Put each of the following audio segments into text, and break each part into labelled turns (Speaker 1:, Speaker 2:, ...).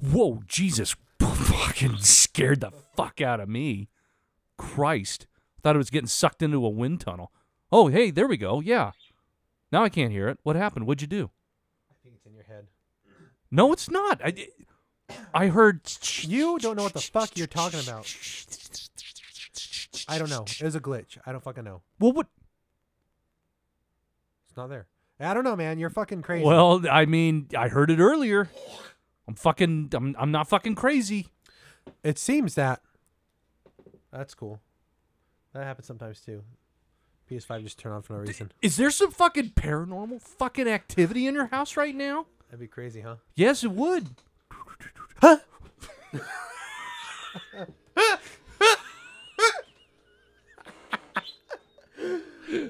Speaker 1: whoa, Jesus, fucking scared the fuck out of me. Christ, thought it was getting sucked into a wind tunnel. Oh, hey, there we go. Yeah, now I can't hear it. What happened? What'd you do?
Speaker 2: I think it's in your head.
Speaker 1: No, it's not. I, I heard.
Speaker 2: You don't know what the fuck you're talking about. I don't know. It was a glitch. I don't fucking know.
Speaker 1: Well, what?
Speaker 2: It's not there. I don't know, man. You're fucking crazy.
Speaker 1: Well, I mean, I heard it earlier. I'm fucking. I'm. I'm not fucking crazy.
Speaker 2: it seems that. That's cool. That happens sometimes too. PS5 just turned on for no reason.
Speaker 1: Is there some fucking paranormal fucking activity in your house right now?
Speaker 2: That'd be crazy, huh?
Speaker 1: Yes, it would.
Speaker 2: Huh?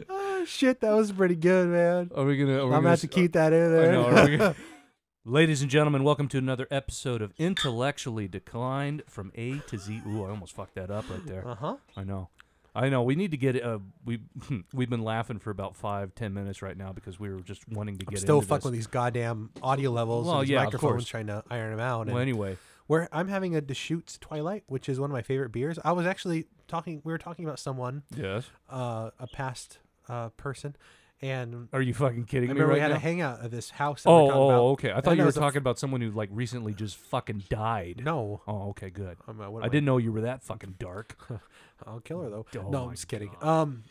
Speaker 2: oh, shit, that was pretty good, man.
Speaker 1: Are we gonna? Are we
Speaker 2: I'm
Speaker 1: gonna
Speaker 2: about to keep that in there.
Speaker 1: Ladies and gentlemen, welcome to another episode of Intellectually Declined from A to Z. Ooh, I almost fucked that up right there.
Speaker 2: Uh-huh.
Speaker 1: I know. I know. We need to get. Uh, we we've been laughing for about five, ten minutes right now because we were just wanting to get
Speaker 2: Still
Speaker 1: into
Speaker 2: fucking with
Speaker 1: this.
Speaker 2: these goddamn audio levels
Speaker 1: Well,
Speaker 2: and these
Speaker 1: yeah, of
Speaker 2: microphones
Speaker 1: course.
Speaker 2: trying to iron them out. And
Speaker 1: Well, anyway,
Speaker 2: where I'm having a Deschutes Twilight, which is one of my favorite beers. I was actually talking we were talking about someone,
Speaker 1: yes.
Speaker 2: uh, a past uh, person, and
Speaker 1: Are you fucking kidding
Speaker 2: I
Speaker 1: me
Speaker 2: remember
Speaker 1: right
Speaker 2: we had
Speaker 1: now?
Speaker 2: a hangout at this house. That we
Speaker 1: oh,
Speaker 2: were talking about.
Speaker 1: oh, okay. I
Speaker 2: And
Speaker 1: thought you
Speaker 2: there
Speaker 1: were
Speaker 2: was a-
Speaker 1: talking about someone who like recently just fucking died.
Speaker 2: No.
Speaker 1: Oh, okay, good.
Speaker 2: Um, uh, what
Speaker 1: I
Speaker 2: am
Speaker 1: didn't know you were that fucking dark.
Speaker 2: I'll kill her though.
Speaker 1: Oh
Speaker 2: no,
Speaker 1: my
Speaker 2: I'm just kidding. Um,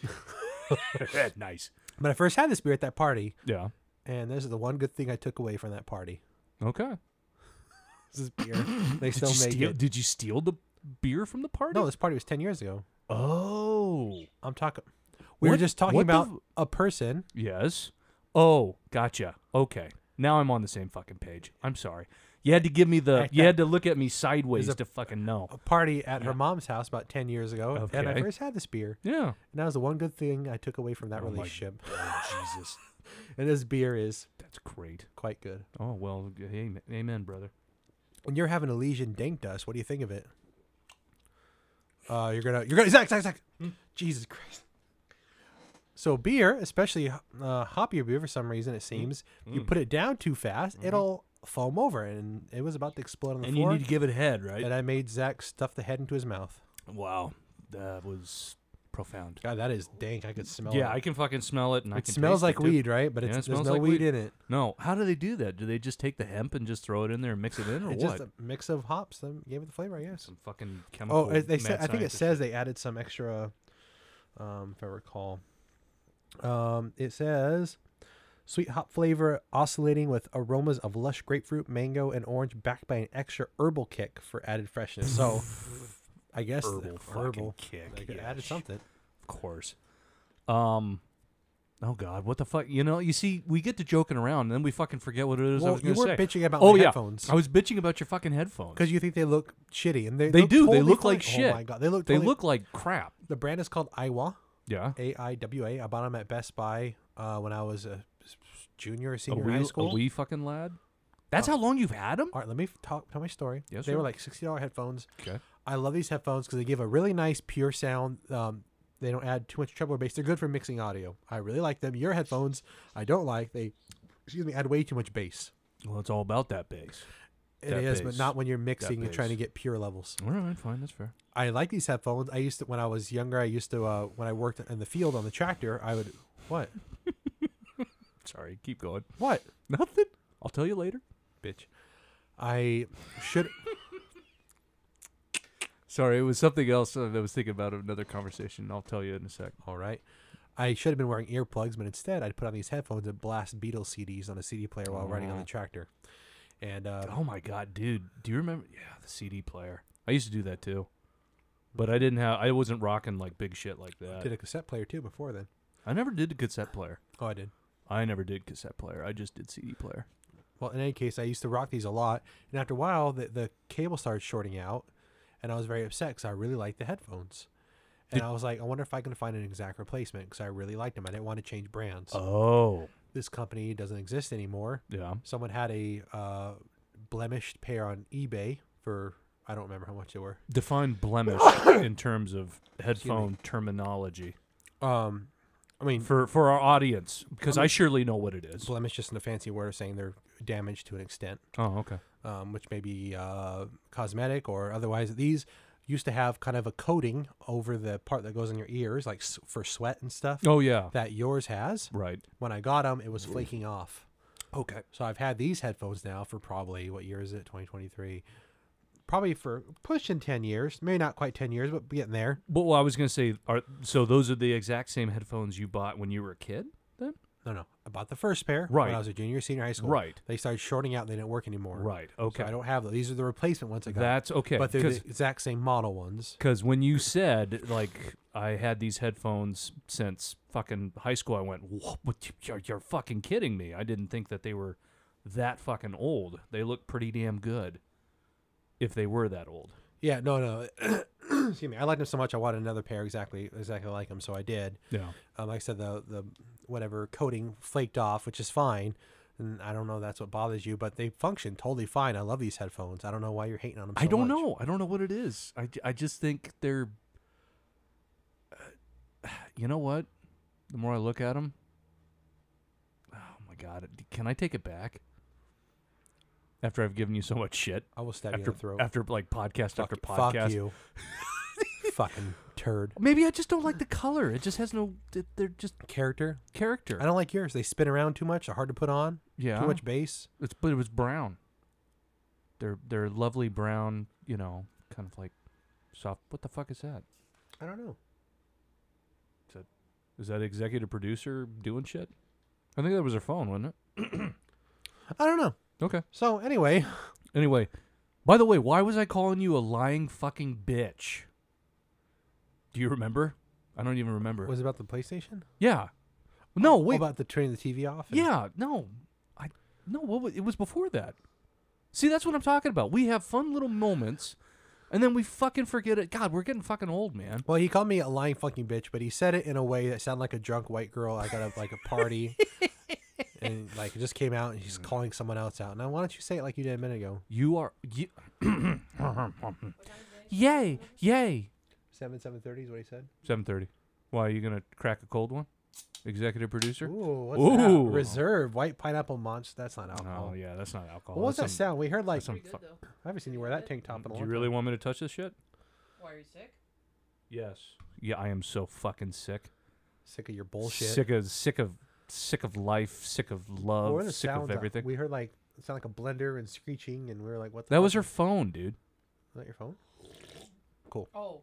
Speaker 1: nice.
Speaker 2: but I first had this beer at that party,
Speaker 1: Yeah.
Speaker 2: and this is the one good thing I took away from that party.
Speaker 1: Okay.
Speaker 2: This is beer. they
Speaker 1: Did
Speaker 2: still
Speaker 1: you
Speaker 2: make
Speaker 1: steal?
Speaker 2: it.
Speaker 1: Did you steal the beer from the party?
Speaker 2: No, this party was ten years ago.
Speaker 1: Oh.
Speaker 2: I'm talking. We were
Speaker 1: What-
Speaker 2: just talking
Speaker 1: what the
Speaker 2: about
Speaker 1: v-
Speaker 2: a person.
Speaker 1: Yes. Oh, gotcha. Okay. Now I'm on the same fucking page. I'm sorry. You had to give me the.
Speaker 2: Act
Speaker 1: You
Speaker 2: that-
Speaker 1: had to look at me sideways
Speaker 2: a-
Speaker 1: to fucking know.
Speaker 2: a party at her mom's house about 10 years ago and
Speaker 1: Okay.
Speaker 2: i first had this beer
Speaker 1: Yeah.
Speaker 2: and that was the one good thing i took away from that relationship
Speaker 1: Oh, Jesus.
Speaker 2: and this beer is
Speaker 1: That's great.
Speaker 2: quite good
Speaker 1: Oh well. g- Amen, amen brother.
Speaker 2: when you're having elysian dank dust what do you think of it uh you're gonna you're gonna zach zach zach
Speaker 1: Hmm.
Speaker 2: jesus christ so beer especially uh hoppier beer for some reason
Speaker 1: Hmm.
Speaker 2: it seems you put it down too fast it'll foam over and it was about to explode on the floor
Speaker 1: give it head, right?
Speaker 2: and i made zach stuff the head into his mouth
Speaker 1: Wow. That was profound.
Speaker 2: god that is dank i could smell
Speaker 1: Yeah,
Speaker 2: it
Speaker 1: I can fucking smell it, and I
Speaker 2: it
Speaker 1: can.
Speaker 2: smells
Speaker 1: taste
Speaker 2: like
Speaker 1: it, too.
Speaker 2: weed, right? But
Speaker 1: Yeah,
Speaker 2: it's,
Speaker 1: it
Speaker 2: there's
Speaker 1: smells
Speaker 2: no
Speaker 1: like
Speaker 2: weed
Speaker 1: weed.
Speaker 2: in it.
Speaker 1: No, how do they do that? Do they just take the hemp and just throw it in there and mix it in, or
Speaker 2: It's
Speaker 1: Oh, what?
Speaker 2: just a mix of hops that gave it the flavor, I guess.
Speaker 1: Some fucking chemical.
Speaker 2: Oh, it- they said.
Speaker 1: mad
Speaker 2: I think it
Speaker 1: scientist.
Speaker 2: says they added some extra. Um, if I recall, um, it says sweet hop flavor oscillating with aromas of lush grapefruit, mango, and orange, backed by an extra herbal kick for added freshness. So, I guess the-
Speaker 1: herbal, fucking
Speaker 2: herbal.
Speaker 1: kick.
Speaker 2: They could
Speaker 1: yeah,
Speaker 2: added
Speaker 1: sh-
Speaker 2: something.
Speaker 1: Of course. Um. Oh God, what the fuck? You know, you see, we get to joking around, and then we fucking forget what it is I
Speaker 2: Well,
Speaker 1: was
Speaker 2: you
Speaker 1: gonna
Speaker 2: were
Speaker 1: say.
Speaker 2: bitching about
Speaker 1: oh,
Speaker 2: my
Speaker 1: yeah.
Speaker 2: headphones.
Speaker 1: I was bitching about your fucking headphones.
Speaker 2: Because you think they look shitty, and they
Speaker 1: they
Speaker 2: look
Speaker 1: do.
Speaker 2: Totally
Speaker 1: they look
Speaker 2: fine.
Speaker 1: like shit.
Speaker 2: Oh my god, they look.
Speaker 1: They
Speaker 2: totally-
Speaker 1: look like crap.
Speaker 2: The brand is called Iwa.
Speaker 1: Yeah.
Speaker 2: A I W A. I bought them at Best Buy uh, when I was a s- s- junior or
Speaker 1: A
Speaker 2: senior in
Speaker 1: wee,
Speaker 2: high
Speaker 1: a
Speaker 2: school. Oh.
Speaker 1: wee fucking lad. That's how long you've had them.
Speaker 2: All right, let me f- talk tell my story.
Speaker 1: Yes,
Speaker 2: they
Speaker 1: sir.
Speaker 2: were like sixty dollars headphones.
Speaker 1: Okay.
Speaker 2: I love these headphones because they give a really nice pure sound. Um, they don't add too much treble or bass. They're good for mixing audio. I really like them. Your headphones, I don't like. They, excuse me, add way too much bass.
Speaker 1: Well, it's all about that bass.
Speaker 2: It is,
Speaker 1: That
Speaker 2: but
Speaker 1: bass.
Speaker 2: not when you're mixing and trying to
Speaker 1: bass.
Speaker 2: get pure levels.
Speaker 1: All right, fine, that's fair.
Speaker 2: I like these headphones. I used to when I was younger. I used to uh, when I worked in the field on the tractor. I would what
Speaker 1: Sorry, keep going.
Speaker 2: what
Speaker 1: Nothing. I'll tell you later.
Speaker 2: bitch. I should.
Speaker 1: Sorry, it was something else uh, that I was thinking about another conversation. I'll tell you in a sec.
Speaker 2: All right. I should have been wearing earplugs, but instead I'd put on these headphones and blast Beatles CDs on a CD player while riding on the
Speaker 1: Oh.
Speaker 2: tractor. And uh,
Speaker 1: Oh my god, dude! Do you remember? Yeah, the CD player. I used to do that too, but I didn't have. I wasn't rocking like big shit like
Speaker 2: did
Speaker 1: that.
Speaker 2: a cassette player too before then.
Speaker 1: I never did a cassette player.
Speaker 2: Oh, I did.
Speaker 1: I never did cassette player. I just did CD player.
Speaker 2: Well, in any case, I used to rock these a lot. And after a while, the, the cable started shorting out, and I was very upset because I really liked the headphones. And I was like, I wonder if I can find an exact replacement because I really liked them. I didn't want to change brands.
Speaker 1: Oh,
Speaker 2: this company doesn't exist anymore.
Speaker 1: yeah.
Speaker 2: Someone had a uh, blemished pair on eBay for I don't remember how much they were.
Speaker 1: Define blemish in terms of headphone terminology
Speaker 2: Um, I mean,
Speaker 1: for for our audience because I surely know what it is.
Speaker 2: blemish just in a fancy word of saying they're damaged to an extent.
Speaker 1: Oh, okay.
Speaker 2: um, which may be uh, cosmetic or otherwise. These used to have kind of a coating over the part that goes in your ears, like s- for sweat and stuff.
Speaker 1: Oh yeah.
Speaker 2: That yours has.
Speaker 1: Right.
Speaker 2: When I got them, it was flaking off.
Speaker 1: Okay.
Speaker 2: So I've had these headphones now for probably what year is it? 2023. Probably for pushing 10 years. Maybe not quite 10 years, but getting there.
Speaker 1: Well, I was gonna say, are so those are the exact same headphones you bought when you were a kid? Then.
Speaker 2: No, no. I bought the first pair
Speaker 1: Right.
Speaker 2: when I was a junior, senior high school.
Speaker 1: Right.
Speaker 2: They started shorting out. and They didn't work anymore.
Speaker 1: Right.
Speaker 2: So
Speaker 1: Okay.
Speaker 2: I don't have those. These are the replacement ones I got.
Speaker 1: That's okay.
Speaker 2: but they're
Speaker 1: 'cause-
Speaker 2: the exact same model ones.
Speaker 1: Because when you said, like, I had these headphones since fucking high school, I went, what? What- You're, you're fucking kidding me. I didn't think that they were that fucking old. They look pretty damn good if they were that old.
Speaker 2: Yeah, no, no. Excuse me. I liked them so much. I wanted another pair exactly, exactly like them. So I did.
Speaker 1: Yeah.
Speaker 2: Um, like I said, the the whatever coating flaked off, which is fine. And I don't know. if That's what bothers you, but they function totally fine. I love these headphones. I don't know why you're hating on them.
Speaker 1: I don't know. I don't know what it is. I, j- I just think they're. You know what? The more I look at them, oh my God. Can I take it back? After I've given you so much shit.
Speaker 2: I will stab you
Speaker 1: After,
Speaker 2: in the throat.
Speaker 1: after like podcast after podcast,
Speaker 2: fuck you, fucking turd.
Speaker 1: Maybe I just don't like the color. It just has no. th- They're just
Speaker 2: Character.
Speaker 1: character.
Speaker 2: I don't like yours. They spin around too much. They're hard to put on.
Speaker 1: yeah,
Speaker 2: Too much bass.
Speaker 1: It's but it was brown. They're they're lovely brown. You know, kind of like soft. What the fuck is that?
Speaker 2: I don't know.
Speaker 1: Is that executive producer doing shit? I think that was her phone, wasn't it?
Speaker 2: I don't know.
Speaker 1: Okay.
Speaker 2: So anyway,
Speaker 1: Anyway, by the way, why was I calling you a lying fucking bitch? Do you remember? I don't even remember.
Speaker 2: was it about the PlayStation?
Speaker 1: yeah. No,
Speaker 2: What
Speaker 1: wait.
Speaker 2: about the turning the TV off? and-
Speaker 1: Yeah, no, I no. What was, it was before that. See, that's what I'm talking about. We have fun little moments, and then we fucking forget it. God, we're getting fucking old, man.
Speaker 2: Well, he called me a lying fucking bitch, but he said it in a way that sounded like a drunk white girl I got a like a party. and like it just came out and he's
Speaker 1: Mm.
Speaker 2: calling someone else out. Now why don't you say it like you did a minute ago?
Speaker 1: You are you. yay, yay.
Speaker 2: Seven seven thirty is what he said.
Speaker 1: Seven thirty. Why are you gonna crack a cold one, executive producer?
Speaker 2: Ooh, what's that?
Speaker 1: Ooh.
Speaker 2: Reserve white pineapple monster. That's not alcohol.
Speaker 1: Oh yeah, that's not alcohol.
Speaker 2: What was that
Speaker 1: that's some-
Speaker 2: sound? We heard like
Speaker 1: that's some
Speaker 3: Pretty
Speaker 1: fuck-
Speaker 3: good though.
Speaker 2: I haven't seen you wear that tank top in a
Speaker 1: Do
Speaker 2: long
Speaker 1: you
Speaker 2: time.
Speaker 1: really want me to touch this shit?
Speaker 3: Why are you sick?
Speaker 1: Yes. Yeah, I am so fucking sick.
Speaker 2: Sick of your bullshit.
Speaker 1: Sick of sick of sick of life. Sick of
Speaker 2: What were
Speaker 1: love.
Speaker 2: the
Speaker 1: Sick
Speaker 2: sounds
Speaker 1: of
Speaker 2: like?
Speaker 1: everything.
Speaker 2: We heard like it sounded like a blender and screeching, and we were like, "What?" The
Speaker 1: that
Speaker 2: fuck
Speaker 1: was her
Speaker 2: is-
Speaker 1: phone, dude.
Speaker 2: Is that your phone?
Speaker 3: Oh.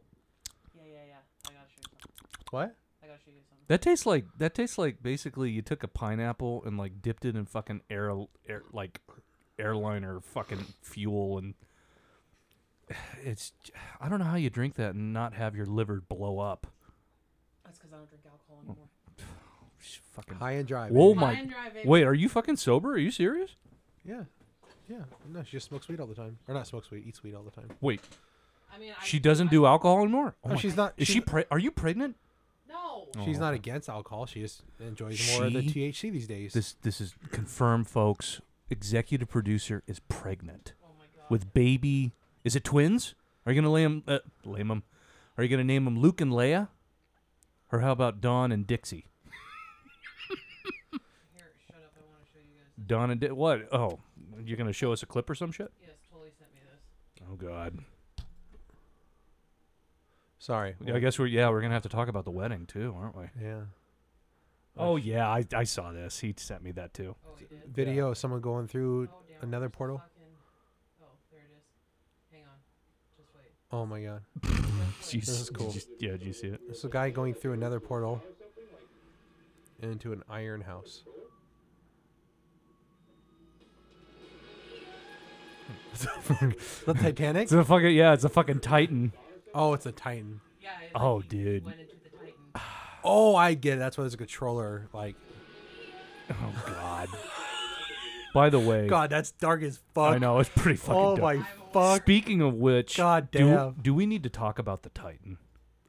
Speaker 3: Yeah, yeah, yeah. I gotta show you something.
Speaker 2: What?
Speaker 3: I gotta show you something.
Speaker 1: That tastes like that tastes like basically you took a pineapple and like dipped it in fucking air, air like airliner fucking fuel and it's I don't know how you drink that and not have your liver blow up.
Speaker 3: That's because I don't drink alcohol
Speaker 1: Mm.
Speaker 3: anymore.
Speaker 1: Fucking
Speaker 2: High and dry.
Speaker 1: Whoa,
Speaker 2: baby.
Speaker 1: my-
Speaker 3: High and dry, baby.
Speaker 1: Wait, are you fucking sober? Are you serious?
Speaker 2: Yeah, yeah. No, she just smokes weed all the time, or not smokes weed, eats weed all the time.
Speaker 1: Wait,
Speaker 3: I mean, I,
Speaker 1: she doesn't do alcohol anymore.
Speaker 2: Oh,
Speaker 1: my-
Speaker 2: she's not.
Speaker 1: Is
Speaker 2: she's,
Speaker 1: she oh. pre- are you pregnant?
Speaker 3: No.
Speaker 2: She's not against alcohol. She just enjoys more of the THC these days.
Speaker 1: This this is confirmed folks. Executive producer is pregnant.
Speaker 3: Oh my god.
Speaker 1: with baby. Is it twins? Are you gonna lay them? Uh, lay 'em. Are you gonna name them Luke and Leia? Or how about Dawn and Dixie?
Speaker 3: Here, shut up. I want to show you guys.
Speaker 1: Dawn and Di- what? Oh, you're gonna show us a clip or some shit?
Speaker 3: Yes, totally sent me this.
Speaker 1: Oh God.
Speaker 2: Sorry.
Speaker 1: Yeah, I guess we're yeah we're gonna have to talk about the wedding too, aren't we?
Speaker 2: Yeah.
Speaker 1: Oh yeah, I, I saw this. He sent me that too.
Speaker 3: Oh, you did.
Speaker 2: Video of someone going through.
Speaker 3: Oh, damn,
Speaker 2: another
Speaker 3: where's the
Speaker 2: portal?
Speaker 3: fucking- Oh, there it is. Hang on. Just wait.
Speaker 2: Oh my god.
Speaker 3: Just wait.
Speaker 1: Jeez,
Speaker 2: This is
Speaker 1: did
Speaker 2: cool.
Speaker 1: you s- yeah, did you see it?
Speaker 2: There's a guy going through another portal into an iron house. the Titanic?
Speaker 1: It's a fucking yeah, it's a fucking Titan.
Speaker 2: Oh, it's a Titan.
Speaker 3: Yeah, it's
Speaker 1: Oh,
Speaker 3: like he
Speaker 1: dude.
Speaker 3: Went into the Titan.
Speaker 2: Oh, I get it. That's why there's a controller. Like,
Speaker 1: Oh God. By the way,
Speaker 2: God, that's dark as fuck.
Speaker 1: I know it's pretty fucking.
Speaker 2: Oh
Speaker 1: dark.
Speaker 2: my fuck!
Speaker 1: Speaking of which,
Speaker 2: God
Speaker 1: do,
Speaker 2: damn.
Speaker 1: do we need to talk about the Titan?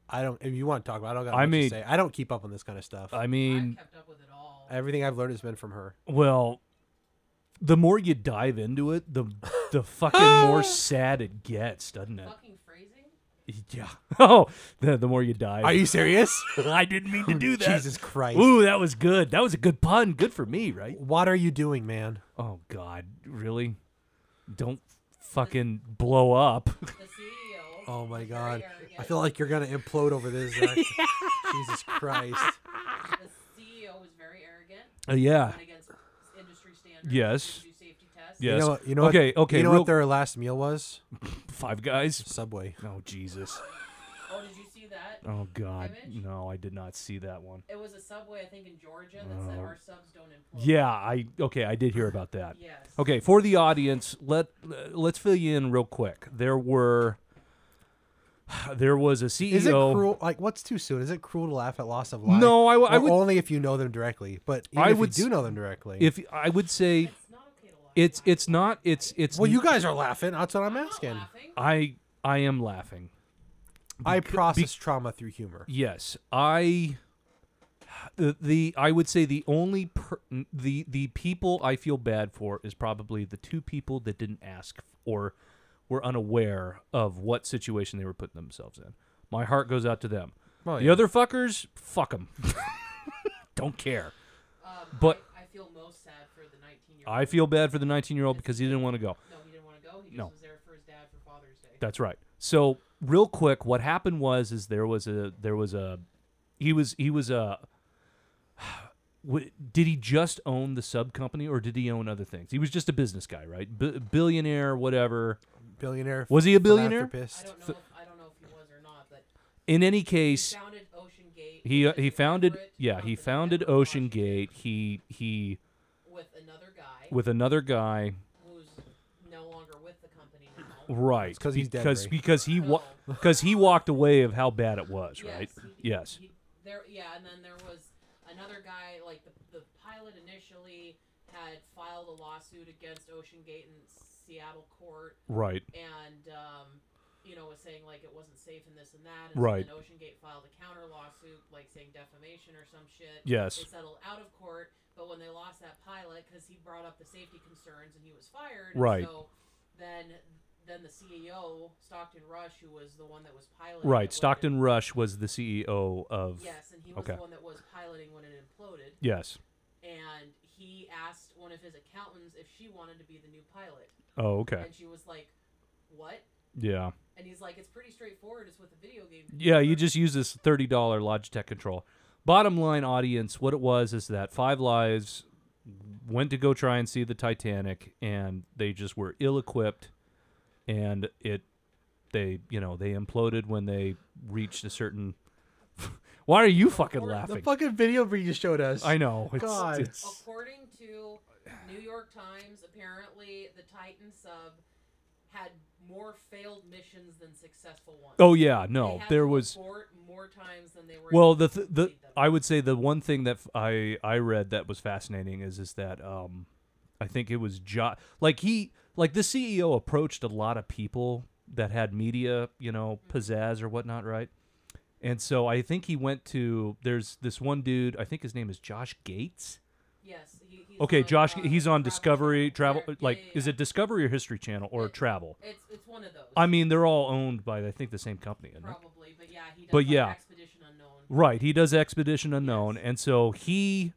Speaker 2: I don't. If you want to talk about, it, I don't got
Speaker 1: I
Speaker 2: much to
Speaker 1: mean-
Speaker 2: say. I don't keep up on this kind of stuff.
Speaker 1: I
Speaker 3: I
Speaker 1: mean, eh.
Speaker 3: kept up with it all.
Speaker 2: Everything I've learned has been from her.
Speaker 1: well, the more you dive into it, the the fucking more sad it gets, doesn't it?
Speaker 3: Fucking phrasing?
Speaker 1: Yeah. Oh, the the more you dive.
Speaker 2: Are you serious?
Speaker 1: I didn't mean to do that.
Speaker 2: Jesus Christ!
Speaker 1: Ooh, that was good. That was a good pun. Good for me, right?
Speaker 2: What are you doing, man?
Speaker 1: Oh God, really? Don't fucking blow up.
Speaker 3: The E CEO.
Speaker 2: Oh my
Speaker 3: was very
Speaker 2: god. I
Speaker 3: arrogant.
Speaker 2: feel like you're gonna implode over this. Zach. Jesus Christ.
Speaker 3: the CEO was very arrogant.
Speaker 1: Uh, yeah.
Speaker 3: Went against industry standards.
Speaker 1: Yes.
Speaker 3: didn't Do safety tests.
Speaker 1: Yes.
Speaker 2: You know, what- you know
Speaker 1: Okay,
Speaker 2: What,
Speaker 1: okay,
Speaker 2: You know
Speaker 1: real-
Speaker 2: what their last meal was?
Speaker 1: Five guys.
Speaker 2: Subway.
Speaker 1: Oh Jesus.
Speaker 3: Oh, did you see that?
Speaker 1: Oh God.
Speaker 3: Image?
Speaker 1: No, I did not see that one.
Speaker 3: It was a subway, I think, in Georgia that said our subs don't implode.
Speaker 1: Uh, Yeah, I okay, I did hear about that.
Speaker 3: Yes.
Speaker 1: Okay, for the audience, let uh, let's fill you in real quick. There were there was a E CEO.
Speaker 2: Is it cruel? Like, what's too soon? Is it cruel to laugh at loss of life?
Speaker 1: No, I w- I
Speaker 2: Or
Speaker 1: would-
Speaker 2: only if you know them directly. But even
Speaker 1: I
Speaker 2: if
Speaker 1: would
Speaker 2: you
Speaker 1: s-
Speaker 2: do know them directly.
Speaker 1: If I would say
Speaker 3: It's not okay to laugh.
Speaker 1: it's it's not it's it's
Speaker 2: well, you guys are laughing. That's what I'm
Speaker 3: I'm not
Speaker 2: asking.
Speaker 3: laughing.
Speaker 1: I I am laughing.
Speaker 2: I process trauma through humor.
Speaker 1: Yes, I the, the I would say the only per, the the people I feel bad for is probably the two people that didn't ask or were unaware of what situation they were putting themselves in. My heart goes out to them.
Speaker 2: Oh,
Speaker 1: the
Speaker 2: yeah.
Speaker 1: other fuckers, fuck them. Don't care.
Speaker 3: Um,
Speaker 1: but-
Speaker 3: I, I feel most sad for the 19 year old.
Speaker 1: I feel bad for the 19 year old because he didn't want to go.
Speaker 3: No, he didn't want to go. He just
Speaker 1: No.
Speaker 3: was there for his dad for Father's Day.
Speaker 1: That's right. So real quick, what happened was is there was a there was a he was he was a w- did he just own the sub company or did he own other things? He was just a business guy, right? B- billionaire, whatever.
Speaker 2: Billionaire.
Speaker 1: Was he a billionaire?
Speaker 2: philanthropist.
Speaker 3: I don't know. If, I don't know if he was or not, but
Speaker 1: In any
Speaker 3: he
Speaker 1: case,
Speaker 3: founded Ocean Gate.
Speaker 1: he uh,
Speaker 3: which is
Speaker 1: he
Speaker 3: a
Speaker 1: founded
Speaker 3: corporate
Speaker 1: yeah he
Speaker 3: company that
Speaker 1: founded
Speaker 3: worked in
Speaker 1: Ocean
Speaker 3: Washington
Speaker 1: Gate. He he
Speaker 3: with another guy
Speaker 1: with another guy,
Speaker 3: who's no longer with the company now.
Speaker 1: right?
Speaker 2: 'cause he's dead,
Speaker 1: because
Speaker 2: Ray.
Speaker 1: because he wa- because he walked away of how bad it was, right?
Speaker 3: he-
Speaker 1: Yes.
Speaker 3: he- there, yeah, and then there was another guy. Like the, the pilot initially had filed a lawsuit against Ocean Gate in Seattle court,
Speaker 1: Right.
Speaker 3: and um, you know was saying like it wasn't safe and this and that. And so
Speaker 1: Right.
Speaker 3: then Ocean Gate filed a counter lawsuit, like saying defamation or some shit.
Speaker 1: Yes.
Speaker 3: They settled out of court, but when they lost that pilot because he brought up the safety concerns and he was fired. and
Speaker 1: Right.
Speaker 3: So then. Then the CEO Stockton Rush, who was the one that was piloting, it,
Speaker 1: Right.
Speaker 3: what-
Speaker 1: Stockton Rush was the CEO of
Speaker 3: Yes, and he was
Speaker 1: Okay.
Speaker 3: the one that was piloting when it imploded,
Speaker 1: Yes.
Speaker 3: and he asked one of his accountants if she wanted to be the new pilot,
Speaker 1: Oh, okay.
Speaker 3: and she was like, "What?"
Speaker 1: Yeah.
Speaker 3: And he's like, "It's pretty straightforward. It's with a video game."
Speaker 1: Yeah, you
Speaker 3: controller."
Speaker 1: just use this $30 Logitech control. Bottom line audience, what it was is that Five Lives went to go try and see the Titanic and they just were ill-equipped and it they, you know, they imploded when they reached a certain Why are you fucking
Speaker 2: The
Speaker 1: laughing?
Speaker 2: fucking video Bree just showed us.
Speaker 1: I know. It's,
Speaker 2: God.
Speaker 1: it's
Speaker 3: According to New York Times, apparently the Titan sub had more failed missions than successful ones.
Speaker 1: Oh yeah,
Speaker 3: They
Speaker 1: no.
Speaker 3: had
Speaker 1: There
Speaker 3: to
Speaker 1: was
Speaker 3: abort more times than they were.
Speaker 1: Well,
Speaker 3: able
Speaker 1: the
Speaker 3: to
Speaker 1: th- the
Speaker 3: complete them.
Speaker 1: I would say the one thing that f- I I read that was fascinating is is that um I think it was Josh like he like the CEO approached a lot of people that had media you know
Speaker 3: Mm-hmm.
Speaker 1: pizzazz or whatnot right and so I think he went to there's this one dude I think his name is Josh Gates
Speaker 3: yes. He, he's
Speaker 1: okay
Speaker 3: on,
Speaker 1: Josh
Speaker 3: uh,
Speaker 1: he's on
Speaker 3: Travel
Speaker 1: Discovery
Speaker 3: Channel.
Speaker 1: Travel
Speaker 3: Yeah,
Speaker 1: like
Speaker 3: yeah,
Speaker 1: is
Speaker 3: yeah.
Speaker 1: it Discovery or History Channel or
Speaker 3: It-
Speaker 1: Travel
Speaker 3: It's it's one of those.
Speaker 1: I mean they're all owned by I think the same company isn't it?
Speaker 3: probably, but yeah, he does.
Speaker 1: But
Speaker 3: like,
Speaker 1: yeah.
Speaker 3: Expedition Unknown.
Speaker 1: Right, he does Expedition Unknown,
Speaker 3: Yes.
Speaker 1: and so he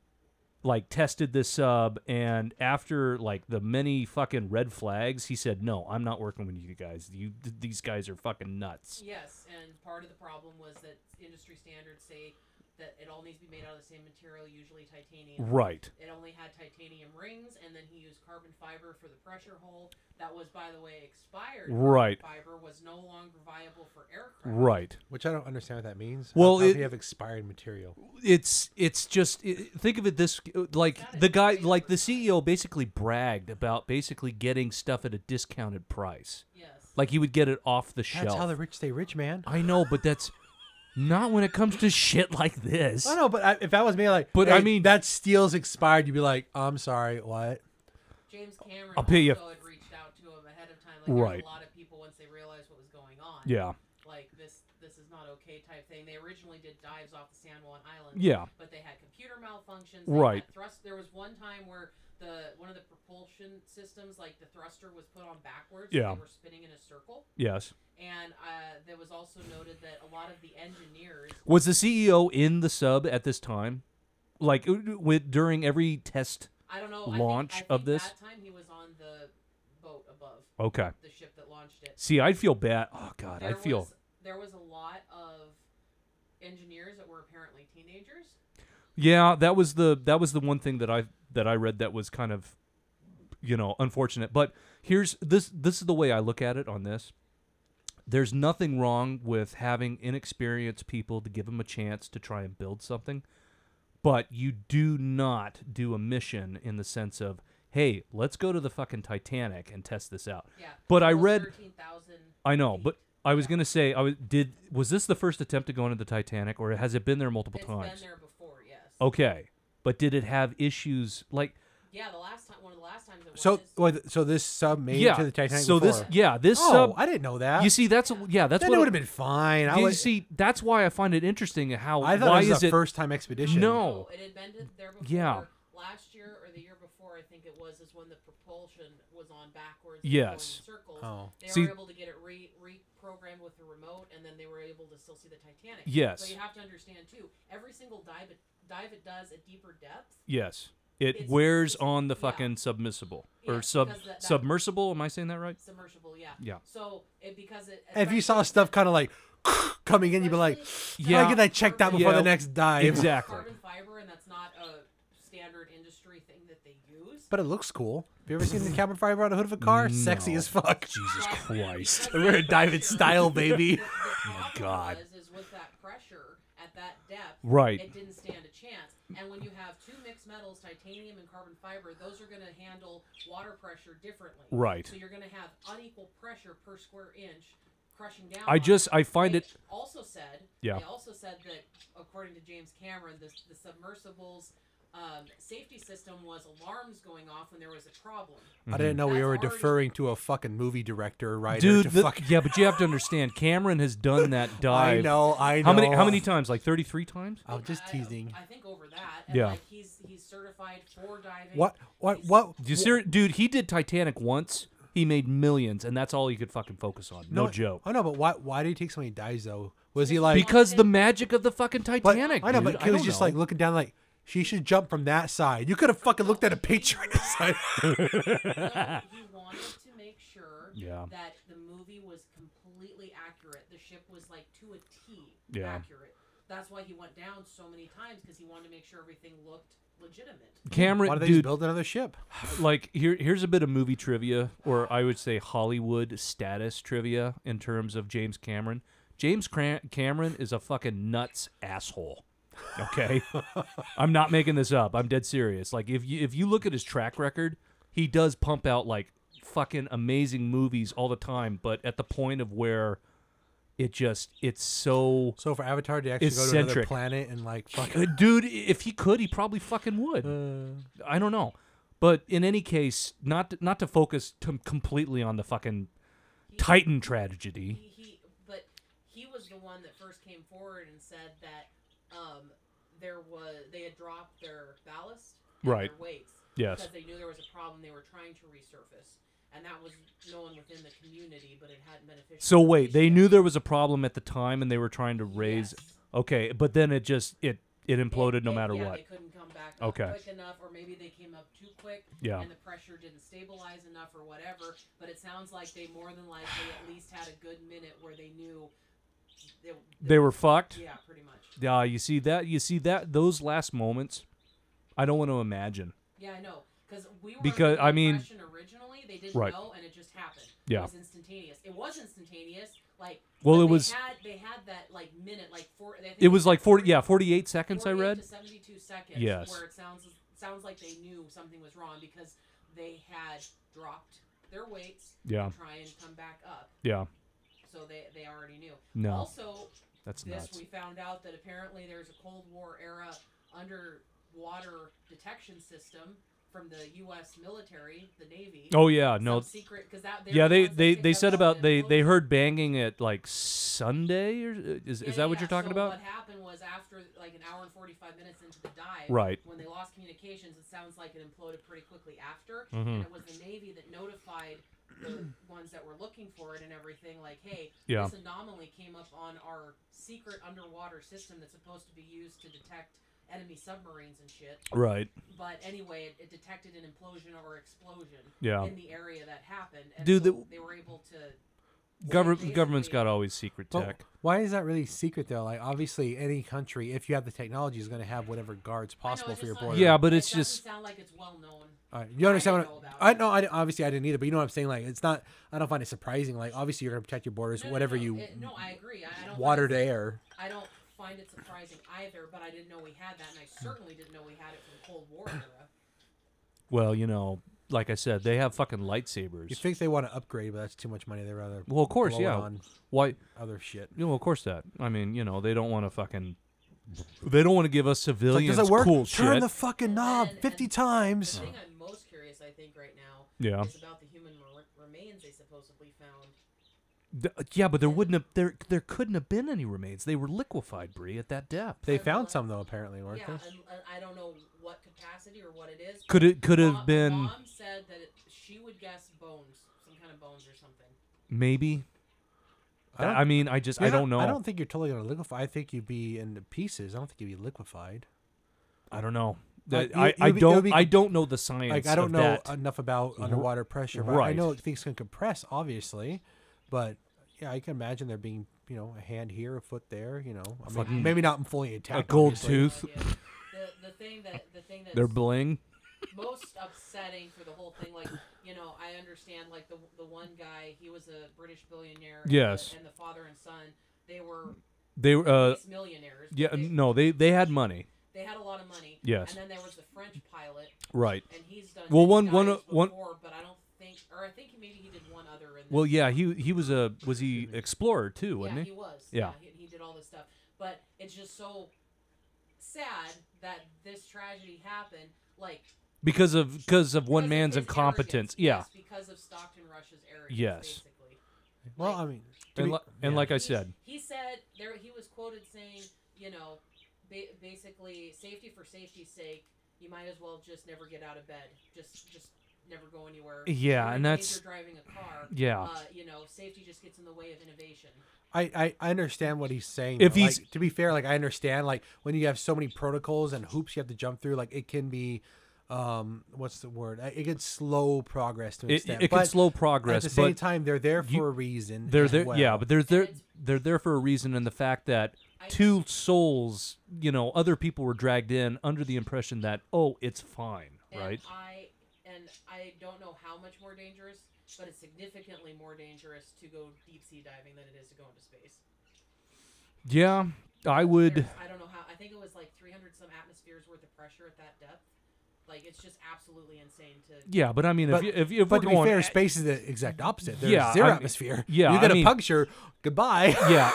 Speaker 1: like tested this sub, and after like the many fucking red flags, he said, "No, I'm not working with you guys. You th- these guys are fucking nuts."
Speaker 3: Yes, and part of the problem was that industry standards say that it all needs to be made out of the same material, usually titanium.
Speaker 1: Right.
Speaker 3: It only had titanium rings, and then he used carbon fiber for the pressure hull. That was, by the way, expired. carbon
Speaker 1: Right.
Speaker 3: Fiber was no longer viable for aircraft.
Speaker 1: Right.
Speaker 2: Which I don't understand what that means.
Speaker 1: Well,
Speaker 2: how, how
Speaker 1: it-
Speaker 2: do you have expired material.
Speaker 1: It's it's just i think of it this like
Speaker 3: Got it.
Speaker 1: the guy like the CEO basically bragged about basically getting stuff at a discounted price.
Speaker 3: Yes.
Speaker 1: Like he would get it off the shelf.
Speaker 2: That's how the rich stay rich, man.
Speaker 1: I know, but that's not when it comes to shit like this.
Speaker 2: I don't know, but I, if that was me, like,
Speaker 1: But I
Speaker 2: "Hey,
Speaker 1: mean-
Speaker 2: that steel's expired. You'd be like, I'm sorry, what?
Speaker 3: James Cameron
Speaker 1: I'll pay you-
Speaker 3: also had reached out to him ahead of time. Like, there was
Speaker 1: Right.
Speaker 3: a lot of people once they realized what was going on.
Speaker 1: Yeah.
Speaker 3: like this this is not okay type thing. They originally did dives off the San Juan Island.
Speaker 1: Yeah.
Speaker 3: But they had computer malfunctions. They
Speaker 1: Right.
Speaker 3: Had thrust. There was one time where the one of the propulsion systems, like the thruster, was put on backwards. so
Speaker 1: Yeah.
Speaker 3: They were spinning in a circle,
Speaker 1: Yes.
Speaker 3: and uh, there was also noted that a lot of the engineers.
Speaker 1: Was the CEO in the sub at this time? Like uh, with during every test?
Speaker 3: I don't know.
Speaker 1: Launch
Speaker 3: I think, I
Speaker 1: of
Speaker 3: think
Speaker 1: this?
Speaker 3: That time he was on the boat above.
Speaker 1: Okay.
Speaker 3: the ship that launched it.
Speaker 1: See, I'd feel bad. Oh God, I
Speaker 3: There
Speaker 1: feel.
Speaker 3: was- there was a lot of engineers that were apparently teenagers.
Speaker 1: Yeah, that was the that was the one thing that I that I read that was kind of you know, unfortunate. But here's this this is the way I look at it on this. There's nothing wrong with having inexperienced people to give them a chance to try and build something. But you do not do a mission in the sense of, hey, let's go to the fucking Titanic and test this out.
Speaker 3: Yeah.
Speaker 1: But I
Speaker 3: almost
Speaker 1: read-
Speaker 3: 13,000
Speaker 1: I know, but
Speaker 3: feet.
Speaker 1: I was gonna say, I was did was this the first attempt to go into the Titanic, or has it been there multiple
Speaker 3: It's
Speaker 1: times?
Speaker 3: been there before, yes.
Speaker 1: Okay, but did it have issues like?
Speaker 3: Yeah, the last time, one of the last times it was.
Speaker 2: So, well, th- so this sub made it
Speaker 1: yeah.
Speaker 2: to the Titanic.
Speaker 1: so
Speaker 2: before.
Speaker 1: this, yeah, this
Speaker 2: oh,
Speaker 1: sub.
Speaker 2: I didn't know that.
Speaker 1: you see, that's yeah, that's
Speaker 2: then it
Speaker 1: what
Speaker 2: would have been fine. I
Speaker 1: You
Speaker 2: was.
Speaker 1: see, that's why I find it interesting how
Speaker 2: I thought
Speaker 1: why
Speaker 2: it was
Speaker 1: is
Speaker 2: a
Speaker 1: it
Speaker 2: first time expedition.
Speaker 1: No.
Speaker 3: No, Oh, it had been to- there before.
Speaker 1: Yeah.
Speaker 3: Last year or the year before, I think it was, is when the propulsion was on backwards. and
Speaker 1: Yes.
Speaker 3: Going in circles.
Speaker 2: Oh.
Speaker 3: They
Speaker 1: See-
Speaker 3: were able to get it re- reprogrammed with the remote, and then they were able to still see the Titanic.
Speaker 1: Yes.
Speaker 3: So you have to understand too. Every single dive it dive it does at deeper depth.
Speaker 1: yes, it
Speaker 3: It's-
Speaker 1: wears on the
Speaker 3: yeah.
Speaker 1: fucking submissible
Speaker 3: Yeah,
Speaker 1: or sub
Speaker 3: because that- that-
Speaker 1: submersible. Am I saying that right?
Speaker 3: Submersible, yeah.
Speaker 1: Yeah.
Speaker 3: So it because it.
Speaker 2: And if you saw stuff kind of like coming in, you'd be like,
Speaker 3: especially
Speaker 1: Yeah.
Speaker 2: "I get that checked out before
Speaker 1: Yeah.
Speaker 2: the next dive."
Speaker 1: Exactly.
Speaker 3: Carbon fiber, and that's not a standard industry thing that they use.
Speaker 2: But it looks cool. Have you ever seen the cabin fiber on the hood of a car? Sexy
Speaker 1: No.
Speaker 2: as fuck.
Speaker 1: Jesus
Speaker 3: But
Speaker 1: Christ!
Speaker 3: because
Speaker 2: We're gonna dive in
Speaker 3: pressure-
Speaker 2: style, baby.
Speaker 3: The, the problem
Speaker 1: Oh God.
Speaker 3: Was, is with that pressure at that depth,
Speaker 1: Right.
Speaker 3: It didn't stand a chance. And when you have two mixed metals, titanium and carbon fiber, those are going to handle water pressure differently.
Speaker 1: Right.
Speaker 3: So you're going to have unequal pressure per square inch crushing down.
Speaker 1: I
Speaker 3: on
Speaker 1: just
Speaker 3: it.
Speaker 1: I find
Speaker 3: They
Speaker 1: it.
Speaker 3: Also said.
Speaker 1: Yeah.
Speaker 3: They also said that according to James Cameron, the, the submersibles. Um, safety system was alarms going off when there was a problem.
Speaker 1: Mm.
Speaker 2: I didn't know we
Speaker 3: That's
Speaker 2: were
Speaker 3: already-
Speaker 2: deferring to a fucking movie director, writer.
Speaker 1: Mhm. Dude,
Speaker 2: to
Speaker 1: the-
Speaker 2: fucking,
Speaker 1: yeah, but you have to understand. Cameron has done that dive.
Speaker 2: I know. I know.
Speaker 1: How many? How many times? Like thirty-three times?
Speaker 2: I'm Oh, just
Speaker 3: I-
Speaker 2: teasing.
Speaker 3: I, think over that. And
Speaker 1: Yeah.
Speaker 3: Like he's he's certified for diving.
Speaker 2: What? What? What?
Speaker 1: Do you ser- dude, he did Titanic once. He made millions, and that's all he could fucking focus on. No, joke.
Speaker 2: I know, but why? Why did he take so many dives though? Was he like?
Speaker 1: Because the magic of the fucking
Speaker 2: but-
Speaker 1: Titanic.
Speaker 2: I know,
Speaker 1: dude.
Speaker 2: but he was
Speaker 1: don't
Speaker 2: just
Speaker 1: know.
Speaker 2: like looking down, like she should jump from that side. You could have fucking looked at a picture and decided.
Speaker 3: No, he wanted to make sure
Speaker 1: Yeah.
Speaker 3: that the movie was completely accurate. The ship was like to a T
Speaker 1: Yeah.
Speaker 3: accurate. That's why he went down so many times because he wanted to make sure everything looked legitimate.
Speaker 1: Cameron,
Speaker 2: Why did they just
Speaker 1: dude.
Speaker 2: build another ship?
Speaker 1: Like here, here's a bit of movie trivia, or I would say Hollywood status trivia in terms of James Cameron. James Cra- Cameron is a fucking nuts asshole. Okay, I'm not making this up. I'm dead serious. Like if you if you look at his track record, he does pump out like fucking amazing movies all the time, but at the point of where it just it's so
Speaker 2: So for Avatar to actually go to another
Speaker 1: Eccentric.
Speaker 2: planet and like fucking.
Speaker 1: Uh, dude i- if he could he probably fucking would i don't know but in any case not to, not to focus t- completely on the fucking titan tragedy
Speaker 3: He, he but he was the one that first came forward and said that um, there was they had dropped their ballast, and
Speaker 1: Right.
Speaker 3: Their weights,
Speaker 1: Yes.
Speaker 3: because they knew there was a problem. They were trying to resurface, and that was known within the community, but it hadn't been officially.
Speaker 1: so wait they
Speaker 3: released
Speaker 1: knew
Speaker 3: yet.
Speaker 1: there was a problem at the time and they were trying to raise
Speaker 3: Yes.
Speaker 1: okay but then it just it it imploded no
Speaker 3: They-
Speaker 1: matter
Speaker 3: yeah,
Speaker 1: what
Speaker 3: They couldn't come back up
Speaker 1: Okay.
Speaker 3: quick enough, or maybe they came up too quick,
Speaker 1: Yeah.
Speaker 3: and the pressure didn't stabilize enough, or whatever. But it sounds like they more than likely at least had a good minute where they knew they,
Speaker 1: they were fucked
Speaker 3: yeah, pretty much.
Speaker 1: yeah you see that you see that those last moments i don't want to imagine
Speaker 3: Yeah, I know. Because we were
Speaker 1: Because,
Speaker 3: under the
Speaker 1: I mean-
Speaker 3: impression originally they didn't
Speaker 1: Right.
Speaker 3: know and it just happened.
Speaker 1: Yeah.
Speaker 3: it was instantaneous. It was instantaneous. Like
Speaker 1: Well,
Speaker 3: but
Speaker 1: it
Speaker 3: they
Speaker 1: was-
Speaker 3: Had, they had that like minute, like four. I think
Speaker 1: it was like 40
Speaker 3: 40
Speaker 1: yeah 48 seconds i
Speaker 3: 48
Speaker 1: read
Speaker 3: to seventy-two seconds.
Speaker 1: Yes.
Speaker 3: where it sounds sounds like they knew something was wrong because they had dropped their weights.
Speaker 1: Yeah.
Speaker 3: to try and come back up.
Speaker 1: yeah
Speaker 3: So they they already knew.
Speaker 1: No.
Speaker 3: Also,
Speaker 1: that's
Speaker 3: this
Speaker 1: nuts
Speaker 3: we found out that apparently there's a Cold War era underwater detection system from the U.S. military, the Navy.
Speaker 1: oh yeah no
Speaker 3: Some secret because that.
Speaker 1: yeah they they, they said about they they heard banging at like sunday or uh, is, is that what you're talking about
Speaker 3: What happened was after like an hour and forty five minutes into the dive,
Speaker 1: Right.
Speaker 3: When they lost communications, it sounds like it imploded pretty quickly after,
Speaker 1: Mhm.
Speaker 3: and it was the Navy that notified the ones that were looking for it and everything, like, hey,
Speaker 1: Yeah.
Speaker 3: this anomaly came up on our secret underwater system that's supposed to be used to detect enemy submarines and shit.
Speaker 1: Right.
Speaker 3: But anyway, it, it detected an implosion or explosion
Speaker 1: Yeah.
Speaker 3: in the area that happened. And
Speaker 1: Dude,
Speaker 3: so
Speaker 1: the-
Speaker 3: they were able to.
Speaker 1: Government government's got always secret
Speaker 2: But
Speaker 1: tech.
Speaker 2: why is that really secret though? Like obviously any country, if you have the technology, is going to have whatever guards
Speaker 3: I know,
Speaker 2: possible
Speaker 3: it's
Speaker 2: for your
Speaker 3: just not-
Speaker 2: border.
Speaker 1: Yeah, but
Speaker 3: it
Speaker 1: it's
Speaker 3: doesn't
Speaker 1: just-
Speaker 3: sound like it's well known.
Speaker 2: All right. You understand
Speaker 3: I
Speaker 2: what
Speaker 3: didn't know
Speaker 2: I, I
Speaker 3: about
Speaker 2: no, I di- obviously I didn't either, but you know what I'm saying. Like it's not. I don't find it surprising. Like obviously you're going to protect your borders,
Speaker 3: No, no,
Speaker 2: whatever
Speaker 3: no,
Speaker 2: you
Speaker 3: it- no, I agree. I, I don't. find
Speaker 2: water
Speaker 3: it-
Speaker 2: to air.
Speaker 3: I don't find it surprising either, but I didn't know we had that, and I certainly didn't know we had it from Cold War era.
Speaker 1: Well, you know, like I said, they have fucking lightsabers.
Speaker 2: You think they want to upgrade, but that's too much money. They would rather
Speaker 1: well, of course,
Speaker 2: blow it
Speaker 1: yeah.
Speaker 2: on
Speaker 1: Why?
Speaker 2: other shit.
Speaker 1: You know, of course that. I mean, you know, they don't want to fucking. They don't want to give us
Speaker 2: It's like
Speaker 1: civilians
Speaker 2: does it work?
Speaker 1: cool
Speaker 2: Turn
Speaker 1: shit.
Speaker 2: the fucking knob
Speaker 3: And-
Speaker 2: fifty
Speaker 3: and- The
Speaker 2: times.
Speaker 3: thing I'm most curious, I think, right now
Speaker 1: Yeah.
Speaker 3: is about the human re- remains they supposedly found.
Speaker 1: Th- yeah, but there wouldn't have there there couldn't have been any remains. They were liquefied, Bree, at that depth.
Speaker 2: They found some though, apparently, weren't
Speaker 3: yeah,
Speaker 2: they?
Speaker 3: and, and I don't know what capacity or what it is.
Speaker 1: Could it could
Speaker 3: Ma-
Speaker 1: have been
Speaker 3: Mom said that it, she would guess bones, some kind of bones or something.
Speaker 1: maybe?
Speaker 2: I don't-
Speaker 1: I, mean, I just I
Speaker 2: You're not-
Speaker 1: don't know.
Speaker 2: I don't think you're totally going to liquefy. I think you'd be in pieces. I don't think you'd be liquefied.
Speaker 1: I don't know. That-
Speaker 2: Like, you-
Speaker 1: I, I
Speaker 2: you'll be- you'll
Speaker 1: don't
Speaker 2: be-
Speaker 1: I don't know the science.
Speaker 2: Like I don't
Speaker 1: of
Speaker 2: know
Speaker 1: that.
Speaker 2: enough about underwater pressure, but I
Speaker 1: right.
Speaker 2: know things can compress, obviously. But yeah, I can imagine there being you know a hand here, a foot there. You know, I mean,
Speaker 1: Fucking-
Speaker 2: maybe not fully intact.
Speaker 1: gold
Speaker 2: obviously.
Speaker 1: tooth.
Speaker 3: No
Speaker 1: Tooth.
Speaker 3: idea. The, the thing that the thing that's
Speaker 1: They're bling.
Speaker 3: most upsetting for the whole thing. Like, you know, I understand. Like the the one guy, he was a British billionaire. and the-
Speaker 1: Yes.
Speaker 3: And the, father and son, they were
Speaker 1: They were uh
Speaker 3: base millionaires.
Speaker 1: yeah,
Speaker 3: They,
Speaker 1: no, they they had money.
Speaker 3: they had a lot of money.
Speaker 1: Yes.
Speaker 3: And then there was the French pilot,
Speaker 1: Right.
Speaker 3: and he's done.
Speaker 1: Well,
Speaker 3: he's
Speaker 1: one- one-
Speaker 3: dived
Speaker 1: one-
Speaker 3: before, but I don't think, or I think maybe he did one other. In
Speaker 1: Well,
Speaker 3: this.
Speaker 1: yeah, he he was a was he explorer too, wasn't
Speaker 3: yeah,
Speaker 1: he?
Speaker 3: was.
Speaker 1: Yeah.
Speaker 3: he, he did all this stuff, but it's just so sad that this tragedy happened. Like
Speaker 1: Because of because of
Speaker 3: because
Speaker 1: one
Speaker 3: of
Speaker 1: man's
Speaker 3: his
Speaker 1: incompetence.
Speaker 3: arrogance.
Speaker 1: Yeah.
Speaker 3: Yes, because of Stockton Rush's arrogance.
Speaker 1: Yes.
Speaker 3: Basically.
Speaker 2: Well,
Speaker 3: Like,
Speaker 2: I mean, to
Speaker 1: And
Speaker 2: be-
Speaker 1: li- and
Speaker 2: yeah.
Speaker 1: like I
Speaker 3: He-
Speaker 1: said,
Speaker 3: he said there. He was quoted saying, you know, ba- basically safety for safety's sake. You might as well just never get out of bed. Just, just never go anywhere.
Speaker 1: Yeah,
Speaker 3: You're in
Speaker 1: and that's-
Speaker 3: danger driving a car.
Speaker 1: Yeah.
Speaker 3: Uh, you know, safety just gets in the way of innovation.
Speaker 2: I, I I understand what he's saying.
Speaker 1: If
Speaker 2: though. Like,
Speaker 1: he's-
Speaker 2: to be fair, like I understand, like when you have so many protocols and hoops you have to jump through, like it can be, um, what's the word? It can slow progress to an
Speaker 1: it,
Speaker 2: extent.
Speaker 1: it can
Speaker 2: but
Speaker 1: slow
Speaker 2: At
Speaker 1: progress,
Speaker 2: the same
Speaker 1: but
Speaker 2: time, they're there for
Speaker 1: you-
Speaker 2: a reason.
Speaker 1: they're
Speaker 2: as
Speaker 1: there
Speaker 2: well.
Speaker 1: yeah but they're there
Speaker 3: it's-
Speaker 1: they're there for a reason and the fact that
Speaker 3: I-
Speaker 1: two souls you know other people were dragged in under the impression that oh it's fine
Speaker 3: And
Speaker 1: right
Speaker 3: I and I don't know how much more dangerous, but it's significantly more dangerous to go deep sea diving than it is to go into space.
Speaker 1: yeah i would
Speaker 3: There's- I don't know how. I think it was like 300 some atmospheres worth of pressure at that depth. Like it's just absolutely insane to.
Speaker 1: yeah but i mean
Speaker 2: But-
Speaker 1: if, you, if, you- if
Speaker 2: But
Speaker 1: we're
Speaker 2: to be
Speaker 1: going
Speaker 2: fair, space is the exact opposite. There's
Speaker 1: Yeah,
Speaker 2: zero
Speaker 1: I mean-
Speaker 2: atmosphere.
Speaker 1: yeah,
Speaker 2: you
Speaker 1: I
Speaker 2: get
Speaker 1: mean-
Speaker 2: a puncture. Goodbye.
Speaker 1: yeah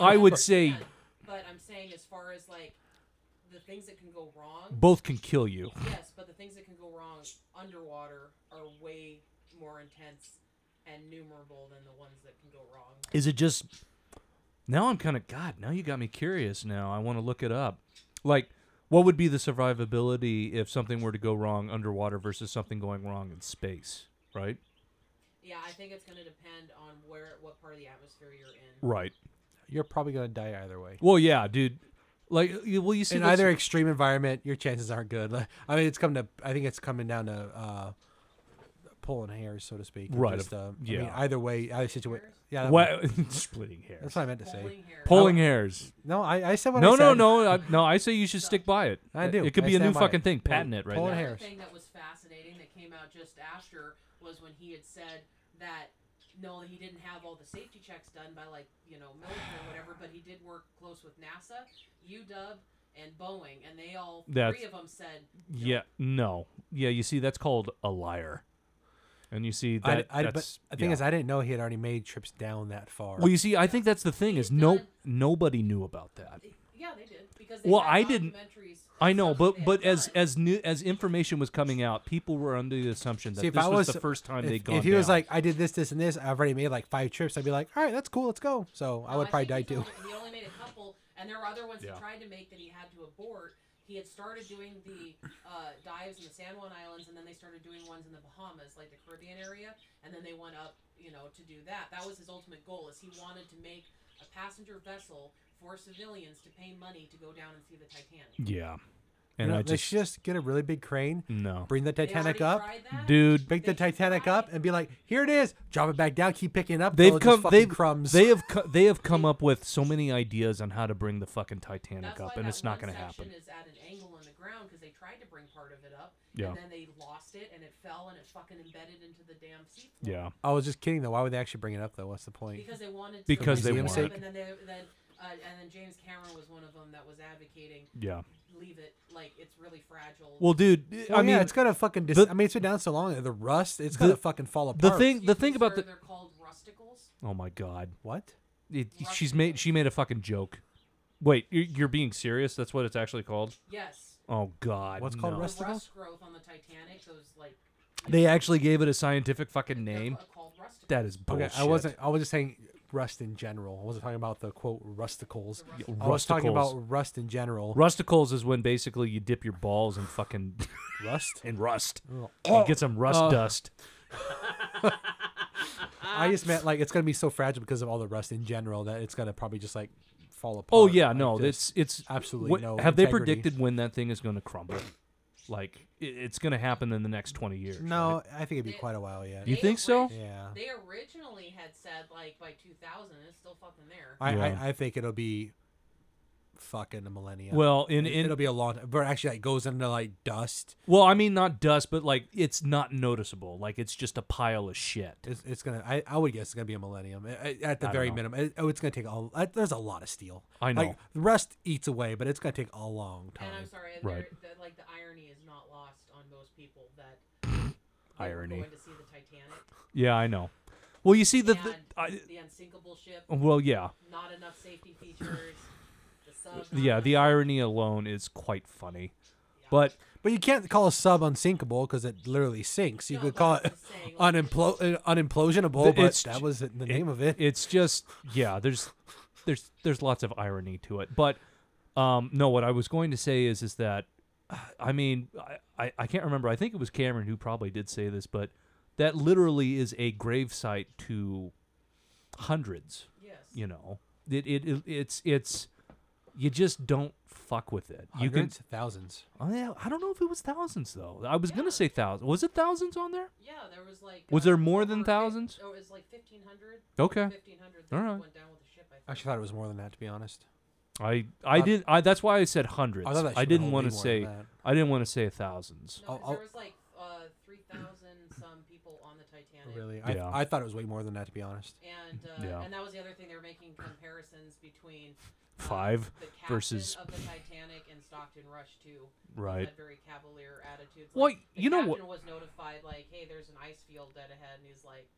Speaker 3: No,
Speaker 1: I would say-
Speaker 3: 100%, But I'm saying as far as like the things that can go wrong.
Speaker 1: both can kill you
Speaker 3: Yes, but the things that can go wrong underwater are way more intense and numerable than the ones that can go wrong.
Speaker 1: is it just now i'm kind of god now you got me curious now i want to look it up like what would be the survivability if something were to go wrong underwater versus something going wrong in space right
Speaker 3: Yeah, I think it's going to depend on where, what part of the atmosphere you're in.
Speaker 1: right
Speaker 2: You're probably gonna die either way.
Speaker 1: well yeah dude like you- well you see
Speaker 2: In
Speaker 1: that's-
Speaker 2: either extreme environment, your chances aren't good. Like, I mean, it's come to. I think it's coming down to uh, pulling hairs, so to speak. or
Speaker 1: Right,
Speaker 2: Just,
Speaker 1: of-
Speaker 2: uh, I mean,
Speaker 1: yeah.
Speaker 2: either way, either situation. Yeah. that one.
Speaker 1: Well, splitting hairs.
Speaker 2: That's what I meant to say.
Speaker 3: Pulling hair.
Speaker 1: Pulling hairs.
Speaker 2: No, I, I said what I
Speaker 1: no,
Speaker 2: said.
Speaker 1: no, no, I, no. I say you should stick by it.
Speaker 2: I do.
Speaker 1: It could
Speaker 2: I
Speaker 1: be a new
Speaker 2: stand by
Speaker 1: fucking
Speaker 2: it.
Speaker 1: thing.
Speaker 2: Pull-
Speaker 1: patent it right
Speaker 2: pull
Speaker 1: now.
Speaker 2: it
Speaker 3: Another
Speaker 2: hairs.
Speaker 3: thing that was fascinating that came out just after was when he had said that no, he didn't have all the safety checks done by like you know military or whatever, but he did work close with NASA, UW, and Boeing, and they all
Speaker 1: That's-
Speaker 3: three of them said
Speaker 1: Yeah. No. Yeah. You see, that's called a liar. And you see
Speaker 2: I,
Speaker 1: that.
Speaker 2: I, but
Speaker 1: that's,
Speaker 2: the thing
Speaker 1: yeah.
Speaker 2: is, I didn't know he had already made trips down that far.
Speaker 1: well, you see, I think that's the thing is
Speaker 3: He's
Speaker 1: no
Speaker 3: done-
Speaker 1: nobody knew about that.
Speaker 3: yeah they did because they
Speaker 1: Well,
Speaker 3: had
Speaker 1: I didn't-
Speaker 3: documentaries
Speaker 1: I know,
Speaker 3: stuff
Speaker 1: but
Speaker 3: that they
Speaker 1: but
Speaker 3: had
Speaker 1: as
Speaker 3: done.
Speaker 1: as new as information was coming out, people were under the assumption that
Speaker 2: See, if
Speaker 1: this
Speaker 2: I
Speaker 1: was,
Speaker 2: was-
Speaker 1: the first time
Speaker 2: if,
Speaker 1: they'd gone.
Speaker 2: if he was
Speaker 1: down.
Speaker 2: like, I did this, this, and this, I've already made like five trips, I'd be like, all right, that's cool, let's go. So I
Speaker 3: No,
Speaker 2: would probably die
Speaker 3: think
Speaker 2: too.
Speaker 3: he's only- He only made a couple, and there were other ones
Speaker 1: Yeah.
Speaker 3: he tried to make that he had to abort. He had started doing the uh, dives in the San Juan Islands, and then they started doing ones in the Bahamas, like the Caribbean area, and then they went up, you know, to do that. That was his ultimate goal, is he wanted to make a passenger vessel for civilians to pay money to go down and see the Titanic.
Speaker 1: Yeah.
Speaker 2: You
Speaker 1: And
Speaker 2: know,
Speaker 1: I
Speaker 2: let's
Speaker 1: just Mm.
Speaker 2: just get a really big crane,
Speaker 1: no.
Speaker 2: bring the
Speaker 3: They
Speaker 2: Titanic
Speaker 3: already
Speaker 2: up,
Speaker 3: tried that.
Speaker 1: Dude,
Speaker 2: pick the
Speaker 3: They
Speaker 2: Titanic
Speaker 3: tried.
Speaker 2: up, and be like, "Here it is." Drop it back down. Keep picking up.
Speaker 1: they've
Speaker 2: till it's just
Speaker 1: come
Speaker 2: fucking
Speaker 1: they've
Speaker 2: crumbs.
Speaker 1: they have co- they have come up with so many ideas on how to bring the fucking Titanic
Speaker 3: That's
Speaker 1: up
Speaker 3: why
Speaker 1: and
Speaker 3: that
Speaker 1: it's not
Speaker 3: one
Speaker 1: going to happen.
Speaker 3: section Is at an angle on the ground because they tried to bring part of it up.
Speaker 1: Yeah.
Speaker 3: And then they lost it and it fell and it fucking embedded into the damn sea. floor.
Speaker 1: Yeah.
Speaker 2: I was just kidding though. Why would they actually bring it up though? What's the point?
Speaker 3: Because they wanted. To
Speaker 1: Because
Speaker 2: they
Speaker 3: leave it up,
Speaker 2: wanted-
Speaker 3: And then they then. Uh, and then James Cameron was one of them that was advocating
Speaker 1: Yeah.
Speaker 3: leave it like it's really fragile.
Speaker 1: Well, dude,
Speaker 2: Well,
Speaker 1: I mean
Speaker 2: Oh, yeah, it's gonna fucking. Dis-
Speaker 1: the-
Speaker 2: I mean, it's been down so long. The rust. It's gonna
Speaker 1: The-
Speaker 2: fucking fall apart.
Speaker 1: the thing the
Speaker 3: Excuse
Speaker 1: thing
Speaker 3: me,
Speaker 1: about
Speaker 3: sir,
Speaker 1: the
Speaker 3: they're called rusticles.
Speaker 1: Oh my god.
Speaker 2: What?
Speaker 1: It, she's made she made a fucking joke. Wait, you're, you're being serious? That's what it's actually called?
Speaker 3: Yes.
Speaker 1: Oh god.
Speaker 2: What's called
Speaker 1: no.
Speaker 2: rust- Rusticles?
Speaker 3: The rust growth on the Titanic. Those like
Speaker 1: They actually gave it a scientific fucking
Speaker 3: they're
Speaker 1: name.
Speaker 3: ca- called rusticles.
Speaker 1: That is bullshit.
Speaker 2: Okay, I wasn't. I was just saying rust in general. I wasn't talking about the quote rusticles. I was talking
Speaker 1: Rusticles.
Speaker 2: about rust in general.
Speaker 1: Rusticles is when basically you dip your balls in fucking
Speaker 2: rust.
Speaker 1: in rust.
Speaker 2: Oh,
Speaker 1: you get some rust
Speaker 2: uh,
Speaker 1: dust.
Speaker 2: I just meant like it's gonna be so fragile because of all the rust in general that it's gonna probably just like fall apart.
Speaker 1: Oh yeah,
Speaker 2: like,
Speaker 1: no,
Speaker 2: just-
Speaker 1: it's it's
Speaker 2: absolutely
Speaker 1: what-
Speaker 2: no
Speaker 1: Have they
Speaker 2: integrity.
Speaker 1: predicted when that thing is going to crumble? Like it, it's going to happen in the next twenty years.
Speaker 2: no.
Speaker 1: right?
Speaker 2: I think it'd be quite a while yet.
Speaker 1: You
Speaker 3: They
Speaker 1: think so?
Speaker 3: orig-
Speaker 2: Yeah.
Speaker 3: They originally had said like by 2000, it's still fucking there.
Speaker 2: I,
Speaker 1: Yeah.
Speaker 2: I, I think it'll be fucking a millennia.
Speaker 1: Well, in
Speaker 2: it,
Speaker 1: in
Speaker 2: it'll be a long, but actually, like goes into like dust.
Speaker 1: well, I mean not dust, but like it's not noticeable. Like it's just a pile of shit.
Speaker 2: It's, it's gonna. I, I would guess it's gonna be a millennium I- I- at the
Speaker 1: I don't
Speaker 2: very
Speaker 1: know.
Speaker 2: minimum. It- oh, it's gonna take a. I, there's a lot of steel.
Speaker 1: I know.
Speaker 2: Like, the rust eats away, but it's gonna take a long
Speaker 3: And I'm
Speaker 2: time.
Speaker 3: sorry, and
Speaker 1: Right.
Speaker 3: they're- the, like the irony is not lost on most people that they were
Speaker 1: Irony.
Speaker 3: going to see the Titanic
Speaker 1: Yeah, I know. Well, you see the, the
Speaker 3: and
Speaker 1: I, Oh,
Speaker 3: the unsinkable ship,
Speaker 1: well, yeah,
Speaker 3: not enough safety features. The sub, not
Speaker 1: yeah. The
Speaker 3: enough-
Speaker 1: irony alone is quite funny,
Speaker 3: Yeah.
Speaker 1: but
Speaker 2: But you can't call a sub unsinkable because it literally sinks. You
Speaker 3: No,
Speaker 2: could
Speaker 3: but
Speaker 2: call
Speaker 3: I'm
Speaker 2: it
Speaker 3: just saying, like,
Speaker 2: unimplo- uh, unimplosionable,
Speaker 1: The-
Speaker 2: but
Speaker 1: it's
Speaker 2: that
Speaker 1: ju-
Speaker 2: was the name of it.
Speaker 1: it's just yeah there's there's there's lots of irony to it but um no what i was going to say is is that i mean I- i i can't remember i think it was cameron who probably did say this but that literally is a gravesite to hundreds
Speaker 3: yes.
Speaker 1: you know it it, it it's it's you just don't fuck with it you can
Speaker 2: Hundreds, thousands.
Speaker 1: oh, yeah, i don't know if it was thousands though i was gonna say thousands was it thousands on there
Speaker 3: Yeah, there was like.
Speaker 1: Was
Speaker 3: uh,
Speaker 1: there more than
Speaker 3: over fif-
Speaker 1: thousands?
Speaker 3: There was like 1,500.
Speaker 1: okay
Speaker 3: 1,500 things
Speaker 1: Alright.
Speaker 3: went down with the ship. I
Speaker 2: I
Speaker 3: think.
Speaker 2: actually thought it was more than that, to be honest.
Speaker 1: i i
Speaker 2: I-
Speaker 1: didn't i that's why i said hundreds
Speaker 2: I thought that
Speaker 1: i
Speaker 2: shipment
Speaker 1: didn't
Speaker 2: would
Speaker 1: want
Speaker 2: be
Speaker 1: to
Speaker 2: more than
Speaker 1: say
Speaker 2: that.
Speaker 1: I didn't want to say thousands.
Speaker 3: No, 'cause
Speaker 2: I'll- I'll-
Speaker 3: there was like uh, 3,000 some people on the Titanic.
Speaker 2: Really, I,
Speaker 1: Yeah.
Speaker 2: I thought it was way more than that, to be honest.
Speaker 3: And uh,
Speaker 1: Yeah.
Speaker 3: and that was the other thing they were making comparisons between uh,
Speaker 1: Five
Speaker 3: the captain
Speaker 1: versus-
Speaker 3: of the Titanic and Stockton Rush Two. who
Speaker 1: Right.
Speaker 3: Had very cavalier attitudes.
Speaker 1: Well,
Speaker 3: Like, the
Speaker 1: you know what-
Speaker 3: captain was notified like, hey, there's an ice field dead ahead, and he's like,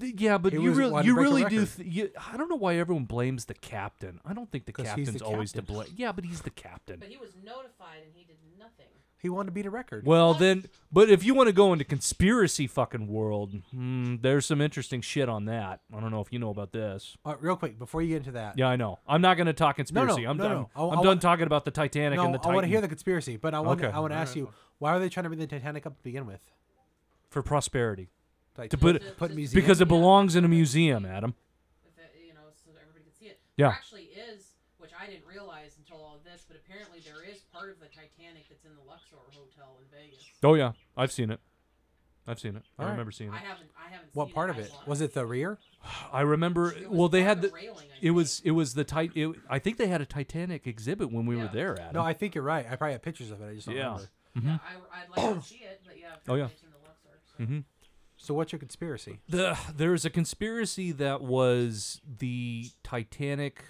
Speaker 1: Yeah, but
Speaker 2: He
Speaker 1: you
Speaker 2: was
Speaker 1: really,
Speaker 2: wanting to
Speaker 1: you
Speaker 2: break the
Speaker 1: really do.
Speaker 2: record.
Speaker 1: Th- you, I don't know why everyone blames the captain. I don't think the
Speaker 2: 'Cause he's
Speaker 1: captain's
Speaker 2: the
Speaker 1: always to
Speaker 2: captain.
Speaker 1: blame. Yeah, but he's the captain.
Speaker 3: but he was notified and he did nothing.
Speaker 2: He wanted to beat a record.
Speaker 1: Well, then, but if you want to go into conspiracy fucking world, hmm, there's some interesting shit on that. I don't know if you know about this.
Speaker 2: Uh, real quick, before you get into that,
Speaker 1: Yeah, I know. I'm not going to talk conspiracy. I'm
Speaker 2: no,
Speaker 1: done.
Speaker 2: no. I- I
Speaker 1: I'm done
Speaker 2: wanna-
Speaker 1: talking about the Titanic
Speaker 2: no,
Speaker 1: and the
Speaker 2: I
Speaker 1: Titan
Speaker 2: want to hear the conspiracy, but I want
Speaker 1: Okay.
Speaker 2: I want to ask you, why are they trying to bring the Titanic up to begin with?
Speaker 1: for prosperity
Speaker 2: Like,
Speaker 1: To put-
Speaker 3: Just-
Speaker 2: put
Speaker 3: just-
Speaker 2: museum-
Speaker 1: because it
Speaker 3: yeah.
Speaker 1: belongs in a museum, Adam.
Speaker 3: if it, you know, so that everybody can see it.
Speaker 1: Yeah.
Speaker 3: There actually is, which I didn't realize until all of this, but apparently there is part of the Titanic that's in the Luxor Hotel in Vegas.
Speaker 1: Oh yeah, I've seen it. I've seen it. I
Speaker 2: Alright.
Speaker 1: remember seeing it.
Speaker 3: I haven't, I haven't.
Speaker 2: what
Speaker 3: seen
Speaker 2: part
Speaker 3: it.
Speaker 2: of
Speaker 3: I
Speaker 2: it
Speaker 3: want
Speaker 2: was
Speaker 3: to
Speaker 2: it? The rear?
Speaker 1: I remember.
Speaker 3: It was
Speaker 1: well, they
Speaker 3: part
Speaker 1: had
Speaker 3: of
Speaker 1: the.
Speaker 3: the railing, I
Speaker 1: it was
Speaker 3: think.
Speaker 1: it was the tit. It, I think they had a Titanic exhibit when we were
Speaker 3: Yeah.
Speaker 1: there. Adam.
Speaker 2: No, I think you're right. I probably have pictures of it. I just don't
Speaker 1: Yeah.
Speaker 2: remember.
Speaker 3: Yeah, I, I'd like to see it, but yeah,
Speaker 1: mm-hmm. Oh, yeah. Mm-hmm.
Speaker 3: apparently it's in the Luxor. So.
Speaker 2: So what's your conspiracy?
Speaker 1: the, there is a conspiracy that was the Titanic.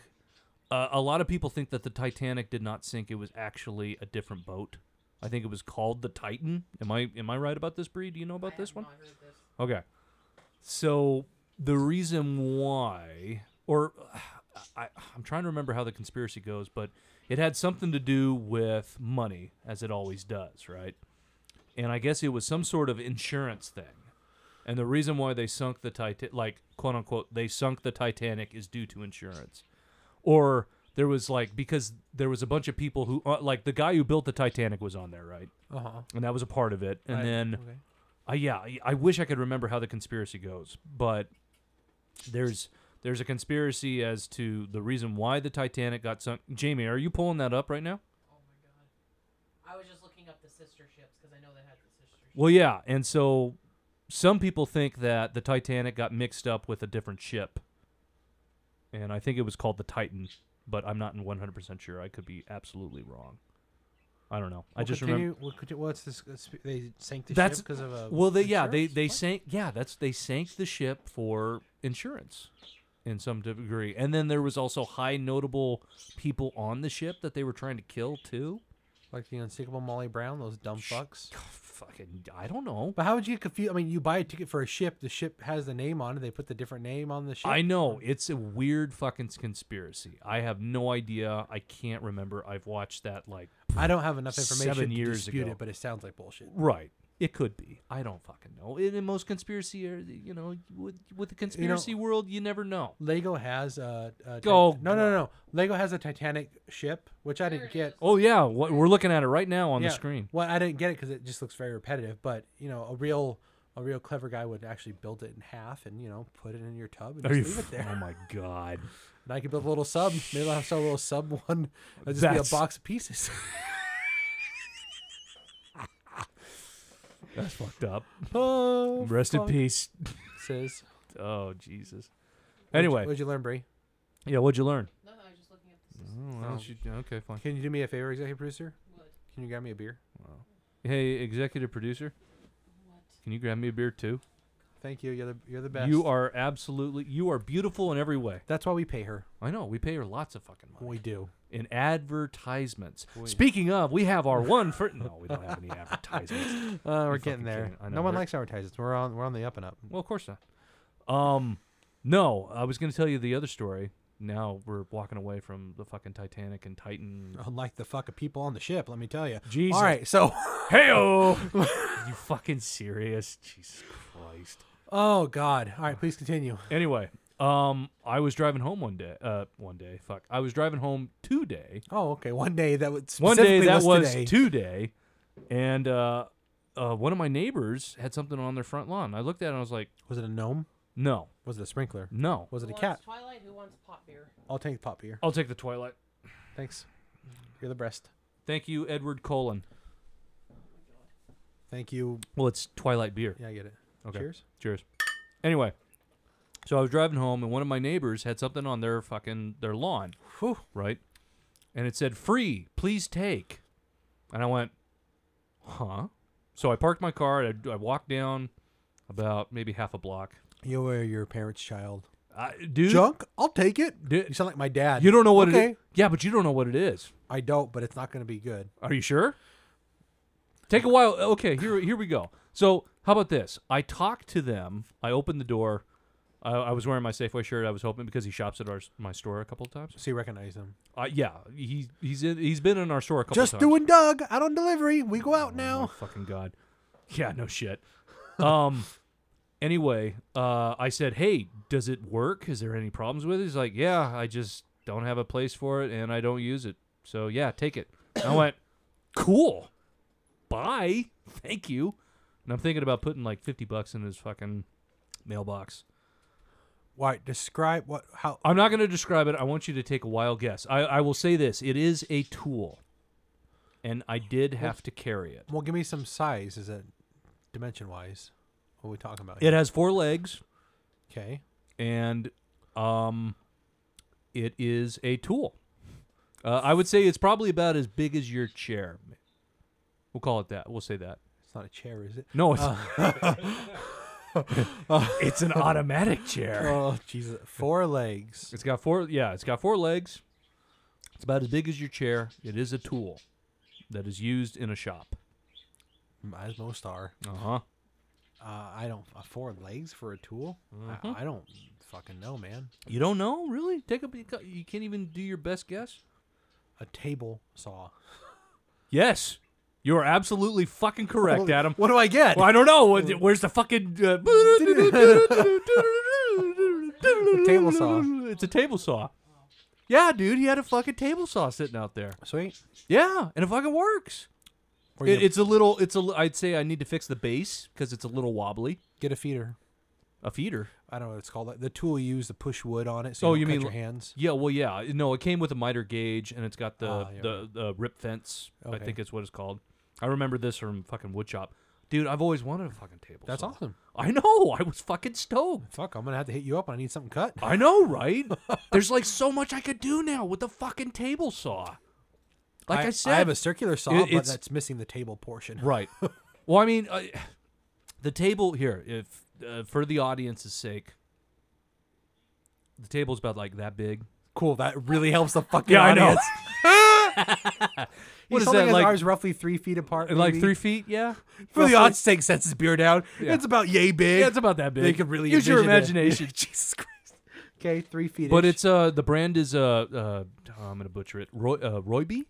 Speaker 1: Uh, a lot of people think that the Titanic did not sink. It was actually a different boat. I think it was called the Titan. Am I am I right about this, Bree? Do you know
Speaker 3: I
Speaker 1: about
Speaker 3: have
Speaker 1: this one?
Speaker 3: not heard this.
Speaker 1: Okay. So the reason why, or I, I'm trying to remember how the conspiracy goes, but it had something to do with money, as it always does, right? And I guess it was some sort of insurance thing. And the reason why they sunk the Titanic, like quote unquote, they sunk the Titanic is due to insurance. Or there was like, because there was a bunch of people who, uh, like the guy who built the Titanic was on there, right?
Speaker 2: Uh huh.
Speaker 1: And that was a part of it. Uh-huh. And then.
Speaker 2: okay.
Speaker 1: Uh, yeah, I- I wish I could remember how the conspiracy goes, but there's There's a conspiracy as to the reason why the Titanic got sunk. Jamie, are you pulling that up right now?
Speaker 3: Oh my god. I was just looking up the sister ships because I know they had the sister ships.
Speaker 1: Well, yeah, and so some people think that the Titanic got mixed up with a different ship, and I think it was called the Titan, but I'm not 100 percent sure. I could be absolutely wrong. I don't know. I
Speaker 2: We'll
Speaker 1: just
Speaker 2: continue-
Speaker 1: remember.
Speaker 2: we'll conti- what's this? uh, sp- They sank the
Speaker 1: That's-
Speaker 2: ship because of a.
Speaker 1: Well, they yeah they
Speaker 2: insurance?
Speaker 1: they
Speaker 2: What?
Speaker 1: sank yeah that's they sank the ship for insurance, in some degree, and then there was also high notable people on the ship that they were trying to kill too.
Speaker 2: like the unsinkable Molly Brown, those dumb fucks.
Speaker 1: Fucking, I don't know.
Speaker 2: But how would you get confused? I mean, you buy a ticket for a ship. The ship has the name on it. They put the different name on the ship.
Speaker 1: I know it's a weird fucking conspiracy. I have no idea. I can't remember. I've watched that like
Speaker 2: I don't have enough
Speaker 1: Seven
Speaker 2: information to
Speaker 1: years
Speaker 2: dispute
Speaker 1: ago.
Speaker 2: it, but it sounds like bullshit.
Speaker 1: right. It could be. I don't fucking know. And in most conspiracy, or you know, with with the conspiracy world, you never know.
Speaker 2: Lego has a, a Ti-
Speaker 1: Go-
Speaker 2: no no no. Lego has a Titanic ship, which I didn't get
Speaker 1: Oh yeah, what, we're looking at it right now on
Speaker 2: Yeah.
Speaker 1: the screen.
Speaker 2: Well, I didn't get it because it just looks very repetitive. But you know, a real a real clever guy would actually build it in half and you know put it in your tub and
Speaker 1: Are
Speaker 2: just
Speaker 1: you?
Speaker 2: leave it there.
Speaker 1: Oh my god.
Speaker 2: And I could build a little sub. Maybe I'll have some little sub one. It'll just
Speaker 1: That's-
Speaker 2: be a box of pieces.
Speaker 1: That's fucked up.
Speaker 2: oh,
Speaker 1: Rest in
Speaker 2: fuck,
Speaker 1: peace.
Speaker 2: Says.
Speaker 1: Oh Jesus.
Speaker 2: What'd you-
Speaker 1: Anyway,
Speaker 2: what'd you learn, Bree?
Speaker 1: yeah. What'd you learn?
Speaker 3: No, no, I was just looking up
Speaker 1: Mm.
Speaker 3: the sister
Speaker 2: why don't
Speaker 1: okay, fine.
Speaker 2: Can you do me a favor, executive producer?
Speaker 3: What?
Speaker 2: Can you grab me a beer?
Speaker 1: Hey, executive producer,
Speaker 3: What?
Speaker 1: can you grab me a beer too?
Speaker 2: Thank you. You're the you're the best.
Speaker 1: You are absolutely. You are beautiful in every way.
Speaker 2: That's why we pay her.
Speaker 1: I know. We pay her lots of fucking money.
Speaker 2: We do.
Speaker 1: in advertisements. Speaking of, we have our one for no, we don't have any advertisements.
Speaker 2: Uh,
Speaker 1: You're
Speaker 2: we're getting
Speaker 1: fucking
Speaker 2: there.
Speaker 1: kidding. I know,
Speaker 2: No one
Speaker 1: they're-
Speaker 2: likes advertisements. We're on we're on the up and up.
Speaker 1: Well, of course not. Um, no, I was going to tell you the other story. Now we're walking away from the fucking Titanic and Titan.
Speaker 2: Unlike the fucking people on the ship, let me tell you.
Speaker 1: Jesus.
Speaker 2: All right, so
Speaker 1: Hey, you fucking serious? Jesus Christ.
Speaker 2: oh god. All right, please continue.
Speaker 1: Anyway, um, I was driving home one day. Uh, one day, fuck. I was driving home today.
Speaker 2: Oh, okay. One day that was
Speaker 1: one day
Speaker 2: specifically
Speaker 1: that was
Speaker 2: today.
Speaker 1: today, and uh, uh, one of my neighbors had something on their front lawn. I looked at it and I was like,
Speaker 2: Was it a gnome?
Speaker 1: no,
Speaker 2: Was it a sprinkler?
Speaker 1: no.
Speaker 2: Was it
Speaker 3: Who
Speaker 2: a cat?
Speaker 3: wants Twilight? Who wants pot beer?
Speaker 2: I'll take the pop beer.
Speaker 1: I'll take the Twilight.
Speaker 2: Thanks. You're the best.
Speaker 1: Thank you, Edward Colin.
Speaker 2: Thank you.
Speaker 1: Well, it's Twilight beer.
Speaker 2: Yeah, I get it.
Speaker 1: Okay.
Speaker 2: Cheers.
Speaker 1: Cheers. Anyway, so I was driving home and one of my neighbors had something on their fucking their lawn,
Speaker 2: Whew.
Speaker 1: right? And it said free, please take. And I went, huh? So I parked my car. I, I walked down about maybe half a block.
Speaker 2: You were your parents' child.
Speaker 1: I, dude,
Speaker 2: Junk? I'll take it.
Speaker 1: Di-
Speaker 2: you sound like my dad.
Speaker 1: You don't know what it
Speaker 2: Okay.
Speaker 1: is. Yeah, but you don't know what it is.
Speaker 2: I don't, but it's not going to be good.
Speaker 1: Are you sure? Take a while. Okay, here here we go. So how about this? I talked to them. I opened the door. I, I was wearing my Safeway shirt. I was hoping because he shops at our s- my store a couple of times.
Speaker 2: So you recognize them.
Speaker 1: Uh, yeah, he he's in, he's been in our store a couple
Speaker 2: Just
Speaker 1: times.
Speaker 2: doing Doug out on delivery. We go out
Speaker 1: Oh my
Speaker 2: now.
Speaker 1: fucking god. Yeah, no shit. Um. anyway, uh, I said, "Hey, does it work? Is there any problems with it?" He's like, "Yeah, I just don't have a place for it, and I don't use it. So yeah, take it." And I went, "Cool, bye, thank you." And I'm thinking about putting like fifty bucks in his fucking mailbox.
Speaker 2: Why? Describe what? How?
Speaker 1: I'm not going to describe it. I want you to take a wild guess. I, I will say this: it is a tool, and I did have to carry it.
Speaker 2: Well, give me some size. Is it dimension wise? What are we talking about?
Speaker 1: It has four legs.
Speaker 2: Okay.
Speaker 1: and um, it is a tool. Uh, I would say it's probably about as big as your chair. We'll call it that. We'll say that.
Speaker 2: It's not a chair, is it?
Speaker 1: No, it's, Uh. it's an automatic chair.
Speaker 2: Oh Jesus! Four legs.
Speaker 1: It's got four. Yeah, it's got four legs. It's about as big as your chair. It is a tool that is used in a shop.
Speaker 2: As most are.
Speaker 1: Uh huh.
Speaker 2: Uh, I don't. Uh, four legs for a tool?
Speaker 1: Mm-hmm.
Speaker 2: I, I don't fucking know, man.
Speaker 1: You don't know, really? Take a. You can't even do your best guess.
Speaker 2: A table saw.
Speaker 1: Yes, you are absolutely fucking correct,
Speaker 2: Holy-
Speaker 1: Adam.
Speaker 2: What do I get?
Speaker 1: Well, I don't know. What- Where's the fucking uh,
Speaker 2: Table saw.
Speaker 1: It's a table saw. Yeah, dude, he had a fucking table saw sitting out there.
Speaker 2: Sweet.
Speaker 1: Yeah, and it fucking works.
Speaker 2: Or you
Speaker 1: It, it's a little. It's a. li- I'd say I need to fix the base because it's a little wobbly.
Speaker 2: get a feeder.
Speaker 1: A feeder.
Speaker 2: I don't know what it's called. like, The tool you use to push wood on it. So you,
Speaker 1: Oh,
Speaker 2: don't
Speaker 1: you
Speaker 2: cut
Speaker 1: mean
Speaker 2: your
Speaker 1: li-
Speaker 2: hands?
Speaker 1: Yeah, well, yeah. No, it came with a miter gauge, and it's got the
Speaker 2: Ah, yeah.
Speaker 1: the, the rip fence. I
Speaker 2: Okay.
Speaker 1: think it's what it's called. I remember this from fucking wood shop, dude. I've always wanted a fucking table.
Speaker 2: That's
Speaker 1: saw.
Speaker 2: awesome.
Speaker 1: I know. I was fucking stoked.
Speaker 2: Fuck, I'm gonna have to hit you up when I need something cut.
Speaker 1: I know, right? There's like so much I could do now with the fucking table saw. Like I, said,
Speaker 2: I have a circular saw,
Speaker 1: it-
Speaker 2: but
Speaker 1: it's-
Speaker 2: that's missing the table portion.
Speaker 1: Right. well, I mean, uh, the table here, if uh, for the audience's sake, the table's about like that big.
Speaker 2: Cool. That really helps the fucking.
Speaker 1: Yeah, I know.
Speaker 2: audience.
Speaker 1: What
Speaker 2: He's
Speaker 1: is
Speaker 2: holding
Speaker 1: that,
Speaker 2: his
Speaker 1: like-
Speaker 2: arms roughly three feet apart.
Speaker 1: Like
Speaker 2: maybe.
Speaker 1: three feet, yeah.
Speaker 2: For the
Speaker 1: Roughly.
Speaker 2: odds sake, sets his beer down.
Speaker 1: Yeah.
Speaker 2: It's about yay big.
Speaker 1: Yeah, it's about that big.
Speaker 2: They could really
Speaker 1: use your
Speaker 2: envision it.
Speaker 1: imagination.
Speaker 2: Jesus Christ. Okay, three feet.
Speaker 1: but it's uh the brand is uh, uh oh, I'm gonna butcher it. Roy uh, Roybe,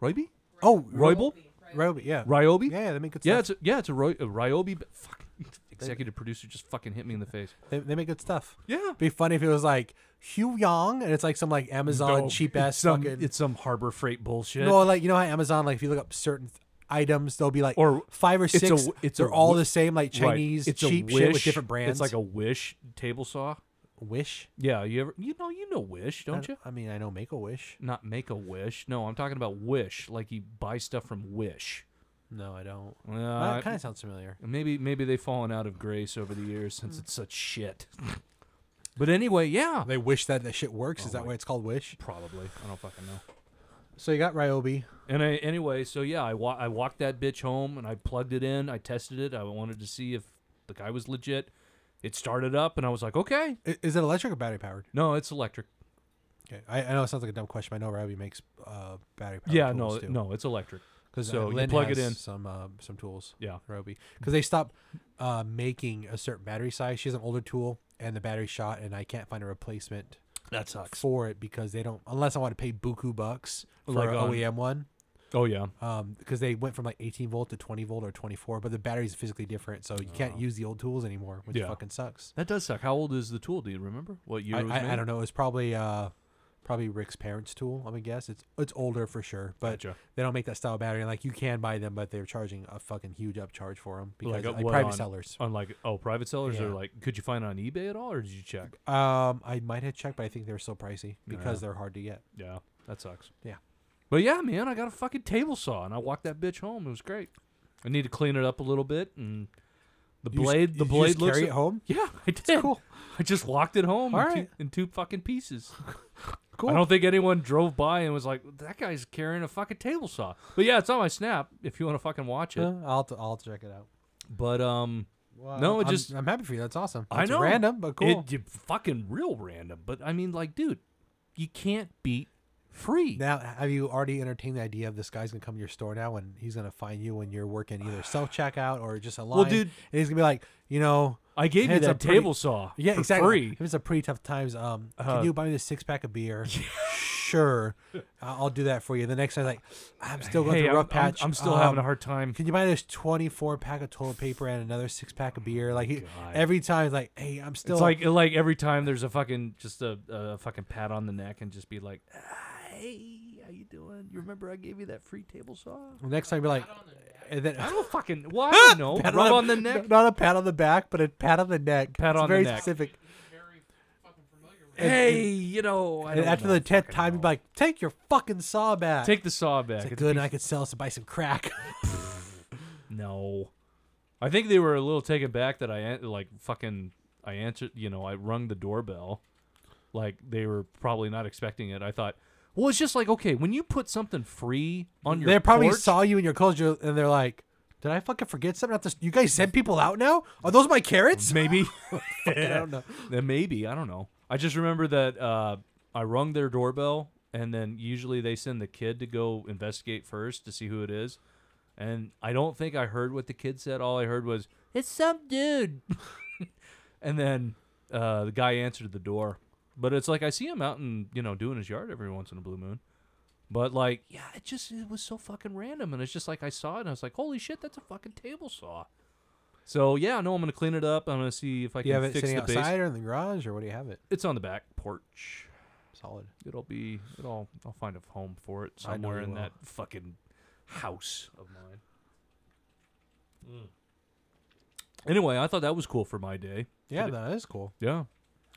Speaker 1: Roybe,
Speaker 2: oh
Speaker 1: Roybal?
Speaker 2: Roybal, yeah.
Speaker 1: Ryobi.
Speaker 2: Yeah, yeah, they make good stuff.
Speaker 1: yeah, it's a, yeah, it's a Roy a Ryobi. but Fuck, executive producer just fucking hit me in the face.
Speaker 2: they, they make good stuff.
Speaker 1: Yeah,
Speaker 2: Be funny if it was like Hugh Young and it's like some like Amazon cheap ass
Speaker 1: Some,
Speaker 2: fucking.
Speaker 1: it's some Harbor Freight bullshit.
Speaker 2: no, like you know how Amazon like if you look up certain th- items, they'll be like
Speaker 1: Or
Speaker 2: five or
Speaker 1: a
Speaker 2: six.
Speaker 1: w- it's a
Speaker 2: they're all
Speaker 1: wi-
Speaker 2: the same like
Speaker 1: Right.
Speaker 2: Chinese
Speaker 1: It's a
Speaker 2: cheap shit with
Speaker 1: Wish-
Speaker 2: different
Speaker 1: It's
Speaker 2: brands.
Speaker 1: like a Wish table saw.
Speaker 2: Wish.
Speaker 1: Yeah, you ever you know you know Wish,
Speaker 2: I-
Speaker 1: don't you?
Speaker 2: I mean, I know Make a Wish.
Speaker 1: Not Make a Wish. No, I'm talking about Wish, like you buy stuff from Wish.
Speaker 2: No, I don't.
Speaker 1: Uh,
Speaker 2: Well, that kind of sounds familiar.
Speaker 1: Maybe maybe they've fallen out of grace over the years
Speaker 2: Hmm.
Speaker 1: since it's such shit. but anyway, yeah,
Speaker 2: They wish that that shit works.
Speaker 1: Oh
Speaker 2: Is that why it's called Wish?
Speaker 1: probably. I don't fucking know.
Speaker 2: So you got Ryobi.
Speaker 1: And I, anyway, so yeah, I wa- I walked that bitch home and I plugged it in. I tested it. I wanted to see if the guy was legit. It started up and I was like, okay,
Speaker 2: I- Is it electric or battery powered?
Speaker 1: no, it's electric.
Speaker 2: Okay, I, I know it sounds like a dumb question, but I know Ryobi makes uh, battery powered.
Speaker 1: yeah,
Speaker 2: tools
Speaker 1: no,
Speaker 2: too.
Speaker 1: no, it's electric.
Speaker 2: Because
Speaker 1: So you plug it in.
Speaker 2: Some uh, some tools.
Speaker 1: Yeah.
Speaker 2: Roby. Because they stopped uh, making a certain battery size. She has an older tool, and the battery shot, and I can't find a replacement
Speaker 1: That sucks.
Speaker 2: for it because they don't. Unless I want to pay buku bucks for
Speaker 1: Like
Speaker 2: an
Speaker 1: on-
Speaker 2: OEM one,
Speaker 1: Oh yeah.
Speaker 2: because they went from like 18 volt to 20 volt or 24, but the battery's physically different, so you can't use the old tools anymore, which
Speaker 1: Oh. Yeah.
Speaker 2: fucking sucks.
Speaker 1: That does suck. How old is the tool? Do you remember what year
Speaker 2: I,
Speaker 1: it was
Speaker 2: I,
Speaker 1: made?
Speaker 2: I don't know. It's probably uh, probably Rick's parents' tool. I'm gonna guess it's it's older for sure, but
Speaker 1: Gotcha.
Speaker 2: they don't make that style battery. Like you can buy them, but they're charging a fucking huge upcharge for them because
Speaker 1: Like,
Speaker 2: like,
Speaker 1: uh, what
Speaker 2: private
Speaker 1: on-
Speaker 2: sellers.
Speaker 1: On like oh private sellers
Speaker 2: Yeah.
Speaker 1: or like could you find it on eBay at all or did you check?
Speaker 2: Um, I might have checked, but I think they're so pricey because they're hard to get.
Speaker 1: Yeah, that sucks.
Speaker 2: Yeah.
Speaker 1: But yeah, man, I got a fucking table saw and I walked that bitch home. It was great. I need to clean it up a little bit and the
Speaker 2: You s-
Speaker 1: blade
Speaker 2: you
Speaker 1: the
Speaker 2: just
Speaker 1: blade looks
Speaker 2: carry it home.
Speaker 1: Yeah, I did.
Speaker 2: cool.
Speaker 1: I just walked it home
Speaker 2: All
Speaker 1: in,
Speaker 2: right.
Speaker 1: two, in two fucking pieces.
Speaker 2: Cool.
Speaker 1: I don't think anyone drove by and was like, "That guy's carrying a fucking table saw." But yeah, it's on my snap if you want to fucking watch it.
Speaker 2: Uh, I'll have to- I'll have to check it out.
Speaker 1: But um,
Speaker 2: Well,
Speaker 1: No, it
Speaker 2: I'm-
Speaker 1: just-
Speaker 2: I'm happy for you. That's awesome.
Speaker 1: I
Speaker 2: It's
Speaker 1: know
Speaker 2: random, but cool.
Speaker 1: It, you- fucking real random, but I mean, like, dude, you can't beat free.
Speaker 2: now, have you already entertained the idea of this guy's gonna come to your store now and he's gonna find you when you're working either self checkout or just a line?
Speaker 1: dude-
Speaker 2: and he's gonna be like, you know,
Speaker 1: I gave you
Speaker 2: It's a
Speaker 1: that
Speaker 2: pretty-
Speaker 1: table saw.
Speaker 2: Yeah,
Speaker 1: for
Speaker 2: exactly.
Speaker 1: Free.
Speaker 2: It was a pretty tough times. Um,
Speaker 1: Uh,
Speaker 2: can you buy me this six pack of beer? Sure, I- I'll do that for you. The next time, like, I'm still going
Speaker 1: Hey,
Speaker 2: through a
Speaker 1: I'm,
Speaker 2: rough
Speaker 1: I'm-
Speaker 2: patch.
Speaker 1: I'm still having a
Speaker 2: Um,
Speaker 1: hard time.
Speaker 2: Can you buy this 24 pack of toilet paper and another six pack of beer? Like he,
Speaker 1: God.
Speaker 2: every time, like, hey, I'm still
Speaker 1: It's like like every time there's a fucking just a, a fucking pat on the neck and just be like, "Hey, how you doing? You remember I gave you that free table saw?"
Speaker 2: The next time, be like, and then
Speaker 1: I don't fucking. Well, I don't know.
Speaker 2: pat
Speaker 1: Rub on
Speaker 2: a-
Speaker 1: the neck.
Speaker 2: Not a pat on the back, but a pat on the neck.
Speaker 1: Pat
Speaker 2: It's
Speaker 1: on the
Speaker 2: very
Speaker 1: neck.
Speaker 2: specific.
Speaker 3: Very fucking familiar with
Speaker 2: and-
Speaker 1: hey, you know. I
Speaker 2: And
Speaker 1: don't
Speaker 2: after
Speaker 1: know,
Speaker 2: the tenth
Speaker 1: fucking
Speaker 2: time,
Speaker 1: know.
Speaker 2: you'd be like, take your fucking saw back.
Speaker 1: take the saw back.
Speaker 2: it's
Speaker 1: It's a
Speaker 2: good, and
Speaker 1: piece-
Speaker 2: I could sell us to buy some crack.
Speaker 1: No, I think they were a little taken back that I an- like fucking. I answered. You know, I rung the doorbell. Like they were probably not expecting it. I thought. Well, it's just like okay, when you put something free on your
Speaker 2: They probably
Speaker 1: porch,
Speaker 2: saw you in your clothes you're- and they're like, "Did I fucking forget something? At this? You guys send people out now? Are those my carrots?"
Speaker 1: maybe.
Speaker 2: I don't know.
Speaker 1: Then maybe I don't know. I just remember that uh, I rung their doorbell, and then usually they send the kid to go investigate first to see who it is. And I don't think I heard what the kid said. All I heard was "It's some dude," and then uh, the guy answered the door. But it's like I see him out and you know doing his yard every once in a blue moon. But like, yeah, it just it was so fucking random, and it's just like I saw it, and I was like, "Holy shit, that's a fucking table saw." So yeah, no, I'm gonna clean it up. I'm gonna see if I
Speaker 2: Do you
Speaker 1: can
Speaker 2: have it
Speaker 1: fix
Speaker 2: sitting
Speaker 1: the base
Speaker 2: outside or in the garage, or what do you have it?
Speaker 1: it's on the back porch.
Speaker 2: Solid.
Speaker 1: It'll be it'll I'll find a home for it
Speaker 2: I know
Speaker 1: somewhere
Speaker 2: you
Speaker 1: in
Speaker 2: will.
Speaker 1: that fucking house of mine. Anyway, I thought that was cool for my day.
Speaker 2: Hmm. Yeah, that is cool.
Speaker 1: Yeah.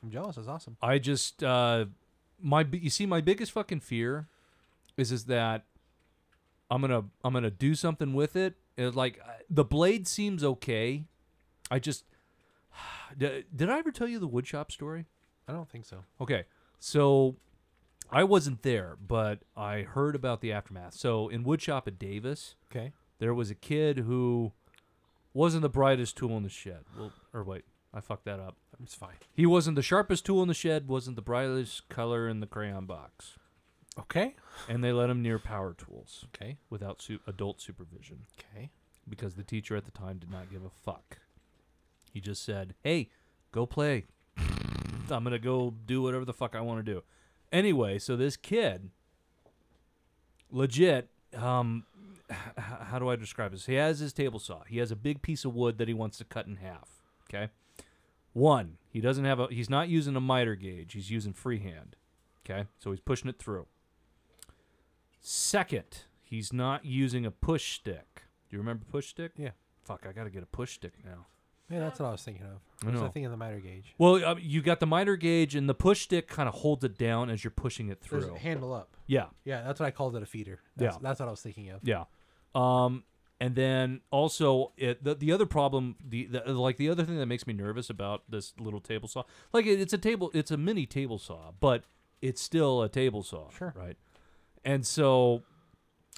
Speaker 2: I'm jealous. That's awesome.
Speaker 1: I just uh my bi- you see my biggest fucking fear is is that I'm going to I'm going to do something with it. It like I- the blade seems okay. I just did, did I ever tell you the woodshop story?
Speaker 2: I don't think so.
Speaker 1: Okay. So I wasn't there, but I heard about the aftermath. So in woodshop at Davis,
Speaker 2: Okay.
Speaker 1: there was a kid who wasn't the brightest tool in the shed. Well, or wait, I fucked that up.
Speaker 2: It's fine.
Speaker 1: He wasn't the sharpest tool in the shed, wasn't the brightest color in the crayon box.
Speaker 2: Okay.
Speaker 1: And they let him near power tools
Speaker 2: Okay.
Speaker 1: without su- adult supervision
Speaker 2: Okay.
Speaker 1: because the teacher at the time did not give a fuck. He just said, "Hey, go play. I'm going to go do whatever the fuck I want to do." Anyway, so this kid legit um h- h- how do I describe this? He has his table saw. He has a big piece of wood that he wants to cut in half, okay? One, he doesn't have a he's not using a miter gauge. He's using freehand. Okay? So he's pushing it through. Second, he's not using a push stick. Do you remember push stick?
Speaker 2: Yeah.
Speaker 1: Fuck, I gotta get a push stick now.
Speaker 2: Yeah, that's what I was thinking of.
Speaker 1: I
Speaker 2: I was
Speaker 1: know.
Speaker 2: thinking of the miter gauge.
Speaker 1: Well, uh, you got the miter gauge, and the push stick kind of holds it down as you're pushing it
Speaker 2: There's
Speaker 1: through.
Speaker 2: a handle up.
Speaker 1: yeah,
Speaker 2: Yeah, that's what I called it a feeder. That's,
Speaker 1: Yeah.
Speaker 2: That's what I was thinking of.
Speaker 1: yeah. Um, and then also it, the the other problem, the, the uh, like the other thing that makes me nervous about this little table saw, like it, it's a table, it's a mini table saw, but it's still a table saw,
Speaker 2: Sure.
Speaker 1: right? And so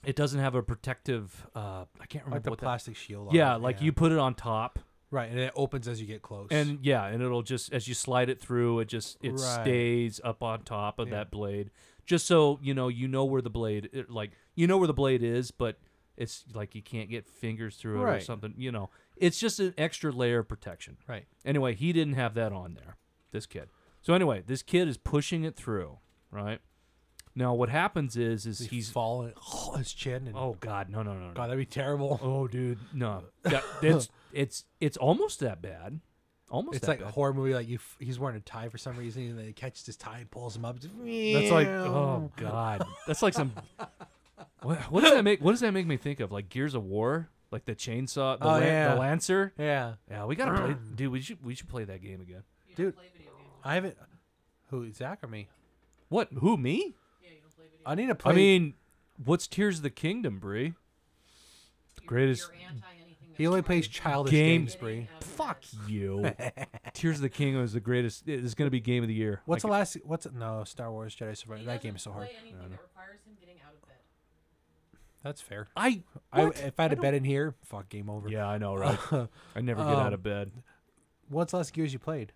Speaker 1: it doesn't have a protective. Uh, I can't remember
Speaker 2: Like the
Speaker 1: what that-
Speaker 2: plastic shield. on
Speaker 1: Yeah,
Speaker 2: it,
Speaker 1: like you put it on top.
Speaker 2: Right, and it opens as you get close.
Speaker 1: And yeah, and it'll just as you slide it through, it just it
Speaker 2: Right.
Speaker 1: stays up on top of
Speaker 2: Yeah.
Speaker 1: that blade, just so you know you know where the blade it, like you know where the blade is, but it's like you can't get fingers through it or
Speaker 2: Right.
Speaker 1: something. You know, it's just an extra layer of protection.
Speaker 2: right.
Speaker 1: Anyway, he didn't have that on there, this kid. So anyway, this kid is pushing it through, right? Now what happens is is
Speaker 2: He's,
Speaker 1: he's
Speaker 2: falling his chin and
Speaker 1: oh god no no no no
Speaker 2: god, that'd be terrible.
Speaker 1: oh dude no that, that's it's it's almost that bad, almost
Speaker 2: it's
Speaker 1: that
Speaker 2: like
Speaker 1: bad.
Speaker 2: a horror movie. Like you, f- he's wearing a tie for some reason, and then he catches his tie and pulls him up.
Speaker 1: That's like oh god. That's like some. What, what does that make? What does that make me think of? Like Gears of War, like the chainsaw, the,
Speaker 2: Oh,
Speaker 1: lan-
Speaker 2: yeah.
Speaker 1: the lancer.
Speaker 2: yeah,
Speaker 1: Yeah, we gotta play, dude. We should we should play that game again.
Speaker 3: You
Speaker 2: Dude.
Speaker 3: don't play video games.
Speaker 2: I haven't. Who Zach or me?
Speaker 1: What? Who me?
Speaker 3: Yeah, you don't play video
Speaker 2: I need to play.
Speaker 1: I mean, what's Tears of the Kingdom, Bree?
Speaker 3: games.
Speaker 1: greatest-
Speaker 3: You're, you're anti anything
Speaker 2: he only plays
Speaker 3: that's
Speaker 2: childish
Speaker 1: Games.
Speaker 2: games.
Speaker 3: violent.
Speaker 2: Bree.
Speaker 3: Getting out of your
Speaker 1: Fuck
Speaker 3: head.
Speaker 1: you. Tears of the Kingdom is the greatest. It is gonna be game of the year.
Speaker 2: What's
Speaker 1: I
Speaker 2: the last? What's no Star Wars Jedi Survivor?
Speaker 3: He
Speaker 2: That game
Speaker 3: doesn't
Speaker 2: is so hard.
Speaker 3: Play anything that requires him getting out of bed.
Speaker 2: That's fair.
Speaker 1: I.
Speaker 2: I,
Speaker 1: what?
Speaker 2: if I had a
Speaker 1: don't-
Speaker 2: bet in here, fuck, game over.
Speaker 1: Yeah, I know, right? I never
Speaker 2: Um,
Speaker 1: get out of bed.
Speaker 2: What's the last Gears you played?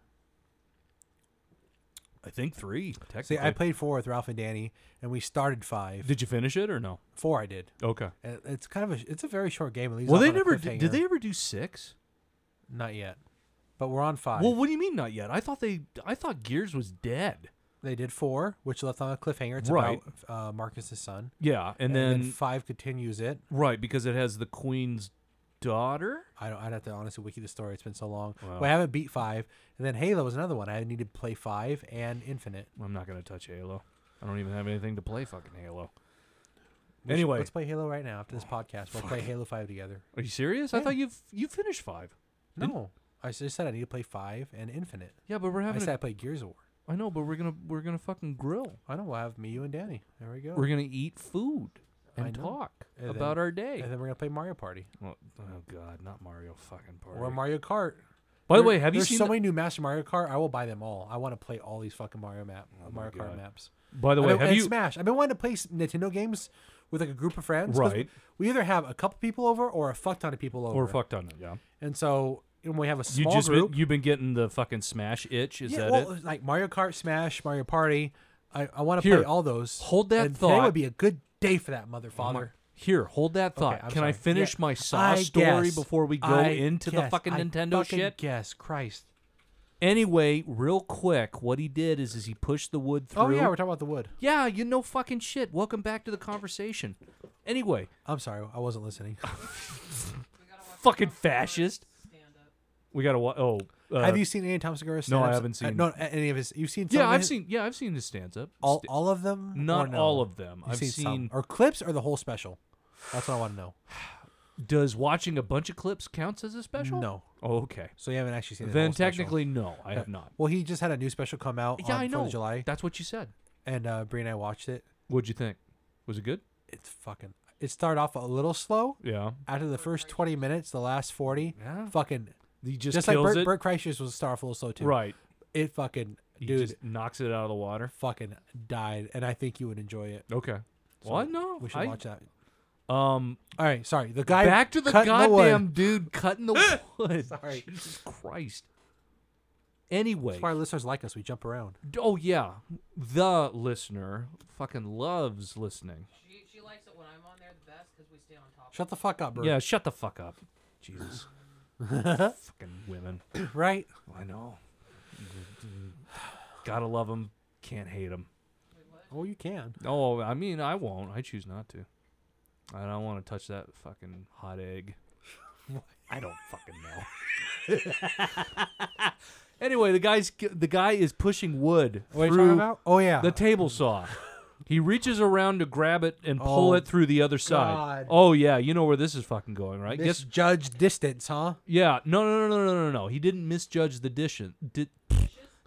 Speaker 1: I think three. Technically,
Speaker 2: See, I played four with Ralph and Danny, and we started five.
Speaker 1: Did you finish it or no?
Speaker 2: Four, I did.
Speaker 1: Okay.
Speaker 2: And It's kind of a. It's a very short game. It leaves
Speaker 1: well,
Speaker 2: off
Speaker 1: they
Speaker 2: on a
Speaker 1: never did. Did
Speaker 2: cliffhanger.
Speaker 1: they ever do six?
Speaker 2: Not yet, but we're on five.
Speaker 1: Well, what do you mean not yet? I thought they. I thought Gears was dead.
Speaker 2: They did four, which left on a cliffhanger. It's
Speaker 1: Right.
Speaker 2: about uh, Marcus's son.
Speaker 1: Yeah, and,
Speaker 2: And,
Speaker 1: then,
Speaker 2: then five continues it.
Speaker 1: right because it has the queen's daughter.
Speaker 2: I don't. I'd have to honestly wiki the story. It's been so long.
Speaker 1: Wow.
Speaker 2: Well, I haven't beat five, and then Halo was another one. I needed to play five and Infinite.
Speaker 1: I'm not gonna touch Halo. I don't even have anything to play fucking Halo.
Speaker 2: We should-
Speaker 1: Anyway.
Speaker 2: let's play Halo right now after this podcast. We'll play Halo Five together.
Speaker 1: Are you serious? I
Speaker 2: Yeah.
Speaker 1: thought you've you finished five. Didn't-
Speaker 2: No, I s- just said I need to play five and Infinite.
Speaker 1: Yeah, but we're
Speaker 2: I
Speaker 1: having.
Speaker 2: said
Speaker 1: I
Speaker 2: I played Gears of War.
Speaker 1: I know, but we're gonna we're gonna fucking grill.
Speaker 2: I know. We'll have me, you, and Danny. There we go.
Speaker 1: We're gonna eat food
Speaker 2: I
Speaker 1: and
Speaker 2: know.
Speaker 1: talk
Speaker 2: And
Speaker 1: about
Speaker 2: then-
Speaker 1: our day.
Speaker 2: and then we're gonna play Mario Party
Speaker 1: Well, oh god, not Mario fucking Party.
Speaker 2: or Mario Kart.
Speaker 1: By the
Speaker 2: There-
Speaker 1: way, have you
Speaker 2: there's
Speaker 1: seen?
Speaker 2: so
Speaker 1: the-
Speaker 2: many new Master Mario Kart? I will buy them all. I want to play all these fucking Mario map, Mario
Speaker 1: Oh God.
Speaker 2: Kart maps.
Speaker 1: by the
Speaker 2: I
Speaker 1: way,
Speaker 2: know-
Speaker 1: have
Speaker 2: and
Speaker 1: you?
Speaker 2: Smash. I've been wanting to play s- Nintendo games with like a group of friends. 'cause
Speaker 1: Right.
Speaker 2: We either have a couple people over or a fuck ton of people over.
Speaker 1: Or fucked on it. Yeah.
Speaker 2: And so when we have a
Speaker 1: You
Speaker 2: small
Speaker 1: just been,
Speaker 2: group,
Speaker 1: you've been getting the fucking smash itch. Is
Speaker 2: yeah,
Speaker 1: that
Speaker 2: well,
Speaker 1: it?
Speaker 2: like Mario Kart, Smash, Mario Party. I, I want to
Speaker 1: Here,
Speaker 2: play all those.
Speaker 1: hold that
Speaker 2: and
Speaker 1: thought.
Speaker 2: Today would be a good day for that mother
Speaker 1: Oh my-
Speaker 2: father.
Speaker 1: Here, hold that thought.
Speaker 2: uh, I'm
Speaker 1: Can I
Speaker 2: sorry.
Speaker 1: finish
Speaker 2: Yeah.
Speaker 1: my Saw
Speaker 2: I
Speaker 1: story
Speaker 2: guess.
Speaker 1: before we go
Speaker 2: I
Speaker 1: into the
Speaker 2: guess.
Speaker 1: fucking
Speaker 2: I
Speaker 1: Nintendo
Speaker 2: fucking
Speaker 1: shit?
Speaker 2: Guess Christ.
Speaker 1: Anyway, real quick, what he did is is he pushed the wood through.
Speaker 2: Oh yeah, we're talking about the wood.
Speaker 1: Yeah, you know fucking shit. Welcome back to the conversation. Anyway,
Speaker 2: I'm sorry, I wasn't listening.
Speaker 3: We gotta watch
Speaker 1: Fucking
Speaker 3: Tom Segura's
Speaker 1: fascist.
Speaker 3: stand-up.
Speaker 1: we gotta wa- oh. Uh,
Speaker 2: have you seen any of Tom Segura's?
Speaker 1: no, I
Speaker 2: stand-ups?
Speaker 1: haven't
Speaker 2: Uh,
Speaker 1: seen-
Speaker 2: no, a- any of his. You've seen? some
Speaker 1: Yeah,
Speaker 2: of
Speaker 1: I've
Speaker 2: his-
Speaker 1: seen. Yeah, I've seen his stand-up.
Speaker 2: all,
Speaker 1: St-
Speaker 2: all of them. or
Speaker 1: not
Speaker 2: no?
Speaker 1: all of them.
Speaker 2: You've
Speaker 1: I've
Speaker 2: seen,
Speaker 1: seen.
Speaker 2: some. or clips or the whole special. That's what I want to know.
Speaker 1: Does watching a bunch of clips counts as a special?
Speaker 2: No.
Speaker 1: Oh, okay.
Speaker 2: So you haven't actually seen. the
Speaker 1: Then
Speaker 2: whole special.
Speaker 1: technically, no, I have not.
Speaker 2: Well, he just had a new special come out
Speaker 1: yeah,
Speaker 2: on
Speaker 1: I
Speaker 2: 4th
Speaker 1: know.
Speaker 2: of July,
Speaker 1: That's what you said.
Speaker 2: and uh, Brie and I watched it.
Speaker 1: What'd you think? Was it good?
Speaker 2: It's fucking. It started off a little slow.
Speaker 1: Yeah.
Speaker 2: After the first twenty minutes, the last forty,
Speaker 1: Yeah.
Speaker 2: fucking
Speaker 1: He just,
Speaker 2: just, like
Speaker 1: kills
Speaker 2: Bert,
Speaker 1: it.
Speaker 2: Bert Kreischer's was start off a little slow too.
Speaker 1: right.
Speaker 2: It fucking
Speaker 1: He
Speaker 2: dude
Speaker 1: just knocks it out of the water.
Speaker 2: fucking died, and I think you would enjoy it.
Speaker 1: Okay. what? No.
Speaker 2: We should
Speaker 1: I-
Speaker 2: watch that.
Speaker 1: Um,
Speaker 2: All right, sorry. The guy
Speaker 1: back to the
Speaker 2: cutting wood.
Speaker 1: goddamn dude cutting the wood.
Speaker 2: Sorry.
Speaker 1: Jesus Christ.
Speaker 2: That's
Speaker 1: Anyway,
Speaker 2: why our listeners like us. We jump around.
Speaker 1: oh yeah, the listener fucking loves listening.
Speaker 3: She, she likes it when I'm on there the best because we stay on top.
Speaker 2: Shut the fuck up, Bert.
Speaker 1: Yeah, shut the fuck up, Jesus. fucking women,
Speaker 2: Right?
Speaker 1: I know. Gotta love them, can't hate them.
Speaker 2: Oh, you can.
Speaker 1: Oh, I mean, I won't. I choose not to. I don't want to touch that fucking hot egg. I don't fucking know. anyway, the guy's the guy is pushing wood
Speaker 2: What are you talking
Speaker 1: through
Speaker 2: about? Oh yeah.
Speaker 1: the table saw. He reaches around to grab it and pull
Speaker 2: Oh,
Speaker 1: it through the other side.
Speaker 2: God.
Speaker 1: Oh yeah, you know where this is fucking going, right? Guess
Speaker 2: misjudged distance, huh?
Speaker 1: yeah, no, no, no, no, no, no, no. He didn't misjudge the distance. Did,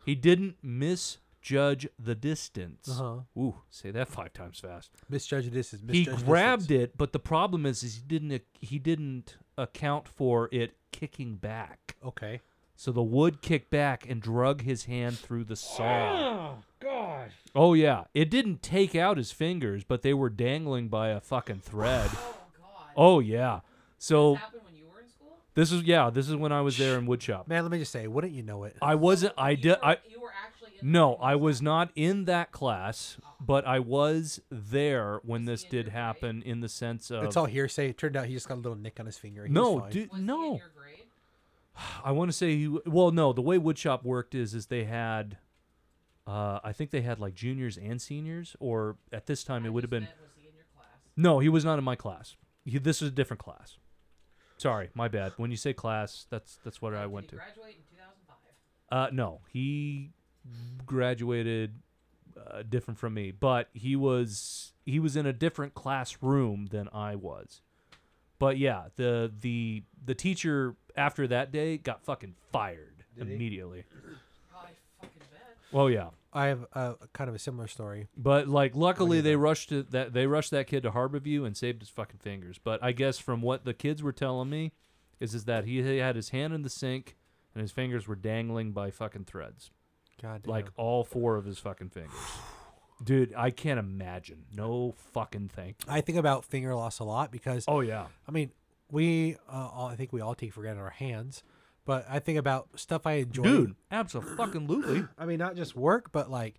Speaker 1: he didn't misjudge the distance.
Speaker 2: Uh-huh.
Speaker 1: Ooh, say that five times fast.
Speaker 2: Misjudged distance.
Speaker 1: he
Speaker 2: Misjudged
Speaker 1: grabbed it, but the problem is, is he didn't ac- he didn't account for it kicking back.
Speaker 2: it. Okay.
Speaker 1: So the wood kicked back and drug his hand through the saw. Oh gosh. Oh yeah, it didn't take out his fingers, but they were dangling by a fucking thread.
Speaker 3: Oh God.
Speaker 1: oh yeah. So
Speaker 3: This happened when you were in school.
Speaker 1: this is yeah, this is when I was there in woodshop.
Speaker 2: Man, let me just say, wouldn't you know it?
Speaker 1: I wasn't. I
Speaker 3: You
Speaker 1: did.
Speaker 3: were-
Speaker 1: I
Speaker 3: You were actually. In
Speaker 1: no.
Speaker 3: the
Speaker 1: I was not in that class, but I was there when this did happen. In the sense of
Speaker 2: It's all hearsay. It turned out he just got a little nick on his finger. He was
Speaker 1: no,
Speaker 2: fine.
Speaker 1: dude,
Speaker 3: Was he
Speaker 1: no.
Speaker 3: In your grade?
Speaker 1: I want to say he. Well, no. The way woodshop worked is, is they had. Uh, I think they had like juniors and seniors, or at this time it would have been.
Speaker 3: That was he in your class?
Speaker 1: No, he was not in my class. He, this is a different class. Sorry, my bad. When you say class, that's that's what I
Speaker 3: Did
Speaker 1: went
Speaker 3: he
Speaker 1: to.
Speaker 3: Graduate in
Speaker 1: Uh,
Speaker 3: 2005.
Speaker 1: no, he graduated uh, different from me, but he was he was in a different classroom than I was. But yeah, the the the teacher after that day got fucking fired
Speaker 2: he?
Speaker 1: immediately.
Speaker 3: Oh, I fucking bet.
Speaker 1: Oh yeah,
Speaker 2: I have a kind of a similar story.
Speaker 1: but like luckily they rushed to that they rushed that kid to Harborview and saved his fucking fingers. But I guess from what the kids were telling me is is that he had his hand in the sink and his fingers were dangling by fucking threads.
Speaker 2: God damn.
Speaker 1: like all four of his fucking fingers. Dude, I can't imagine. No fucking thing.
Speaker 2: I think about finger loss a lot because
Speaker 1: Oh yeah.
Speaker 2: I mean, we uh, all, I think we all take for granted our hands, but I think about stuff I enjoy.
Speaker 1: Dude, absolutely.
Speaker 2: I mean, not just work, but like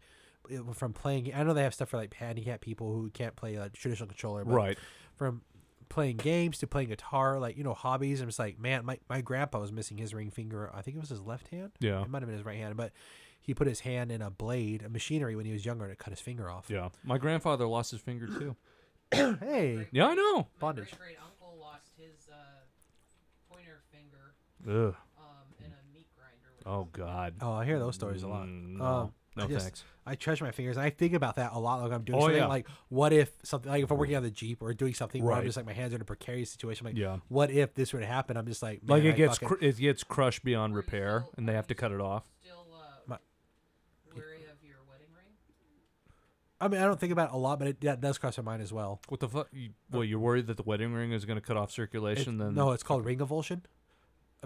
Speaker 2: it- from playing. I know they have stuff for like handicapped people who can't play a traditional controller, but
Speaker 1: Right.
Speaker 2: From playing games to playing guitar, like you know, hobbies. I'm just like, man, my my grandpa was missing his ring finger. I think it was his left hand.
Speaker 1: Yeah.
Speaker 2: it might have been his right hand, but he put his hand in a blade, a machinery, when he was younger, and it cut his finger off.
Speaker 1: Yeah. My grandfather lost his finger too.
Speaker 2: Hey,
Speaker 1: Yeah, I know.
Speaker 3: My
Speaker 2: Bondage.
Speaker 3: great great uncle lost his uh, pointer finger
Speaker 1: Ugh.
Speaker 3: um, in a meat grinder. which
Speaker 1: Oh
Speaker 3: was-
Speaker 1: god.
Speaker 2: oh, I hear those stories a lot.
Speaker 1: Mm, no.
Speaker 2: Um,
Speaker 1: No,
Speaker 2: I just-
Speaker 1: thanks.
Speaker 2: I treasure my fingers. And I think about that a lot. Like I'm doing
Speaker 1: Oh,
Speaker 2: something.
Speaker 1: yeah.
Speaker 2: Like what if something? Like if I'm working on the jeep or doing something where I'm
Speaker 1: Right.
Speaker 2: just like my hands are in a precarious situation. Like,
Speaker 1: Yeah.
Speaker 2: What if this were to happen? I'm just like,
Speaker 1: Like
Speaker 2: man,
Speaker 1: it
Speaker 2: I
Speaker 1: gets
Speaker 2: fucking-
Speaker 1: cr- it gets crushed beyond
Speaker 3: Were you
Speaker 1: repair
Speaker 3: still-
Speaker 1: and they
Speaker 3: were
Speaker 1: have to
Speaker 3: you
Speaker 1: cut it off.
Speaker 3: Still uh,
Speaker 2: My-
Speaker 3: wary of your wedding ring.
Speaker 2: I mean, I don't think about it a lot, but it that does cross my mind as well.
Speaker 1: What the fuck? You, well, you're worried that the wedding ring is going to cut off
Speaker 2: It-
Speaker 1: circulation then
Speaker 2: no, it's called ring avulsion.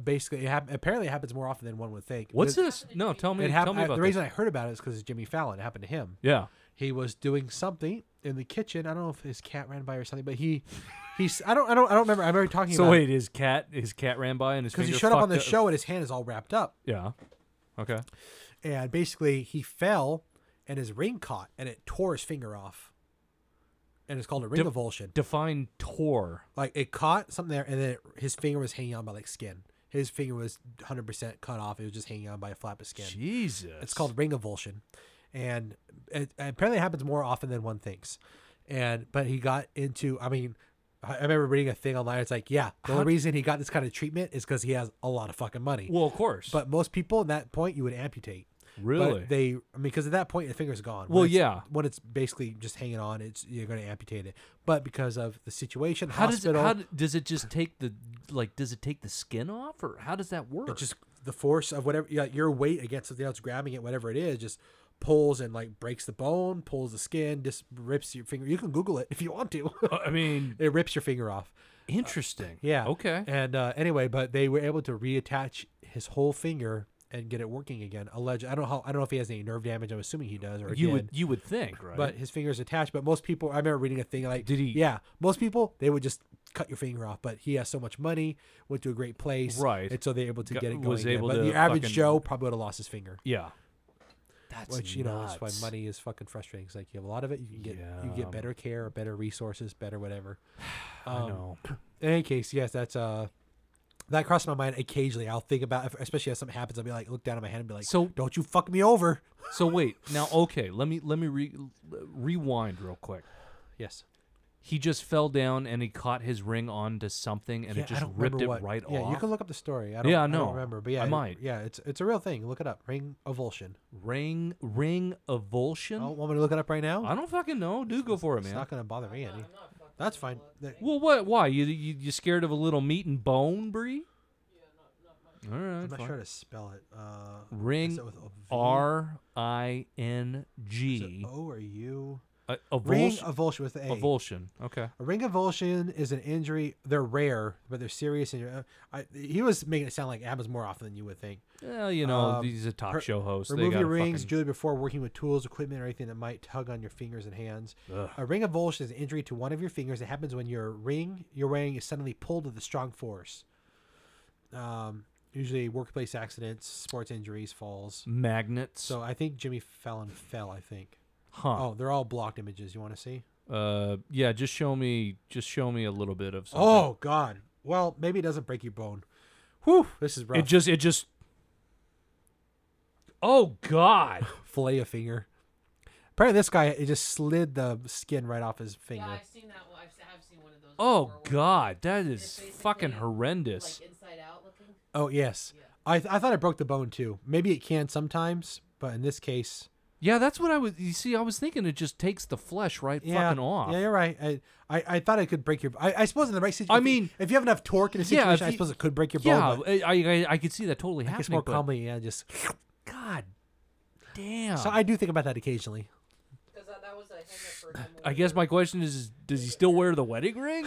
Speaker 2: Basically, it hap- apparently it happens more often than one would think.
Speaker 1: What's
Speaker 2: it?
Speaker 1: this? No, tell me
Speaker 2: It
Speaker 1: tell
Speaker 2: happened.
Speaker 1: me about
Speaker 2: the
Speaker 1: this.
Speaker 2: reason I heard about it is because it's Jimmy Fallon. It happened to him.
Speaker 1: yeah.
Speaker 2: he was doing something in the kitchen. I don't know if his cat ran by or something, but he, he's I don't I don't I don't remember. I remember talking
Speaker 1: So
Speaker 2: about
Speaker 1: wait, his cat his cat ran by and his
Speaker 2: because
Speaker 1: finger
Speaker 2: he showed up on the
Speaker 1: fucked
Speaker 2: show and his hand is all wrapped up,
Speaker 1: Yeah. Okay.
Speaker 2: and basically he fell and his ring caught and it tore his finger off, and it's called a ring
Speaker 1: Def-
Speaker 2: avulsion.
Speaker 1: Define tore.
Speaker 2: Like it caught something there, and then it, his finger was hanging on by like skin. His finger was 100 percent cut off. It was just hanging on by a flap of skin.
Speaker 1: Jesus.
Speaker 2: It's called ring avulsion, and it, apparently it happens more often than one thinks. And but he got into. I mean, I I remember reading a thing online. It's like, yeah, the only reason he got this kind of treatment is because he has a lot of fucking money.
Speaker 1: Well, of course.
Speaker 2: But most people at that point, you would amputate.
Speaker 1: Really?
Speaker 2: But they, I mean, because at that point the finger's gone. When
Speaker 1: Well,
Speaker 2: it's-
Speaker 1: yeah.
Speaker 2: When it's basically just hanging on, it's you're going to amputate it. But because of the situation,
Speaker 1: how does it?
Speaker 2: hospital,
Speaker 1: How d- does it just take the like? Does it take the skin off, or how does that work?
Speaker 2: it just the force of whatever yeah, your weight against something else grabbing it, whatever it is, just pulls and like breaks the bone, pulls the skin, just rips your finger. You can Google it if you want to.
Speaker 1: Uh, I mean,
Speaker 2: it rips your finger off.
Speaker 1: interesting.
Speaker 2: Yeah.
Speaker 1: Okay.
Speaker 2: And uh, anyway, but they were able to reattach his whole finger and get it working again. Alleged. I don't know how. I don't know if he has any nerve damage. I'm assuming he does. Or
Speaker 1: You
Speaker 2: did.
Speaker 1: would you would think, right?
Speaker 2: But his finger's attached. But most people, I remember reading a thing like,
Speaker 1: Did he-
Speaker 2: Yeah, most people they would just cut your finger off. But he has so much money, went to a great place,
Speaker 1: Right.
Speaker 2: And so they're able to
Speaker 1: Got-
Speaker 2: get it going.
Speaker 1: was
Speaker 2: again.
Speaker 1: able
Speaker 2: but
Speaker 1: to
Speaker 2: the average
Speaker 1: fucking-
Speaker 2: Joe probably would have lost his finger.
Speaker 1: yeah, that's
Speaker 2: Which you know, that's
Speaker 1: nuts.
Speaker 2: why money is fucking frustrating. It's like you have a lot of it, you can get you
Speaker 1: Yeah.
Speaker 2: get better care, better resources, better whatever.
Speaker 1: I
Speaker 2: Um,
Speaker 1: know.
Speaker 2: in any case, yes, that's uh that crossed my mind occasionally. I'll think about if, especially if something happens, I'll be like look down at my hand and be like,
Speaker 1: So-
Speaker 2: don't you fuck me over.
Speaker 1: So wait, now okay, let me let me re- rewind real quick.
Speaker 2: Yes.
Speaker 1: He just fell down and he caught his ring onto something and
Speaker 2: yeah,
Speaker 1: it
Speaker 2: I
Speaker 1: just
Speaker 2: don't
Speaker 1: ripped
Speaker 2: remember
Speaker 1: it
Speaker 2: what-
Speaker 1: right
Speaker 2: Yeah,
Speaker 1: off.
Speaker 2: you can look up the story. I don't,
Speaker 1: Yeah, I
Speaker 2: I
Speaker 1: know.
Speaker 2: don't remember, but yeah,
Speaker 1: I
Speaker 2: it-
Speaker 1: might.
Speaker 2: yeah, it's it's a real thing. Look it up. Ring avulsion.
Speaker 1: ring ring avulsion.
Speaker 2: Oh, want me to look it up right now?
Speaker 1: I don't fucking know. Do go for it,
Speaker 2: it's
Speaker 1: man.
Speaker 2: not gonna bother me any. That's fine. That-
Speaker 1: Well, what? Why you you you scared of a little meat and bone, Bree? All right,
Speaker 2: I'm not
Speaker 1: fine.
Speaker 2: sure how to spell it. Uh, is
Speaker 1: Ring
Speaker 2: it with a V?
Speaker 1: R I N
Speaker 2: Is it
Speaker 1: G.
Speaker 2: O or U?
Speaker 1: A-
Speaker 2: Ring
Speaker 1: Avulsion.
Speaker 2: avulsion with the A.
Speaker 1: Avulsion. Okay.
Speaker 2: A ring avulsion is an injury. They're rare, but they're serious. And uh, I, he was making it sound like it happens more often than you would think.
Speaker 1: Well, you know,
Speaker 2: Um,
Speaker 1: he's a talk
Speaker 2: per-
Speaker 1: show host. They
Speaker 2: Remove
Speaker 1: gotta
Speaker 2: your rings
Speaker 1: fucking-
Speaker 2: duly before working with tools, equipment, or anything that might tug on your fingers and hands.
Speaker 1: Ugh.
Speaker 2: A ring avulsion is an injury to one of your fingers. It happens when your ring you're wearing is suddenly pulled with a strong force. Um, usually workplace accidents, sports injuries, falls.
Speaker 1: magnets.
Speaker 2: So I think Jimmy Fallon fell. I think.
Speaker 1: huh.
Speaker 2: Oh, they're all blocked images. You want to see?
Speaker 1: Uh, yeah. Just show me. Just show me a little bit of. Something.
Speaker 2: Oh God. Well, maybe it doesn't break your bone. Whew, this is rough.
Speaker 1: It just. It just. Oh God.
Speaker 2: fillet a finger. Apparently, this guy it just slid the skin right off his
Speaker 3: Yeah,
Speaker 2: finger.
Speaker 3: I've seen that. One. I've, se- I've seen one of those.
Speaker 1: Oh
Speaker 3: before where it's,
Speaker 1: God. That is
Speaker 3: basically,
Speaker 1: fucking horrendous.
Speaker 3: Like inside out looking.
Speaker 2: Oh yes, I th- I thought I broke the bone too. Maybe it can sometimes, but in this case,
Speaker 1: yeah, that's what I was. You see, I was thinking it just takes the flesh right
Speaker 2: yeah,
Speaker 1: fucking off.
Speaker 2: yeah, you're right. I, I I thought I could break your. I, I suppose in the right situation,
Speaker 1: I mean-
Speaker 2: if you have enough torque in a
Speaker 1: Yeah,
Speaker 2: situation,
Speaker 1: if
Speaker 2: I
Speaker 1: you-
Speaker 2: suppose it could break your
Speaker 1: Yeah,
Speaker 2: bone. but
Speaker 1: I, I I could see that totally
Speaker 2: I guess
Speaker 1: happening.
Speaker 2: more
Speaker 1: but
Speaker 2: calmly, yeah, just.
Speaker 1: God damn.
Speaker 2: So I do think about that occasionally.
Speaker 3: Because that, that was a hang for him. when
Speaker 1: I
Speaker 3: we
Speaker 1: guess
Speaker 3: were-
Speaker 1: my question is, is does he still wear the wedding ring?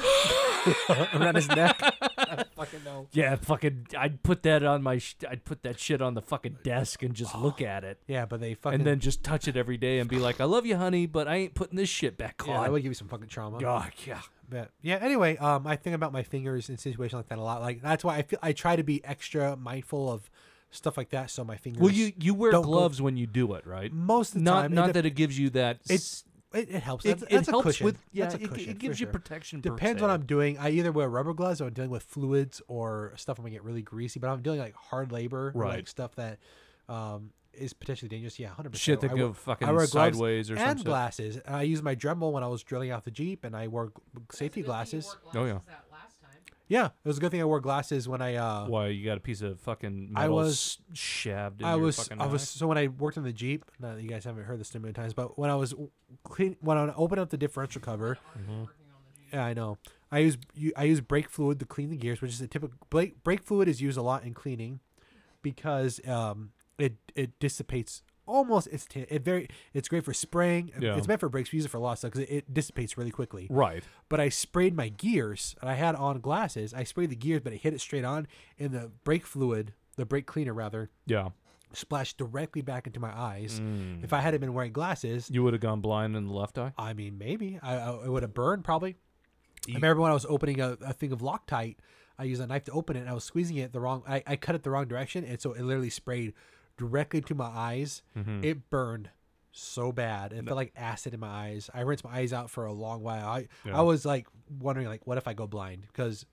Speaker 2: Around his neck. I don't fucking know.
Speaker 1: yeah, fucking. I'd put that on my. Sh- I'd put that shit on the fucking desk and just look
Speaker 2: Oh.
Speaker 1: at it,
Speaker 2: Yeah, but they fucking.
Speaker 1: and then just touch it every day and be like, "I love you, honey, but I ain't putting this shit back
Speaker 2: yeah, that
Speaker 1: on."
Speaker 2: would give you some fucking trauma.
Speaker 1: God, yeah.
Speaker 2: But yeah, anyway, um, I think about my fingers in situations like that a lot. Like that's why I feel I try to be extra mindful of stuff like that. So my fingers.
Speaker 1: Well, you you wear
Speaker 2: Don't go-
Speaker 1: gloves when you do it, right?
Speaker 2: most of the
Speaker 1: Not
Speaker 2: time.
Speaker 1: not
Speaker 2: it,
Speaker 1: that it gives you that.
Speaker 2: It's- it, it helps.
Speaker 1: it,
Speaker 2: That's,
Speaker 1: it
Speaker 2: that's
Speaker 1: helps
Speaker 2: a cushion.
Speaker 1: with yeah.
Speaker 2: that's a
Speaker 1: it-
Speaker 2: cushion,
Speaker 1: it,
Speaker 2: for
Speaker 1: gives you
Speaker 2: sure.
Speaker 1: protection. per
Speaker 2: Depends
Speaker 1: se.
Speaker 2: what I'm doing. I either wear rubber gloves or I'm dealing with fluids or stuff I'm gonna get really greasy. But if I'm doing like hard labor, or, like
Speaker 1: Right.
Speaker 2: stuff that um, is potentially dangerous. Yeah, hundred percent.
Speaker 1: Shit that
Speaker 2: I wear-
Speaker 1: go fucking
Speaker 2: I wear gloves
Speaker 1: sideways or
Speaker 2: and
Speaker 1: something.
Speaker 2: glasses. And I used my Dremel when I was drilling out the Jeep, and I wore g-
Speaker 3: That's a good thing
Speaker 2: safety
Speaker 3: you
Speaker 2: glasses.
Speaker 3: wore
Speaker 1: Oh, yeah.
Speaker 3: glasses That last time.
Speaker 2: Yeah, it was a good thing I wore glasses when I uh,
Speaker 1: Why you got a piece of fucking
Speaker 2: I
Speaker 1: metal
Speaker 2: was-
Speaker 1: s- shaved? In
Speaker 2: I
Speaker 1: your
Speaker 2: was
Speaker 1: fucking
Speaker 2: I
Speaker 1: eye?
Speaker 2: was so when I worked in the Jeep. Now that you guys haven't heard this too many times, but when I was clean when I opened up the differential cover,
Speaker 1: Mm-hmm.
Speaker 3: Working on the Jeep.
Speaker 2: yeah, I know. I use you- I use brake fluid to clean the gears, which is a typical brake brake fluid is used a lot in cleaning because um it it dissipates almost it's t- it very it's great for spraying.
Speaker 1: Yeah.
Speaker 2: It's meant for brakes. We use it for a lot of stuff because it, it dissipates really quickly.
Speaker 1: right.
Speaker 2: But I sprayed my gears and I had on glasses. I sprayed the gears, but it hit it straight on, and the brake fluid, the brake cleaner rather,
Speaker 1: Yeah,
Speaker 2: splashed directly back into my eyes. If I hadn't been wearing glasses,
Speaker 1: you would have gone blind in the left eye.
Speaker 2: I mean, maybe I, I it would have burned probably. I remember when I was opening a, a thing of Loctite, I used a knife to open it and I was squeezing it the wrong. I, I cut it the wrong direction, and so it literally sprayed directly to my eyes.
Speaker 1: Mm-hmm.
Speaker 2: It burned so bad. It felt like acid in my eyes. I rinsed my eyes out for a long while. I
Speaker 1: Yeah.
Speaker 2: I was like wondering like, what if I go blind? Because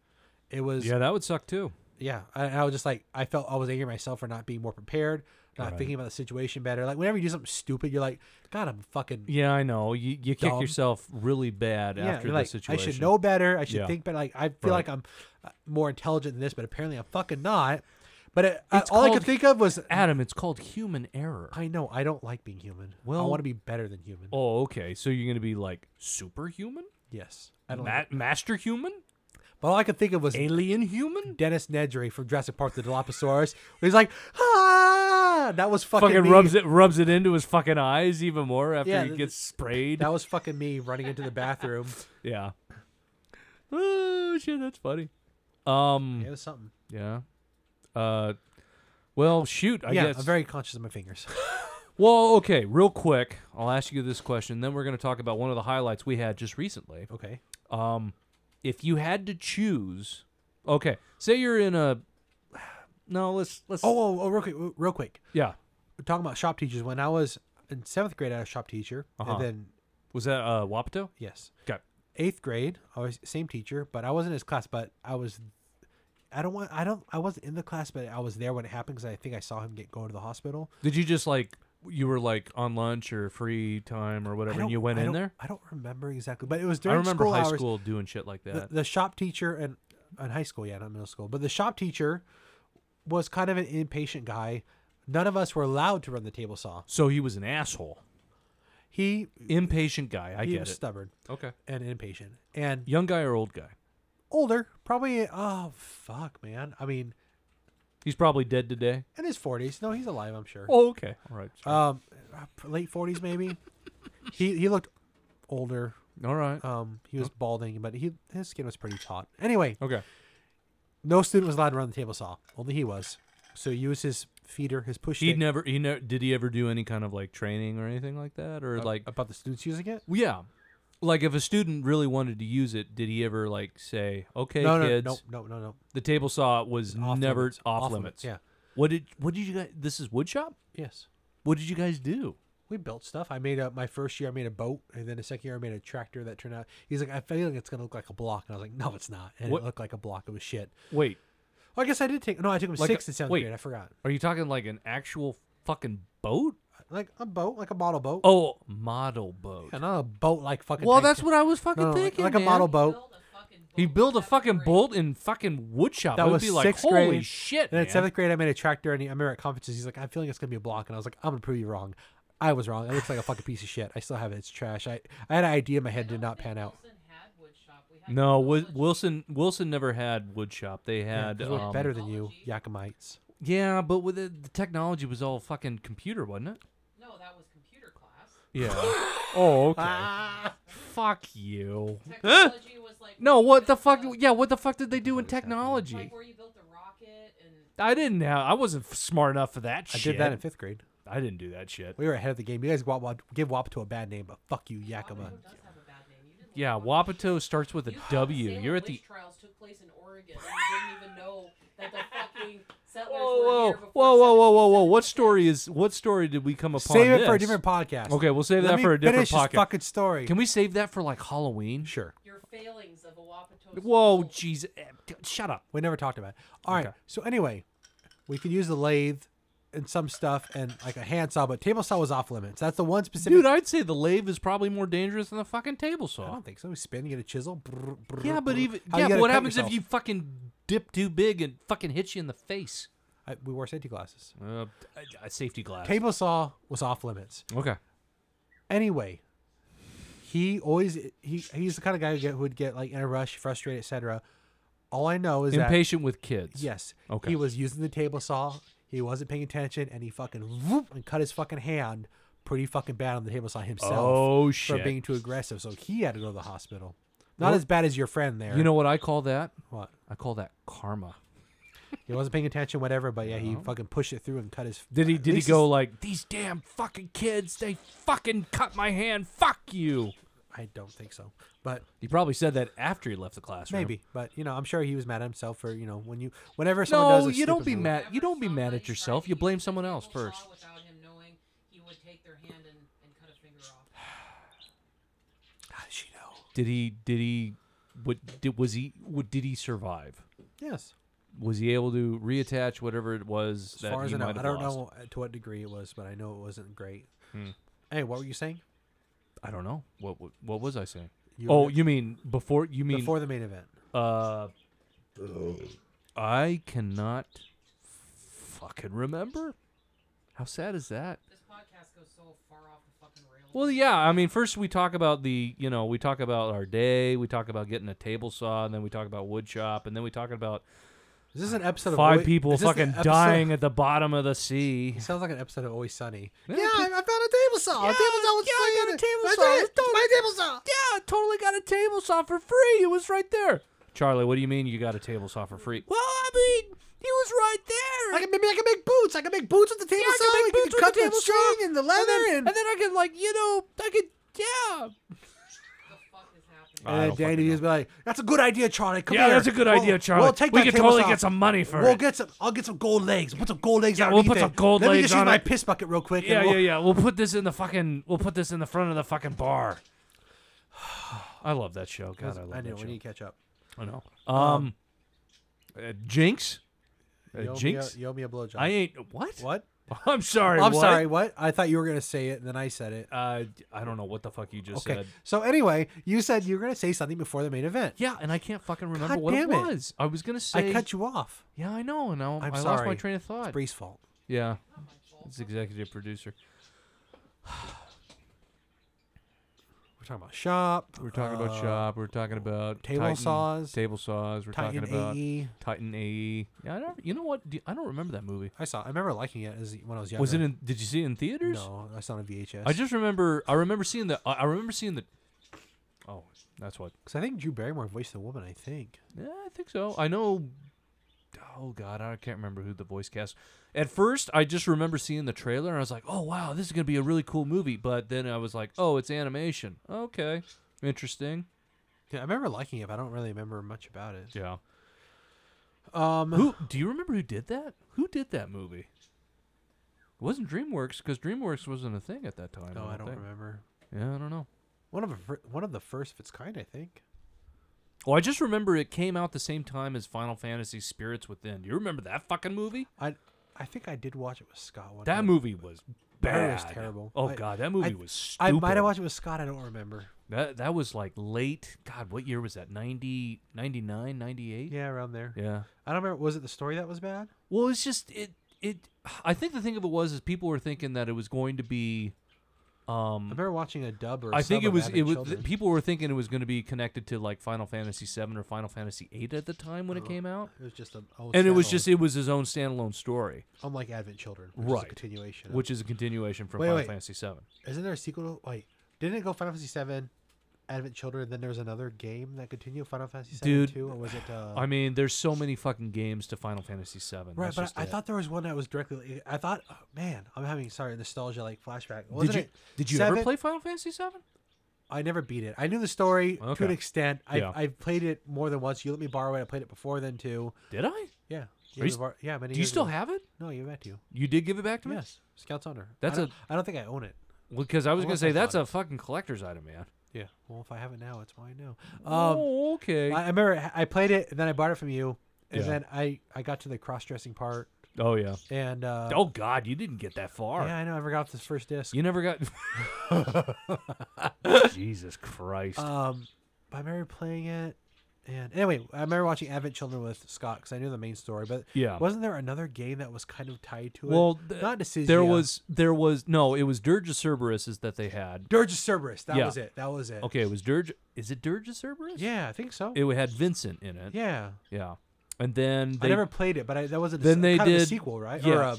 Speaker 2: it was
Speaker 1: Yeah, that would suck too.
Speaker 2: yeah I, I was just like i felt i was angry at myself for not being more prepared not
Speaker 1: Right.
Speaker 2: thinking about the situation better like whenever you do something stupid you're like god i'm fucking
Speaker 1: Yeah, I know. You you kick
Speaker 2: Dumb.
Speaker 1: yourself really bad
Speaker 2: yeah,
Speaker 1: after
Speaker 2: you're
Speaker 1: the
Speaker 2: like,
Speaker 1: situation.
Speaker 2: i should know better i should
Speaker 1: Yeah.
Speaker 2: think better like i feel
Speaker 1: Right.
Speaker 2: like i'm uh, more intelligent than this but apparently i'm fucking not But it, I-
Speaker 1: It's
Speaker 2: all I could
Speaker 1: called-
Speaker 2: think of was
Speaker 1: Adam, it's called human error.
Speaker 2: I know I don't like being human. I
Speaker 1: Well-
Speaker 2: want to be better than human.
Speaker 1: Oh, okay. So you're gonna be like superhuman,
Speaker 2: yes, I don't.
Speaker 1: Ma-
Speaker 2: Like,
Speaker 1: master human,
Speaker 2: but all I could think of was
Speaker 1: alien human.
Speaker 2: Dennis Nedry from Jurassic Park, the Dilophosaurus. Where he's like, ah, that was fucking,
Speaker 1: Fucking
Speaker 2: me.
Speaker 1: rubs it rubs it into his fucking eyes even more after
Speaker 2: Yeah,
Speaker 1: he
Speaker 2: th-
Speaker 1: gets sprayed.
Speaker 2: That was fucking me running into the bathroom.
Speaker 1: yeah. Oh shit, that's funny. Um.
Speaker 2: it was something.
Speaker 1: Yeah. Uh. Well, shoot. I
Speaker 2: yeah,
Speaker 1: guess.
Speaker 2: I'm very conscious of my fingers.
Speaker 1: well, okay. Real quick, I'll ask you this question. Then we're gonna talk about one of the highlights we had just recently.
Speaker 2: okay.
Speaker 1: Um, if you had to choose, okay, say you're in a no, let's let's
Speaker 2: Oh, oh, oh, real quick, real quick.
Speaker 1: yeah,
Speaker 2: We're talking about shop teachers. When I was in seventh grade, I was a shop teacher,
Speaker 1: Uh-huh.
Speaker 2: and then
Speaker 1: was that uh Wapato?
Speaker 2: yes,
Speaker 1: Okay,
Speaker 2: eighth grade, I was same teacher, but I wasn't in his class. But I was, I don't want, I don't, I wasn't in the class, but I was there when it happened because I think I saw him get go to the hospital.
Speaker 1: did you just like you were like on lunch or free time or
Speaker 2: I
Speaker 1: whatever, and
Speaker 2: don't-
Speaker 1: you went
Speaker 2: I
Speaker 1: in
Speaker 2: don't-
Speaker 1: there?
Speaker 2: I don't remember exactly, but it was
Speaker 1: I
Speaker 2: during
Speaker 1: remember
Speaker 2: school
Speaker 1: high
Speaker 2: hours.
Speaker 1: school doing shit like
Speaker 2: The,
Speaker 1: that.
Speaker 2: the shop teacher and in high school, yeah, not middle school, but the shop teacher was kind of an impatient guy. None of us were allowed to run the table saw.
Speaker 1: so he was an asshole,
Speaker 2: He
Speaker 1: impatient guy. I
Speaker 2: he
Speaker 1: get
Speaker 2: was
Speaker 1: it.
Speaker 2: stubborn
Speaker 1: Okay,
Speaker 2: and impatient and
Speaker 1: young guy or old guy?
Speaker 2: older, probably. Oh fuck, man. I mean,
Speaker 1: He's probably dead today.
Speaker 2: in his forties. No, he's alive. I'm sure.
Speaker 1: Oh, okay, all right, sorry.
Speaker 2: um, uh, p- late forties maybe. he he looked older.
Speaker 1: all right,
Speaker 2: Um, he was balding, but he his skin was pretty taut. Anyway,
Speaker 1: okay.
Speaker 2: no student was allowed to run the table saw. Only he was. So use his feeder, his push.
Speaker 1: He
Speaker 2: stick.
Speaker 1: never he never did he ever do any kind of like training or anything like that or like
Speaker 2: about the students using it.
Speaker 1: Well, Yeah. Like if a student really wanted to use it, did he ever like say, "Okay,
Speaker 2: no, no,
Speaker 1: kids,
Speaker 2: no, no, no, no.
Speaker 1: the table saw was
Speaker 2: Off
Speaker 1: never
Speaker 2: limits.
Speaker 1: off, limits."
Speaker 2: limits. Yeah.
Speaker 1: What did what did you guys This is woodshop?
Speaker 2: Yes.
Speaker 1: What did you guys do?
Speaker 2: We built stuff. I made a my first year. I made a boat, and then the second year I made a tractor that turned out. He's like, I feel like it's gonna look like a block, and I was like, No, it's not. And
Speaker 1: What-
Speaker 2: it looked like a block. It was shit.
Speaker 1: Wait,
Speaker 2: Well, I guess I did take. No, I took him
Speaker 1: Like a-
Speaker 2: sixth and seventh
Speaker 1: wait.
Speaker 2: grade. I forgot.
Speaker 1: are you talking like an actual fucking boat?
Speaker 2: Like a boat, like a model boat.
Speaker 1: Oh, model boat.
Speaker 2: Yeah, not a boat like fucking.
Speaker 1: well,
Speaker 2: tank
Speaker 1: that's
Speaker 2: top.
Speaker 1: what I was fucking
Speaker 2: No, no, like-
Speaker 1: thinking.
Speaker 2: like a
Speaker 1: man.
Speaker 2: model boat.
Speaker 3: Build a fucking
Speaker 1: He
Speaker 3: boat
Speaker 1: built a
Speaker 3: seventh
Speaker 1: fucking
Speaker 3: grade.
Speaker 1: bolt in fucking woodshop.
Speaker 2: That
Speaker 1: it would
Speaker 2: was
Speaker 1: be like,
Speaker 2: sixth
Speaker 1: holy
Speaker 2: grade.
Speaker 1: shit,
Speaker 2: And
Speaker 1: man.
Speaker 2: in seventh grade, I made a tractor, and I remember at conferences, he's like, "I'm feeling it's gonna be a block," and I was like, "I'm gonna prove you wrong." I was wrong. It looks like a fucking piece of shit. I still have it. It's trash. I, I had an idea in my head,
Speaker 3: I
Speaker 2: did
Speaker 3: don't
Speaker 2: not
Speaker 3: think
Speaker 2: pan out.
Speaker 3: Wilson had woodshop. We had
Speaker 1: No,
Speaker 3: a
Speaker 1: Wi-
Speaker 3: woodshop.
Speaker 1: Wilson Wilson never had woodshop. They
Speaker 2: Yeah,
Speaker 1: had
Speaker 2: 'cause we're
Speaker 1: um,
Speaker 2: better than you,
Speaker 3: Technology.
Speaker 2: Yakumites.
Speaker 1: Yeah, but with it, the technology was all fucking computer, wasn't it?
Speaker 3: No, that was computer class.
Speaker 1: Yeah. oh, okay. Fuck you.
Speaker 3: Technology was like
Speaker 1: No,
Speaker 3: where you
Speaker 1: what the
Speaker 3: built
Speaker 1: fuck? Yeah, what the fuck did they do in
Speaker 3: Like
Speaker 1: technology?
Speaker 3: where you built the rocket and
Speaker 1: I didn't have. I wasn't f- smart enough for that
Speaker 2: I
Speaker 1: shit.
Speaker 2: did that in fifth grade.
Speaker 1: I didn't do that shit.
Speaker 2: We were ahead of the game. You guys wa- wa- give WAP to a bad name, but fuck you,
Speaker 3: Wapato
Speaker 2: Yakima.
Speaker 3: does have a bad name. You didn't
Speaker 1: Yeah,
Speaker 3: like
Speaker 1: Wapato starts with a
Speaker 3: You thought
Speaker 1: W.
Speaker 3: Salem
Speaker 1: You're at
Speaker 3: witch
Speaker 1: the.
Speaker 3: trials took place in Oregon. And you didn't even know that the fucking settlers were
Speaker 1: Whoa, whoa,
Speaker 3: here before
Speaker 1: whoa, whoa, whoa, whoa, whoa!
Speaker 3: 1776.
Speaker 1: What story is? What story did we come upon?
Speaker 2: Save it for
Speaker 1: this?
Speaker 2: a different podcast.
Speaker 1: Okay, we'll save
Speaker 2: Let
Speaker 1: that
Speaker 2: me
Speaker 1: for a different
Speaker 2: finish this
Speaker 1: podcast.
Speaker 2: fucking story.
Speaker 1: Can we save that for like Halloween?
Speaker 2: sure.
Speaker 3: Your failings of a Wapato.
Speaker 1: Whoa,
Speaker 3: school.
Speaker 1: jeez, eh, d- shut up.
Speaker 2: We never talked about it. All right.
Speaker 1: Okay.
Speaker 2: So anyway, we could use the lathe and some stuff and like a handsaw, but table saw was off limits. That's the one specific.
Speaker 1: Dude, I'd say the lathe is probably more dangerous than the fucking table
Speaker 2: I
Speaker 1: saw.
Speaker 2: don't think so. We spin, you get a chisel. brr, brr,
Speaker 1: Yeah, but
Speaker 2: brr.
Speaker 1: even
Speaker 2: How you
Speaker 1: yeah,
Speaker 2: gonna
Speaker 1: but what
Speaker 2: cut
Speaker 1: happens
Speaker 2: yourself?
Speaker 1: if you fucking dip too big and fucking hits you in the face?
Speaker 2: I, we wore safety glasses.
Speaker 1: Uh, a safety glass.
Speaker 2: Table saw was off limits.
Speaker 1: Okay.
Speaker 2: Anyway, he always he he's the kind of guy who, get, who would get like in a rush, frustrated, etc. All I know is that
Speaker 1: Impatient with kids.
Speaker 2: Yes.
Speaker 1: Okay.
Speaker 2: He was using the table saw. He wasn't paying attention, and he fucking whoop and cut his fucking hand pretty fucking bad on the table saw himself.
Speaker 1: Oh
Speaker 2: For
Speaker 1: shit.
Speaker 2: being too aggressive, so he had to go to the hospital. Not
Speaker 1: Well,
Speaker 2: as bad as your friend there.
Speaker 1: You know what I call that?
Speaker 2: what?
Speaker 1: I call that karma.
Speaker 2: He wasn't paying attention, whatever. But yeah, he fucking pushed it through and cut his.
Speaker 1: Did he
Speaker 2: at
Speaker 1: did he
Speaker 2: least
Speaker 1: go like these damn fucking kids? They fucking cut my hand. Fuck you.
Speaker 2: his- I don't think so, but
Speaker 1: He probably said that after he left the classroom.
Speaker 2: maybe. But you know, I'm sure he was mad at himself for you know when you whenever someone does.
Speaker 1: No,
Speaker 2: a
Speaker 1: you don't
Speaker 2: stupid
Speaker 1: be
Speaker 2: move-
Speaker 1: mad. You don't be
Speaker 3: Somebody
Speaker 1: mad
Speaker 3: tried
Speaker 1: at
Speaker 3: to
Speaker 1: yourself. You
Speaker 3: use
Speaker 1: blame
Speaker 3: the
Speaker 1: someone else
Speaker 3: table saw
Speaker 1: first.
Speaker 3: Without him knowing, he would take their hand and, and cut a finger off.
Speaker 2: How does Ah, she know?
Speaker 1: Did he? Did he? What did was he? What did he survive?
Speaker 2: Yes.
Speaker 1: was he able to reattach whatever it was
Speaker 2: As
Speaker 1: that
Speaker 2: far as
Speaker 1: he
Speaker 2: I know,
Speaker 1: might
Speaker 2: I
Speaker 1: have
Speaker 2: don't
Speaker 1: lost? Hmm.
Speaker 2: know to what degree it was, but I know it wasn't great. Hey, what were you saying?
Speaker 1: I don't know. What what, what was I saying?
Speaker 2: You
Speaker 1: oh,
Speaker 2: were-
Speaker 1: you mean before? You mean
Speaker 2: before the main event.
Speaker 1: uh? I cannot fucking remember. How sad is that?
Speaker 3: This podcast goes so far off the fucking rails.
Speaker 1: Well, yeah. I mean, first we talk about the, you know, we talk about our day. We talk about getting a table saw, and then we talk about wood shop, and then we talk about
Speaker 2: Is this an episode of
Speaker 1: five
Speaker 2: Always-
Speaker 1: people
Speaker 2: is this the
Speaker 1: fucking
Speaker 2: episode-
Speaker 1: dying at the bottom of the sea.
Speaker 2: It sounds like an episode of Always Sunny.
Speaker 1: Yeah,
Speaker 2: Yeah,
Speaker 1: I-
Speaker 2: I I found a table saw. a table saw was
Speaker 1: yeah, I got a
Speaker 2: fucking-
Speaker 1: table
Speaker 2: that's
Speaker 1: saw.
Speaker 2: it,
Speaker 1: It's totally-
Speaker 2: My table saw.
Speaker 1: Yeah, I totally got a table saw for free. It was right there. Charlie, what do you mean you got a table saw for free? Well, I mean, he was right there.
Speaker 2: I can, maybe I can make boots. I can make boots with the table
Speaker 1: Yeah, I
Speaker 2: saw.
Speaker 1: can make
Speaker 2: We
Speaker 1: boots with
Speaker 2: cut
Speaker 1: the table
Speaker 2: string
Speaker 1: saw.
Speaker 2: and the leather
Speaker 1: then,
Speaker 2: and.
Speaker 1: and then I could like, you know, I could yeah.
Speaker 3: What the fuck is happening?
Speaker 1: I
Speaker 2: And
Speaker 1: don't
Speaker 2: then Danny
Speaker 1: fucking
Speaker 2: just be like, "That's a good idea, Charlie. Come
Speaker 1: Yeah,
Speaker 2: here.
Speaker 1: that's a good
Speaker 2: We'll-
Speaker 1: idea, Charlie.
Speaker 2: We'll take
Speaker 1: We
Speaker 2: that
Speaker 1: could
Speaker 2: table
Speaker 1: totally
Speaker 2: saw.
Speaker 1: get some money for
Speaker 2: we'll
Speaker 1: it."
Speaker 2: get some. I'll get some gold legs. We'll put some gold legs.
Speaker 1: Yeah, we'll put
Speaker 2: underneath
Speaker 1: some
Speaker 2: it.
Speaker 1: gold
Speaker 2: Let
Speaker 1: legs
Speaker 2: me just
Speaker 1: on
Speaker 2: use my
Speaker 1: it.
Speaker 2: piss bucket real quick.
Speaker 1: Yeah,
Speaker 2: and we'll,
Speaker 1: yeah, yeah. We'll put this in the fucking we'll put this in the front of the fucking bar. I love that show. God, I love
Speaker 2: I know.
Speaker 1: that
Speaker 2: We
Speaker 1: show.
Speaker 2: need to catch up.
Speaker 1: I know. Um, uh, Jinx? Uh,
Speaker 2: You owe me
Speaker 1: Jinx?
Speaker 2: a- You owe me a blowjob.
Speaker 1: I ain't what?
Speaker 2: What?
Speaker 1: I'm sorry.
Speaker 2: I'm
Speaker 1: what?
Speaker 2: sorry. What? I thought you were gonna say it, and then I said it.
Speaker 1: Uh, I don't know what the fuck you just
Speaker 2: Okay.
Speaker 1: said.
Speaker 2: So anyway, you said you were gonna say something before the main event.
Speaker 1: Yeah, and I can't fucking remember
Speaker 2: God
Speaker 1: what it
Speaker 2: damn it.
Speaker 1: was. I was gonna say.
Speaker 2: I cut you off.
Speaker 1: Yeah, I know. And now
Speaker 2: I'm
Speaker 1: I lost my
Speaker 2: sorry.
Speaker 1: train of thought.
Speaker 2: It's Bree's fault.
Speaker 1: Yeah,
Speaker 3: Not my fault.
Speaker 1: it's executive producer.
Speaker 2: We're talking about shop.
Speaker 1: We're talking
Speaker 2: uh,
Speaker 1: about shop. We're talking about
Speaker 2: table
Speaker 1: Titan-
Speaker 2: saws.
Speaker 1: Table saws. We're
Speaker 2: Titan E.
Speaker 1: talking about
Speaker 2: AE.
Speaker 1: Titan AE. Yeah, I don't. You know what? Do- I don't remember that movie.
Speaker 2: I saw. I remember liking it as when I was younger.
Speaker 1: Was it in? Did you see it in theaters?
Speaker 2: No, I saw it on VHS.
Speaker 1: I just remember. I remember seeing the. I I remember seeing the. Oh, that's what.
Speaker 2: because I think Drew Barrymore voiced the woman. I think.
Speaker 1: Yeah, I think so. I know. Oh God, I can't remember who the voice cast. At first, I just remember seeing the trailer and I was like, "Oh wow, this is gonna be a really cool movie." But then I was like, "Oh, it's animation. Okay, interesting."
Speaker 2: Yeah, I remember liking it, but I don't really remember much about it.
Speaker 1: Yeah.
Speaker 2: Um,
Speaker 1: Who do you remember who did that? Who did that movie? It wasn't DreamWorks because DreamWorks wasn't a thing at that time.
Speaker 2: No, I don't
Speaker 1: think.
Speaker 2: remember.
Speaker 1: Yeah, I don't know.
Speaker 2: One of the fir- one of the first of its kind, I think.
Speaker 1: Oh, I just remember it came out the same time as Final Fantasy Spirits Within. Do you remember that fucking movie?
Speaker 2: I I think I did watch it with Scott. One
Speaker 1: That
Speaker 2: time.
Speaker 1: movie was
Speaker 2: That
Speaker 1: bad.
Speaker 2: was terrible.
Speaker 1: Oh
Speaker 2: I-
Speaker 1: god, that movie
Speaker 2: I-
Speaker 1: was
Speaker 2: I
Speaker 1: stupid.
Speaker 2: might have watched it with Scott. I don't remember.
Speaker 1: That that was like late. God, what year was that? 90, 99, 98?
Speaker 2: Yeah, around there.
Speaker 1: Yeah.
Speaker 2: I don't remember. Was it the story that was bad?
Speaker 1: Well, it's just it it. I think the thing of it was is people were thinking that it was going to be.
Speaker 2: I
Speaker 1: Um,
Speaker 2: remember watching a dub or. I
Speaker 1: I think it was it was
Speaker 2: Children.
Speaker 1: people were thinking it was going to be connected to like Final Fantasy VII or Final Fantasy VIII at the time
Speaker 2: Uh-huh.
Speaker 1: when it came out,
Speaker 2: It was just a.
Speaker 1: and it was just it was his own standalone story,
Speaker 2: unlike Advent Children, which is
Speaker 1: Right.
Speaker 2: a continuation. of-
Speaker 1: which is a continuation from
Speaker 2: Wait,
Speaker 1: Final
Speaker 2: wait.
Speaker 1: Fantasy VII.
Speaker 2: isn't there a sequel? to- Wait, didn't it go Final Fantasy Seven, Advent Children? Then there was another game that continued Final Fantasy Seven
Speaker 1: Dude,
Speaker 2: too, or was it? Uh,
Speaker 1: I mean, there's so many fucking games to Final Fantasy VII.
Speaker 2: Right,
Speaker 1: That's
Speaker 2: but
Speaker 1: just
Speaker 2: I, I
Speaker 1: it.
Speaker 2: thought there was one that was directly. I thought, oh, man, I'm having sorry nostalgia like flashback.
Speaker 1: did
Speaker 2: Wasn't
Speaker 1: you
Speaker 2: it?
Speaker 1: did you ever
Speaker 2: seven?
Speaker 1: play Final Fantasy VII?
Speaker 2: I never beat it. I knew the story to an
Speaker 1: Okay.
Speaker 2: extent. I
Speaker 1: Yeah.
Speaker 2: I've played it more than once. You let me borrow it. I played it before then too.
Speaker 1: Did I?
Speaker 2: Yeah,
Speaker 1: you
Speaker 2: you
Speaker 1: s-
Speaker 2: bor- yeah. Many
Speaker 1: Do you
Speaker 2: years
Speaker 1: still
Speaker 2: ago.
Speaker 1: have it?
Speaker 2: No, you met you.
Speaker 1: You did give it back to me?
Speaker 2: Yes, Scouts Honor.
Speaker 1: That's
Speaker 2: I don't,
Speaker 1: a-
Speaker 2: I don't think I own it.
Speaker 1: Because I was going
Speaker 2: I
Speaker 1: to
Speaker 2: want
Speaker 1: say,
Speaker 2: that
Speaker 1: that's
Speaker 2: thought.
Speaker 1: a fucking collector's item, man.
Speaker 2: Yeah. Well, if I have it now, it's mine now. Um,
Speaker 1: oh, okay.
Speaker 2: I, I remember I- I played it, and then I bought it from you, and
Speaker 1: Yeah.
Speaker 2: then I I got to the cross dressing part,
Speaker 1: oh, yeah.
Speaker 2: and uh,
Speaker 1: oh, God, you didn't get that far.
Speaker 2: yeah, I know I forgot this first disc.
Speaker 1: You never got. Jesus Christ.
Speaker 2: Um, but I remember playing it, and anyway, I remember watching Advent Children with Scott because I knew the main story. But
Speaker 1: Yeah.
Speaker 2: wasn't there another game that was kind of tied to it?
Speaker 1: well, th-
Speaker 2: not Decision.
Speaker 1: there was, there was, no, it was Dirge of Cerberus is that they had.
Speaker 2: Dirge of Cerberus. That
Speaker 1: Yeah.
Speaker 2: was it. That was it.
Speaker 1: Okay, it was Dirge. Is it Dirge of Cerberus?
Speaker 2: Yeah, I think so.
Speaker 1: It had Vincent in it.
Speaker 2: yeah,
Speaker 1: Yeah. And then they,
Speaker 2: I never played it, but I, that wasn't.
Speaker 1: Then
Speaker 2: a,
Speaker 1: they
Speaker 2: kind of
Speaker 1: did-
Speaker 2: a sequel, right? Or
Speaker 1: yeah.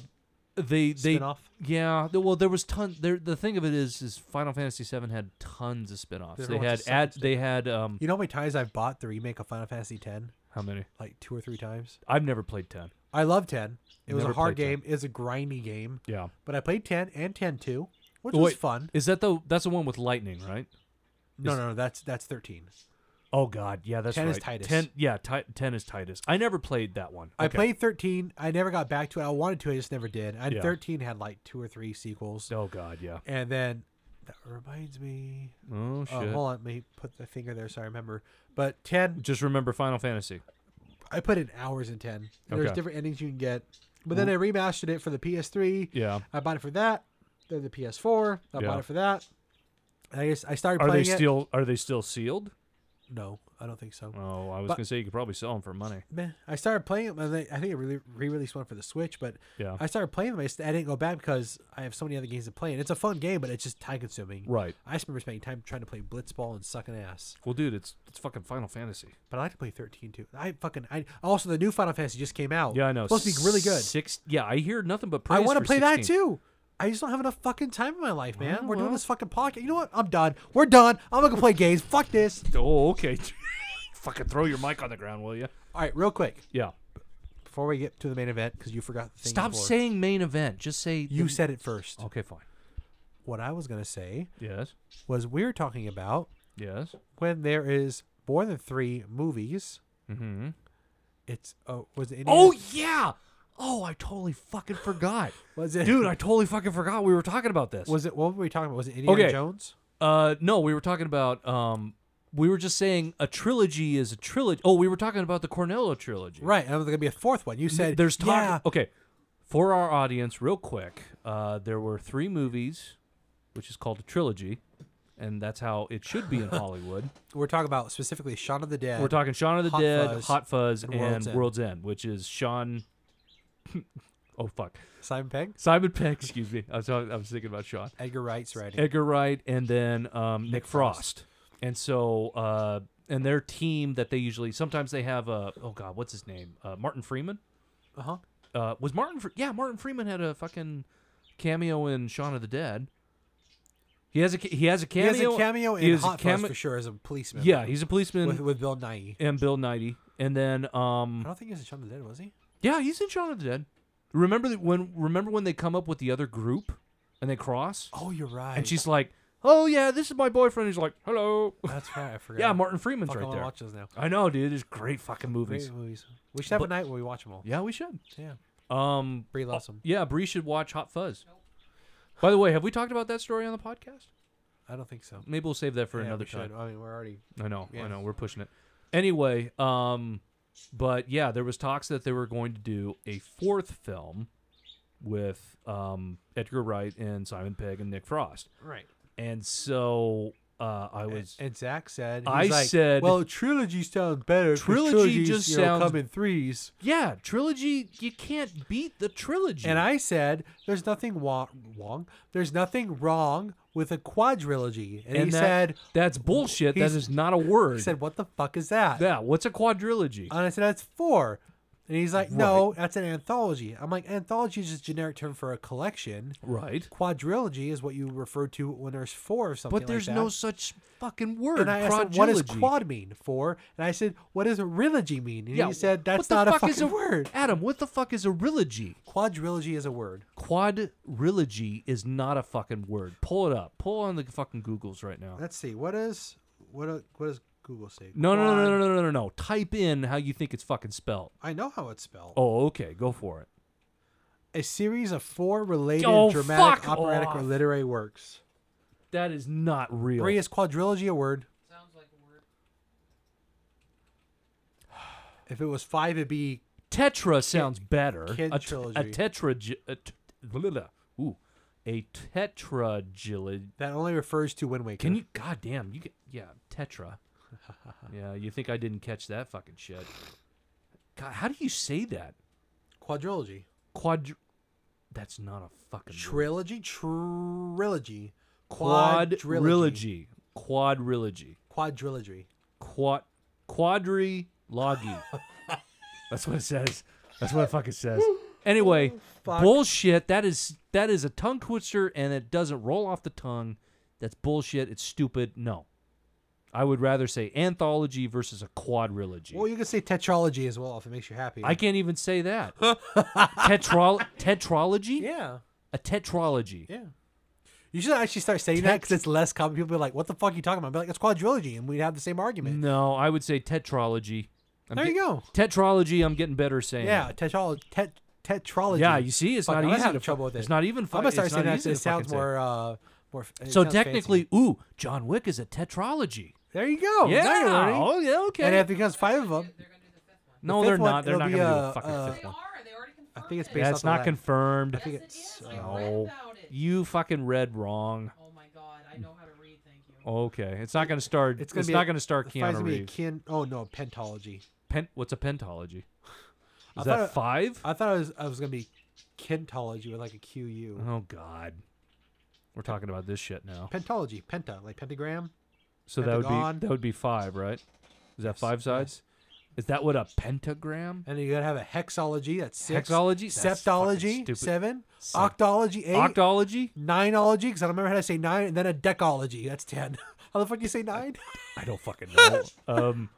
Speaker 2: a
Speaker 1: they, they,
Speaker 2: spinoff.
Speaker 1: Yeah, th- well, there was ton. There, the thing of it is, is Final Fantasy VII had tons of spin-offs.
Speaker 2: There's
Speaker 1: They
Speaker 2: lots of
Speaker 1: had
Speaker 2: side
Speaker 1: ad. They had um.
Speaker 2: You know how many times I've bought the remake of Final Fantasy X?
Speaker 1: How many?
Speaker 2: Like two or three times.
Speaker 1: I've never played ten.
Speaker 2: I love Ten. It was a
Speaker 1: Never
Speaker 2: hard
Speaker 1: played
Speaker 2: game. It was a grindy game,
Speaker 1: Yeah.
Speaker 2: but I played Ten and Ten Two, which
Speaker 1: Oh,
Speaker 2: was
Speaker 1: wait.
Speaker 2: fun.
Speaker 1: Is that the? That's the one with lightning, right?
Speaker 2: No,
Speaker 1: is-
Speaker 2: no, no. That's that's thirteen.
Speaker 1: Oh God, yeah, that's
Speaker 2: 10
Speaker 1: right.
Speaker 2: is Titus.
Speaker 1: Ten, yeah, ti- ten is Titus. I never played that one.
Speaker 2: I
Speaker 1: Okay.
Speaker 2: played 13. I never got back to it. I wanted to. I just never did. And
Speaker 1: Yeah.
Speaker 2: 13 had like two or three sequels.
Speaker 1: Oh God, yeah.
Speaker 2: And then that reminds me.
Speaker 1: Oh shit.
Speaker 2: Oh, hold on. Let me put the finger there so I remember. But 10,
Speaker 1: Just remember Final Fantasy.
Speaker 2: I put in hours in 10. There's
Speaker 1: Okay.
Speaker 2: different endings you can get. But then I remastered it for the PS3.
Speaker 1: Yeah.
Speaker 2: I bought it for that. Then the PS4. I
Speaker 1: Yeah.
Speaker 2: bought it for that. And I just I started
Speaker 1: Are they
Speaker 2: playing it.
Speaker 1: still? Are they still sealed?
Speaker 2: No, I don't think so.
Speaker 1: Oh, I was
Speaker 2: But-
Speaker 1: gonna say you could probably sell them for money.
Speaker 2: Man, I started playing it. but they- I think it really re-released one for the Switch, but
Speaker 1: Yeah.
Speaker 2: I started playing them. I, st- I didn't go back because I have so many other games to play, and it's a fun game, but it's just time-consuming.
Speaker 1: Right.
Speaker 2: I just remember spending time trying to play Blitzball and sucking ass.
Speaker 1: Well, dude, it's it's fucking Final Fantasy.
Speaker 2: But I like to play 13 too. I fucking I also the new Final Fantasy just came out.
Speaker 1: Yeah, I know.
Speaker 2: It's supposed to be really good.
Speaker 1: Six. Yeah, I hear nothing but praise.
Speaker 2: I want to
Speaker 1: for
Speaker 2: play
Speaker 1: 16.
Speaker 2: that too. I just don't have enough fucking time in my life, man.
Speaker 1: Well,
Speaker 2: We're
Speaker 1: well.
Speaker 2: doing this fucking podcast. You know what? I'm done. We're done. I'm gonna go play games. Fuck this.
Speaker 1: Oh, okay. fucking throw your mic on the ground, will you?
Speaker 2: All right, real quick
Speaker 1: Yeah.
Speaker 2: before we get to the main event because you forgot the thing.
Speaker 1: Stop
Speaker 2: before.
Speaker 1: saying main event. Just say
Speaker 2: You
Speaker 1: the-
Speaker 2: said it first.
Speaker 1: Okay, fine.
Speaker 2: What I was gonna say
Speaker 1: Yes.
Speaker 2: was we were talking about
Speaker 1: Yes.
Speaker 2: when there is more than three movies.
Speaker 1: Mm-hmm.
Speaker 2: It's oh was it Indiana?
Speaker 1: Oh yeah. Oh, I totally fucking forgot,
Speaker 2: was it
Speaker 1: dude. I totally fucking forgot we were talking about this.
Speaker 2: was it what were we talking about? Was it Indiana
Speaker 1: Okay.
Speaker 2: Jones?
Speaker 1: Uh, no, we were talking about um, we were just saying a trilogy is a trilogy. Oh, we were talking about the Cornello trilogy.
Speaker 2: Right, and there's gonna be a fourth one. You said
Speaker 1: There's talk.
Speaker 2: Uh, Yeah,
Speaker 1: Okay, for our audience, real quick, uh, there were three movies, which is called a trilogy, and that's how it should be in Hollywood.
Speaker 2: we're talking about specifically Shaun of the Dead.
Speaker 1: We're talking Shaun of the
Speaker 2: Hot
Speaker 1: Dead,
Speaker 2: Fuzz,
Speaker 1: Hot Fuzz, and,
Speaker 2: and World's End.
Speaker 1: World's End, which is Sean. oh fuck,
Speaker 2: Simon Pegg,
Speaker 1: Simon Peck. Excuse me. I was talking, I was thinking about Sean.
Speaker 2: Edgar Wright's writing.
Speaker 1: Edgar Wright and then um, Nick, Frost.
Speaker 2: Frost.
Speaker 1: And so, uh, and their team that they usually sometimes they have uh, oh god, what's his name? Uh, Martin Freeman.
Speaker 2: Uh huh.
Speaker 1: Uh, was Martin? Fre- yeah, Martin Freeman had a fucking cameo in Shaun of the Dead. He has a ca- he has a
Speaker 2: He
Speaker 1: cameo.
Speaker 2: has a cameo
Speaker 1: he
Speaker 2: in
Speaker 1: has a
Speaker 2: Hot
Speaker 1: came-
Speaker 2: Fuzz for sure as a policeman.
Speaker 1: Yeah, he's a policeman
Speaker 2: with, with Bill Nye.
Speaker 1: and Bill Knighty. And then
Speaker 2: I
Speaker 1: um,
Speaker 2: don't think he was in Shaun of the Dead, was he?
Speaker 1: yeah, he's in Shaun of the Dead. Remember that when remember when they come up with the other group and they cross
Speaker 2: Oh, you're right.
Speaker 1: and she's like, "Oh yeah, this is my boyfriend." He's like, "Hello."
Speaker 2: that's right. I forgot.
Speaker 1: Yeah, Martin Freeman's
Speaker 2: Fuck, I
Speaker 1: right
Speaker 2: wanna
Speaker 1: there.
Speaker 2: Watch those now.
Speaker 1: I know, dude. There's great fucking movies.
Speaker 2: Great movies. We should have
Speaker 1: But-
Speaker 2: a night where we watch them all.
Speaker 1: Yeah, we should.
Speaker 2: Yeah.
Speaker 1: Um,
Speaker 2: Brie loves them.
Speaker 1: yeah, Bree should watch Hot Fuzz. By the way, have we talked about that story on the podcast?
Speaker 2: I don't think so.
Speaker 1: Maybe we'll save that for
Speaker 2: Yeah,
Speaker 1: another
Speaker 2: we should.
Speaker 1: time.
Speaker 2: I mean, we're already.
Speaker 1: I know, I
Speaker 2: Yeah.
Speaker 1: know, we're pushing it. Anyway, um, but yeah, there was talks that they were going to do a fourth film with um, Edgar Wright and Simon Pegg and Nick Frost,
Speaker 2: Right.
Speaker 1: and so uh, I
Speaker 2: And,
Speaker 1: was
Speaker 2: and Zach said.
Speaker 1: I
Speaker 2: he's like,
Speaker 1: said-
Speaker 2: Well, trilogy sounds better. 'cause
Speaker 1: Trilogy
Speaker 2: trilogies,
Speaker 1: just
Speaker 2: you know,
Speaker 1: sounds-
Speaker 2: come in threes.
Speaker 1: yeah, trilogy. You can't beat the trilogy.
Speaker 2: And I said, "There's nothing wa- wrong. There's nothing wrong with a quadrilogy." And, he
Speaker 1: that-
Speaker 2: said,
Speaker 1: that's bullshit. That
Speaker 2: he's-
Speaker 1: is not a word.
Speaker 2: "He said, Uh, what the fuck is that?"
Speaker 1: Yeah, what's a quadrilogy?
Speaker 2: And I said, that's four. And he's like, no, that's an anthology. I'm like, anthology is just a generic term for a collection.
Speaker 1: right.
Speaker 2: Quadrilogy is what you refer to when there's four or something
Speaker 1: But there's
Speaker 2: like
Speaker 1: no
Speaker 2: that.
Speaker 1: such fucking word.
Speaker 2: And I asked him, what does
Speaker 1: quadrilogy.
Speaker 2: quad mean? Four. And I said, what does rilogy mean? And
Speaker 1: Yeah,
Speaker 2: he said, that's
Speaker 1: what the
Speaker 2: not a
Speaker 1: fuck
Speaker 2: fucking
Speaker 1: is
Speaker 2: word.
Speaker 1: Adam, what the fuck is a rilogy?
Speaker 2: Quadrilogy is a word.
Speaker 1: Quadrilogy is not a fucking word. Pull it up. Pull on the fucking Googles right now.
Speaker 2: Let's see. What is, what, do- what does Google say?
Speaker 1: No, no, no, no,
Speaker 2: Quad-
Speaker 1: no, no, no, no. Type in how you think it's fucking spelled.
Speaker 2: I know how it's spelled.
Speaker 1: Oh, okay. Go for it.
Speaker 2: A series of four related
Speaker 1: Oh,
Speaker 2: dramatic,
Speaker 1: fuck Oh.
Speaker 2: operatic, or
Speaker 1: off.
Speaker 2: literary works.
Speaker 1: That is not real.
Speaker 2: Three is quadrilogy a word?
Speaker 3: Sounds like a word.
Speaker 2: If it was five, it'd be
Speaker 1: Tetra sounds better.
Speaker 2: kid
Speaker 1: a, t- a
Speaker 2: trilogy.
Speaker 1: tetra. A t- blah, blah, blah. Ooh, a tetragil.
Speaker 2: That only refers to Wind Waker.
Speaker 1: Can you? God damn. You get. Yeah. Tetra. yeah. You think I didn't catch that fucking shit? God, how do you say that?
Speaker 2: quadrilogy,
Speaker 1: Quad. That's not a fucking. word.
Speaker 2: trilogy, trilogy, quadrilogy,
Speaker 1: Quadrilogy. Quadrilogy.
Speaker 2: quadrilogy.
Speaker 1: Quad. Quadrilogy. That's what it says. That's what it fucking says. Anyway,
Speaker 2: Oh, Fuck.
Speaker 1: bullshit. That is that is a tongue twister, and it doesn't roll off the tongue. That's bullshit. It's stupid. No, I would rather say anthology versus a quadrilogy.
Speaker 2: Well, you can say tetralogy as well if it makes you happy.
Speaker 1: I can't even say that. Tetral tetralogy.
Speaker 2: yeah,
Speaker 1: A tetralogy.
Speaker 2: yeah. You should actually start saying that because it's less common. People be like, "What the fuck are you talking about?" I'd be like, "It's quadrilogy," and we'd have the same argument.
Speaker 1: No, I would say tetralogy. I'm
Speaker 2: There you
Speaker 1: get-
Speaker 2: go.
Speaker 1: Tetralogy. I'm getting better saying.
Speaker 2: Yeah,
Speaker 1: it.
Speaker 2: tetralogy. Tet- tetralogy.
Speaker 1: Yeah, you see, it's
Speaker 2: Fuck,
Speaker 1: not
Speaker 2: I'm
Speaker 1: easy.
Speaker 2: having
Speaker 1: to,
Speaker 2: trouble with it.
Speaker 1: It's not even. Fu-
Speaker 2: I'm gonna start
Speaker 1: it's not
Speaker 2: saying that.
Speaker 1: easy
Speaker 2: so It
Speaker 1: to fucking
Speaker 2: sounds
Speaker 1: say.
Speaker 2: more. Uh, more. f- it
Speaker 1: So
Speaker 2: sounds fancy.
Speaker 1: technically, ooh, John Wick is a tetralogy.
Speaker 2: there you go.
Speaker 1: Yeah.
Speaker 2: Now you're learning.
Speaker 1: Oh, yeah. Okay.
Speaker 2: And if it becomes five of them,
Speaker 3: They're gonna do the fifth one.
Speaker 1: no,
Speaker 2: the
Speaker 1: they're
Speaker 2: fifth one,
Speaker 1: not. They're
Speaker 2: it'll
Speaker 1: not
Speaker 2: be,
Speaker 1: going to do a
Speaker 2: uh,
Speaker 1: fucking
Speaker 2: uh,
Speaker 1: fifth
Speaker 3: They
Speaker 1: one.
Speaker 3: are. They already confirmed.
Speaker 2: think it's
Speaker 3: it.
Speaker 2: based
Speaker 1: That's
Speaker 2: off the
Speaker 1: not
Speaker 2: last-
Speaker 1: confirmed.
Speaker 2: I think it's-
Speaker 3: yes, it is. I
Speaker 1: No.
Speaker 3: read about it.
Speaker 1: You fucking read wrong.
Speaker 3: Oh my god, I know how to read. Thank you.
Speaker 1: Okay, it's not going to start. It's,
Speaker 2: It's gonna be a-
Speaker 1: not going to start
Speaker 2: The fight's
Speaker 1: Keanu
Speaker 2: gonna be a
Speaker 1: Reeves.
Speaker 2: kin- oh no, pentology.
Speaker 1: Pen, what's a pentology?
Speaker 2: I
Speaker 1: Is that
Speaker 2: thought-
Speaker 1: five?
Speaker 2: I thought it was, I was gonna be kentology with like a Q U.
Speaker 1: oh God, we're talking about this shit now.
Speaker 2: Pentology, penta, like pentagram.
Speaker 1: So that would
Speaker 2: Pentagon.
Speaker 1: be that would be five, right? Is that five sides? Is that what a pentagram?
Speaker 2: And then you gotta have a hexology. That's six.
Speaker 1: Hexology? That's fucking
Speaker 2: Septology,
Speaker 1: stupid.
Speaker 2: seven.
Speaker 1: Sep-
Speaker 2: Octology, eight.
Speaker 1: Octology?
Speaker 2: Nineology, because I don't remember how to say nine, and then a decology. That's ten. How the fuck do you say nine?
Speaker 1: I don't fucking know. um,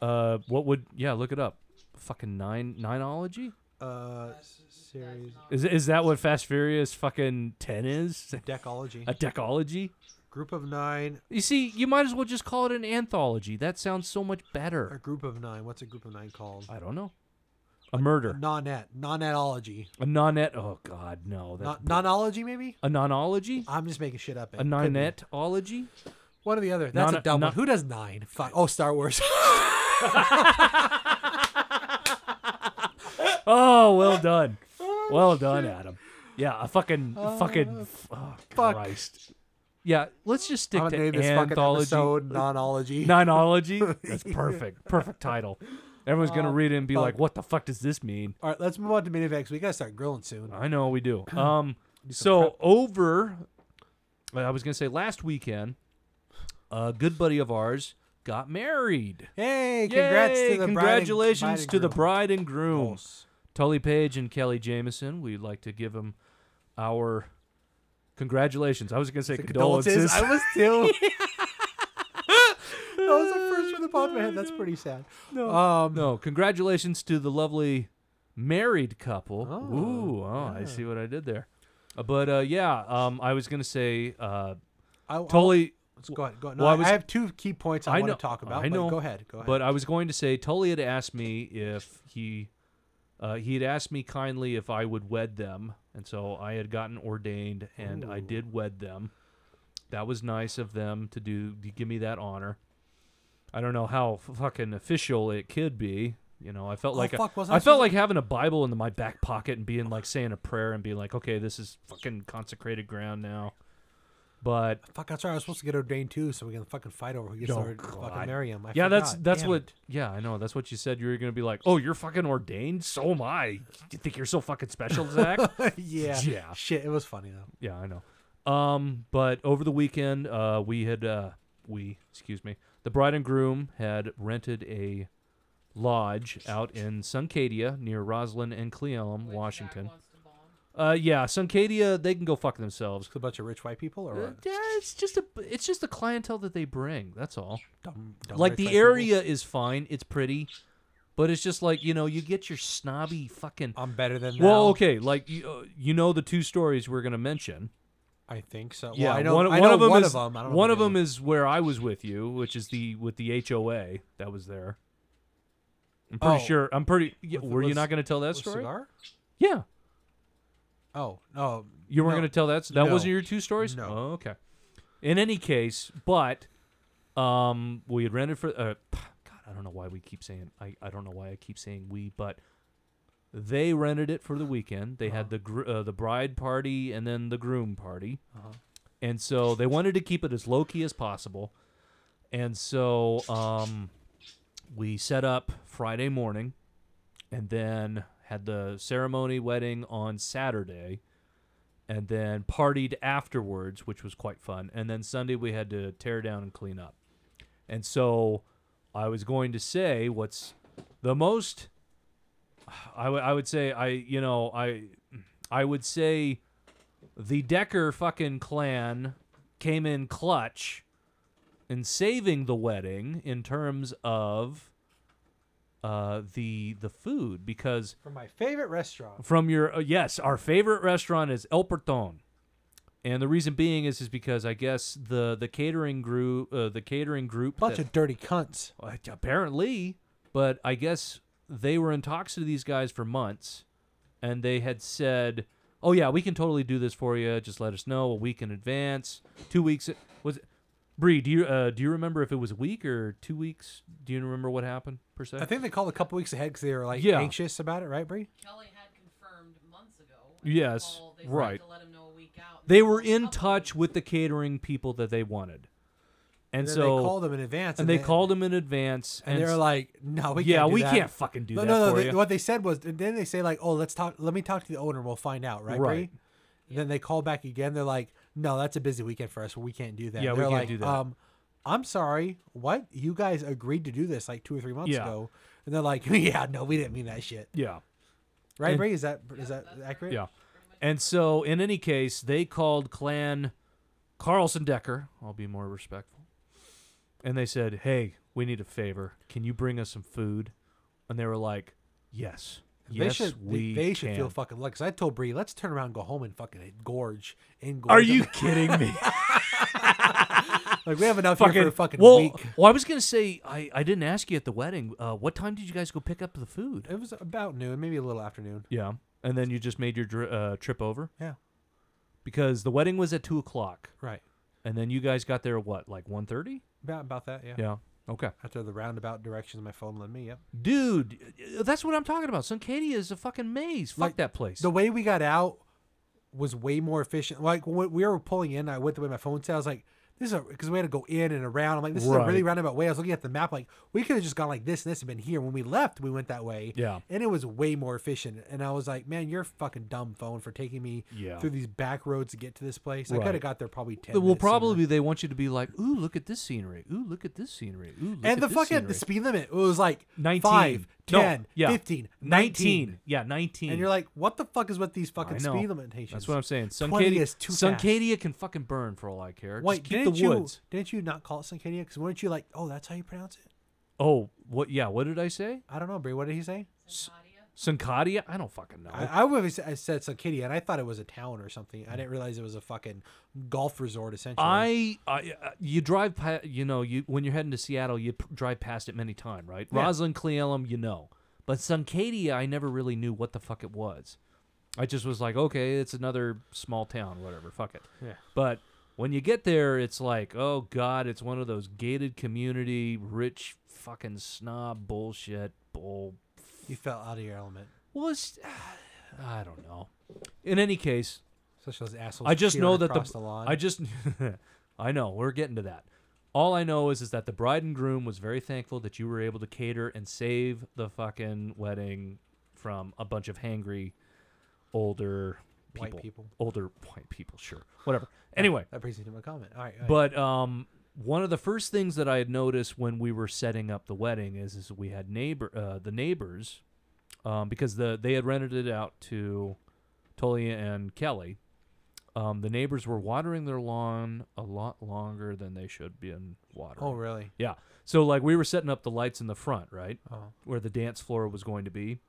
Speaker 1: uh, what would? Yeah, look it up. Fucking nine nineology.
Speaker 2: Uh, series
Speaker 1: Is is that what Fast Furious fucking ten is?
Speaker 2: decology.
Speaker 1: A decology?
Speaker 2: group of nine.
Speaker 1: You see, you might as well just call it an anthology. That sounds so much
Speaker 2: A
Speaker 1: better.
Speaker 2: group of nine. What's a group of nine called?
Speaker 1: I don't know. A murder.
Speaker 2: Nonet. Nonetology.
Speaker 1: A nonet. Oh God, no. That's
Speaker 2: Non- nonology, maybe.
Speaker 1: a nonology.
Speaker 2: I'm just making shit up.
Speaker 1: A
Speaker 2: It could be.
Speaker 1: nonetology.
Speaker 2: One or the other. That's
Speaker 1: Non-
Speaker 2: a dumb
Speaker 1: non-
Speaker 2: one. Who does nine? Fuck. Oh, Star Wars.
Speaker 1: Oh, well done.
Speaker 2: Oh,
Speaker 1: well done, Adam. Yeah, a fucking fucking oh,
Speaker 2: fuck.
Speaker 1: Christ. Yeah, let's just stick
Speaker 2: I'm
Speaker 1: to
Speaker 2: gonna name this fucking
Speaker 1: anthology.
Speaker 2: episode nonology.
Speaker 1: Nonology. That's perfect. Perfect title. Everyone's gonna
Speaker 2: Oh,
Speaker 1: read it and be
Speaker 2: fuck.
Speaker 1: like, "What the fuck does this mean?"
Speaker 2: All right, let's move on to main events. We gotta start grilling soon.
Speaker 1: I know we do. Um, so over, I was gonna say last weekend, a good buddy of ours got married.
Speaker 2: Hey, congrats
Speaker 1: Yay!
Speaker 2: to the
Speaker 1: congratulations
Speaker 2: bride and,
Speaker 1: to the
Speaker 2: bride.
Speaker 1: bride and
Speaker 2: and
Speaker 1: groom,
Speaker 2: groom.
Speaker 1: Tully Page and Kelly Jameson. We'd like to give them our congratulations. I was gonna say
Speaker 2: The
Speaker 1: condolences.
Speaker 2: condolences. I was still. that was the first one that popped in my head. That's pretty sad. No. Um,
Speaker 1: no, congratulations to the lovely married couple.
Speaker 2: Oh,
Speaker 1: Ooh, oh, I see what I did there. Uh, But uh, yeah, um, I was gonna say uh,
Speaker 2: I, I,
Speaker 1: Tully.
Speaker 2: let's go ahead. Go, no,
Speaker 1: well, I
Speaker 2: I,
Speaker 1: was-
Speaker 2: have two key points I,
Speaker 1: I
Speaker 2: want
Speaker 1: know-
Speaker 2: to talk about.
Speaker 1: I
Speaker 2: but
Speaker 1: know,
Speaker 2: Go ahead. Go ahead.
Speaker 1: But I was going to say Tully had asked me if he uh, he had asked me kindly if I would wed them, and so I had gotten ordained and I
Speaker 2: Ooh.
Speaker 1: did wed them. That was nice of them to do to give me that honor. I don't know how fucking official it could be. You know, I felt
Speaker 2: Oh,
Speaker 1: like
Speaker 2: fuck,
Speaker 1: I,
Speaker 2: wasn't
Speaker 1: I
Speaker 2: I
Speaker 1: felt
Speaker 2: supposed
Speaker 1: like having a Bible in my back pocket and being like saying a prayer and being like, okay, this is fucking consecrated ground now. But
Speaker 2: Fuck, that's right. I was supposed to get ordained too, so we can fucking fight over who gets
Speaker 1: Oh,
Speaker 2: to
Speaker 1: God.
Speaker 2: fucking marry him. I
Speaker 1: yeah, that's
Speaker 2: forgot.
Speaker 1: that's
Speaker 2: Damn
Speaker 1: what.
Speaker 2: it.
Speaker 1: Yeah, I know. That's what you said. You were gonna be like, "Oh, you're fucking ordained. So am I. You think you're so fucking special, Zach?"
Speaker 2: yeah.
Speaker 1: Yeah.
Speaker 2: Shit, it was funny though.
Speaker 1: yeah, I know. Um, but over the weekend, uh, we had uh, we excuse me, the bride and groom had rented a lodge out in Suncadia near Roslyn and Cleelum,
Speaker 3: Which Zach
Speaker 1: Washington.
Speaker 3: wants to bomb.
Speaker 1: Uh, yeah, Suncadia, they can go fuck themselves.
Speaker 2: It's a bunch of rich white people or
Speaker 1: Uh,
Speaker 2: what?
Speaker 1: yeah, it's just a it's just the clientele that they bring. That's all.
Speaker 2: Dumb, dumb
Speaker 1: like
Speaker 2: rich
Speaker 1: the
Speaker 2: white people?
Speaker 1: area is fine it's pretty but it's just like you know you get your snobby fucking
Speaker 2: I'm better than
Speaker 1: well
Speaker 2: now.
Speaker 1: okay like you, uh, you know the two stories we're gonna mention
Speaker 2: I think so.
Speaker 1: yeah
Speaker 2: well, I know
Speaker 1: one, one
Speaker 2: I know
Speaker 1: of them
Speaker 2: one
Speaker 1: is
Speaker 2: of them. I don't know
Speaker 1: one
Speaker 2: the
Speaker 1: of
Speaker 2: other
Speaker 1: them is where i was with you which is the with the hoa that was there i'm pretty
Speaker 2: Oh.
Speaker 1: sure i'm pretty yeah,
Speaker 2: With-
Speaker 1: were you
Speaker 2: with-
Speaker 1: not gonna tell that
Speaker 2: With
Speaker 1: story
Speaker 2: Cigar?
Speaker 1: yeah
Speaker 2: Oh no,
Speaker 1: you weren't
Speaker 2: No.
Speaker 1: gonna tell that so that
Speaker 2: No.
Speaker 1: wasn't your two stories
Speaker 2: No.
Speaker 1: oh, okay in any case but um we had rented for uh, god i don't know why we keep saying i i don't know why i keep saying we but they rented it for the weekend they had the gr- uh, the bride party and then the groom party
Speaker 2: Uh-huh.
Speaker 1: and so they wanted to keep it as low key as possible and so um we set up friday morning and then had the ceremony wedding on saturday and then partied afterwards, which was quite fun. And then Sunday we had to tear down and clean up. And so I was going to say what's the most I would- I would say I you know I I would say the Decker fucking clan came in clutch in saving the wedding in terms of uh the the food because
Speaker 2: from my favorite restaurant.
Speaker 1: from your uh, yes our favorite restaurant is el Portón, and the reason being is is because i guess the the catering group uh, the catering group
Speaker 2: Bunch
Speaker 1: that-
Speaker 2: of dirty cunts.
Speaker 1: uh, apparently but i guess they were in talks to these guys for months and they had said oh yeah we can totally do this for you just let us know a week in advance two weeks was it Bree, do you uh, do you remember if it was a week or two weeks? Do you remember what happened per se?
Speaker 2: I think they called a couple weeks ahead because they were like
Speaker 1: Yeah.
Speaker 2: anxious about it, right, Bree?
Speaker 3: Kelly had confirmed months ago. and
Speaker 1: Yes,
Speaker 3: Paul, they tried
Speaker 1: right.
Speaker 3: To let him know a week out. and
Speaker 1: They
Speaker 3: they
Speaker 1: were
Speaker 3: called
Speaker 1: in
Speaker 3: up a
Speaker 1: touch
Speaker 3: week.
Speaker 1: with the catering people that they wanted. And,
Speaker 2: then
Speaker 1: so
Speaker 2: they called them in advance,
Speaker 1: and they called him in advance,
Speaker 2: and, they're
Speaker 1: s-
Speaker 2: like, "No, we
Speaker 1: yeah,
Speaker 2: can't do
Speaker 1: we
Speaker 2: that."
Speaker 1: can't fucking do
Speaker 2: no,
Speaker 1: that
Speaker 2: no, no.
Speaker 1: for
Speaker 2: they-
Speaker 1: you.
Speaker 2: What they said was, and then they say like, "Oh, let's talk. Let me talk to the owner. We'll find out." Right,
Speaker 1: Right.
Speaker 2: Bree? And then they call back again. They're like, "No, that's a busy weekend for us. We can't do that."
Speaker 1: Yeah, we
Speaker 2: They're
Speaker 1: can't
Speaker 2: like,
Speaker 1: do that.
Speaker 2: Um, I'm sorry. What? You guys agreed to do this like two or three months
Speaker 1: Yeah.
Speaker 2: ago, and they're like, "Yeah, no, we didn't mean that shit."
Speaker 1: yeah,
Speaker 2: Right,
Speaker 1: And-
Speaker 2: Bree? Is that is that accurate?
Speaker 1: yeah. And so, in any case, they called Clan Carlson Decker. I'll be more respectful. And they said, "Hey, we need a favor. Can you bring us some food?" And they were like, "Yes,
Speaker 2: They
Speaker 1: yes,
Speaker 2: should. they-
Speaker 1: we
Speaker 2: They, should feel
Speaker 1: can."
Speaker 2: fucking lucky. Cause I told Bree, let's turn around, and go home, and fucking gorge and gorge.
Speaker 1: Are you
Speaker 2: them."
Speaker 1: kidding me?
Speaker 2: like we have enough here for a fucking
Speaker 1: well,
Speaker 2: week?
Speaker 1: well, I was gonna say I, I didn't ask you at the wedding. Uh, what time did you guys go pick up the food?
Speaker 2: It was about noon, maybe a little afternoon.
Speaker 1: Yeah, and then you just made your dri- uh, trip over
Speaker 2: Yeah,
Speaker 1: because the wedding was at two o'clock,
Speaker 2: right.
Speaker 1: and then you guys got there at what, like one thirty?
Speaker 2: About about that. Yeah.
Speaker 1: Yeah. Okay,
Speaker 2: After the roundabout directions my phone led me. Yep.
Speaker 1: dude, uh, that's what I'm talking about. Suncadia is a fucking maze. Fuck
Speaker 2: Like,
Speaker 1: that place.
Speaker 2: The way we got out was way more efficient. Like when we were pulling in, I went the way my phone said. I was like, "This is because we had to go in and around." I'm like, "This is a really
Speaker 1: Right.
Speaker 2: roundabout way." I was looking at the map, like we could have just gone like this and this and been here. When we left, we went that way.
Speaker 1: Yeah.
Speaker 2: and it was way more efficient. And I was like, "Man, you're a fucking dumb phone for taking me
Speaker 1: Yeah.
Speaker 2: through these back roads to get to this place. I
Speaker 1: Right.
Speaker 2: could have got there probably ten.
Speaker 1: well,
Speaker 2: minutes sooner."
Speaker 1: probably they want you to be like, ooh, look at this scenery. Ooh, look at this scenery. Ooh, look at
Speaker 2: and the
Speaker 1: this
Speaker 2: fucking
Speaker 1: scenery."
Speaker 2: speed limit was like
Speaker 1: 19.
Speaker 2: 5,
Speaker 1: No,
Speaker 2: 10,
Speaker 1: yeah.
Speaker 2: 15, 19.
Speaker 1: 19. Yeah, 19.
Speaker 2: And you're like, what the fuck is with these fucking
Speaker 1: I know.
Speaker 2: speed limitations?
Speaker 1: That's what I'm saying.
Speaker 2: 20
Speaker 1: Suncadia,
Speaker 2: is too fast.
Speaker 1: Suncadia can fucking burn for all I care.
Speaker 2: Wait,
Speaker 1: Just keep
Speaker 2: didn't
Speaker 1: the woods.
Speaker 2: you didn't you not call it Suncadia? Because weren't you like, oh, that's how you pronounce it?
Speaker 1: Oh, what? Yeah, what did I say?
Speaker 2: I don't know, Brie. What did he say?
Speaker 1: Suncadia? I don't fucking know.
Speaker 2: I, I would have said, said Suncadia, and I thought it was a town or something. I didn't realize it was a fucking golf resort essentially.
Speaker 1: I, I, uh you drive, pa- you know, you when you're heading to Seattle, you p- drive past it many times, right?
Speaker 2: Yeah.
Speaker 1: Roslyn, Cleellum, you know, but Suncadia, I never really knew what the fuck it was. I just was like, okay, it's another small town, whatever, fuck it.
Speaker 2: Yeah.
Speaker 1: But when you get there, it's like, oh god, it's one of those gated community, rich fucking snob bullshit bull.
Speaker 2: you fell out of your element.
Speaker 1: Well, it's, I don't know. In any case,
Speaker 2: Such those assholes.
Speaker 1: I just know
Speaker 2: teetering
Speaker 1: that the,
Speaker 2: across the lawn.
Speaker 1: I just I know we're getting to that. All I know is is that the bride and groom was very thankful that you were able to cater and save the fucking wedding from a bunch of hangry older people,
Speaker 2: White people.
Speaker 1: older white people, sure, whatever. Anyway,
Speaker 2: that brings me to my comment. All right, all right.
Speaker 1: but um, one of the first things that I had noticed when we were setting up the wedding is, is we had neighbor uh, the neighbors, um, because the they had rented it out to Tolia and Kelly. Um, the neighbors were watering their lawn a lot longer than they should be in water.
Speaker 2: oh really?
Speaker 1: Yeah. So like we were setting up the lights in the front, right?
Speaker 2: Oh.
Speaker 1: Where the dance floor was going to be.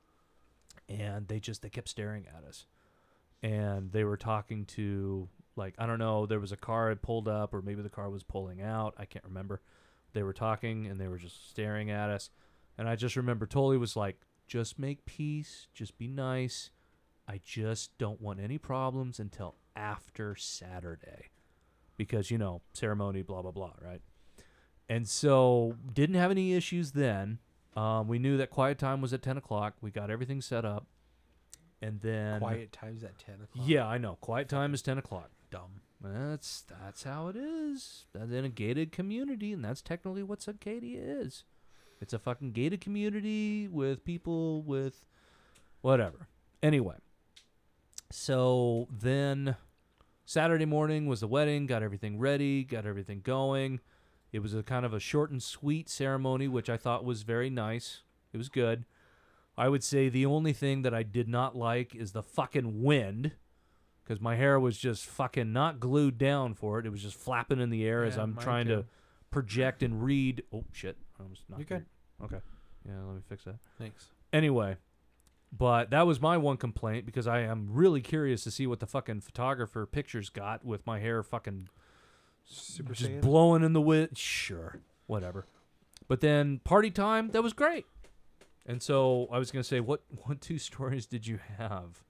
Speaker 1: And they just they kept staring at us. And they were talking to like I don't know, there was a car had pulled up or maybe the car was pulling out, I can't remember. They were talking and they were just staring at us. And I just remember Tolly was like, "Just make peace, just be nice. I just don't want any problems until after Saturday." Because, you know, ceremony blah blah blah, right? and so didn't have any issues then. Um, we knew that quiet time was at ten o'clock. We got everything set up, and then
Speaker 2: Quiet times at ten o'clock.
Speaker 1: Yeah, I know. Quiet time is ten o'clock.
Speaker 2: dumb.
Speaker 1: That's that's how it is. That's in a gated community, and that's technically what Suncadia is. It's a fucking gated community with people with whatever. Anyway, so then Saturday morning was the wedding. Got everything ready. Got everything going. It was a kind of a short and sweet ceremony, which I thought was very nice. It was good. I would say the only thing that I did not like is the fucking wind because my hair was just fucking not glued down for it. It was just flapping in the air as
Speaker 2: Yeah,
Speaker 1: I'm
Speaker 2: mine
Speaker 1: trying to
Speaker 2: too.
Speaker 1: project and read. Oh shit! I almost knocked
Speaker 2: You good?
Speaker 1: your- Okay. Yeah, let me fix that.
Speaker 2: Thanks.
Speaker 1: Anyway, but that was my one complaint because I am really curious to see what the fucking photographer pictures got with my hair fucking
Speaker 2: Super
Speaker 1: just
Speaker 2: Saiyan.
Speaker 1: blowing in the wind. Sure, whatever. But then party time, that was great. And so I was gonna say, what what two stories did you have?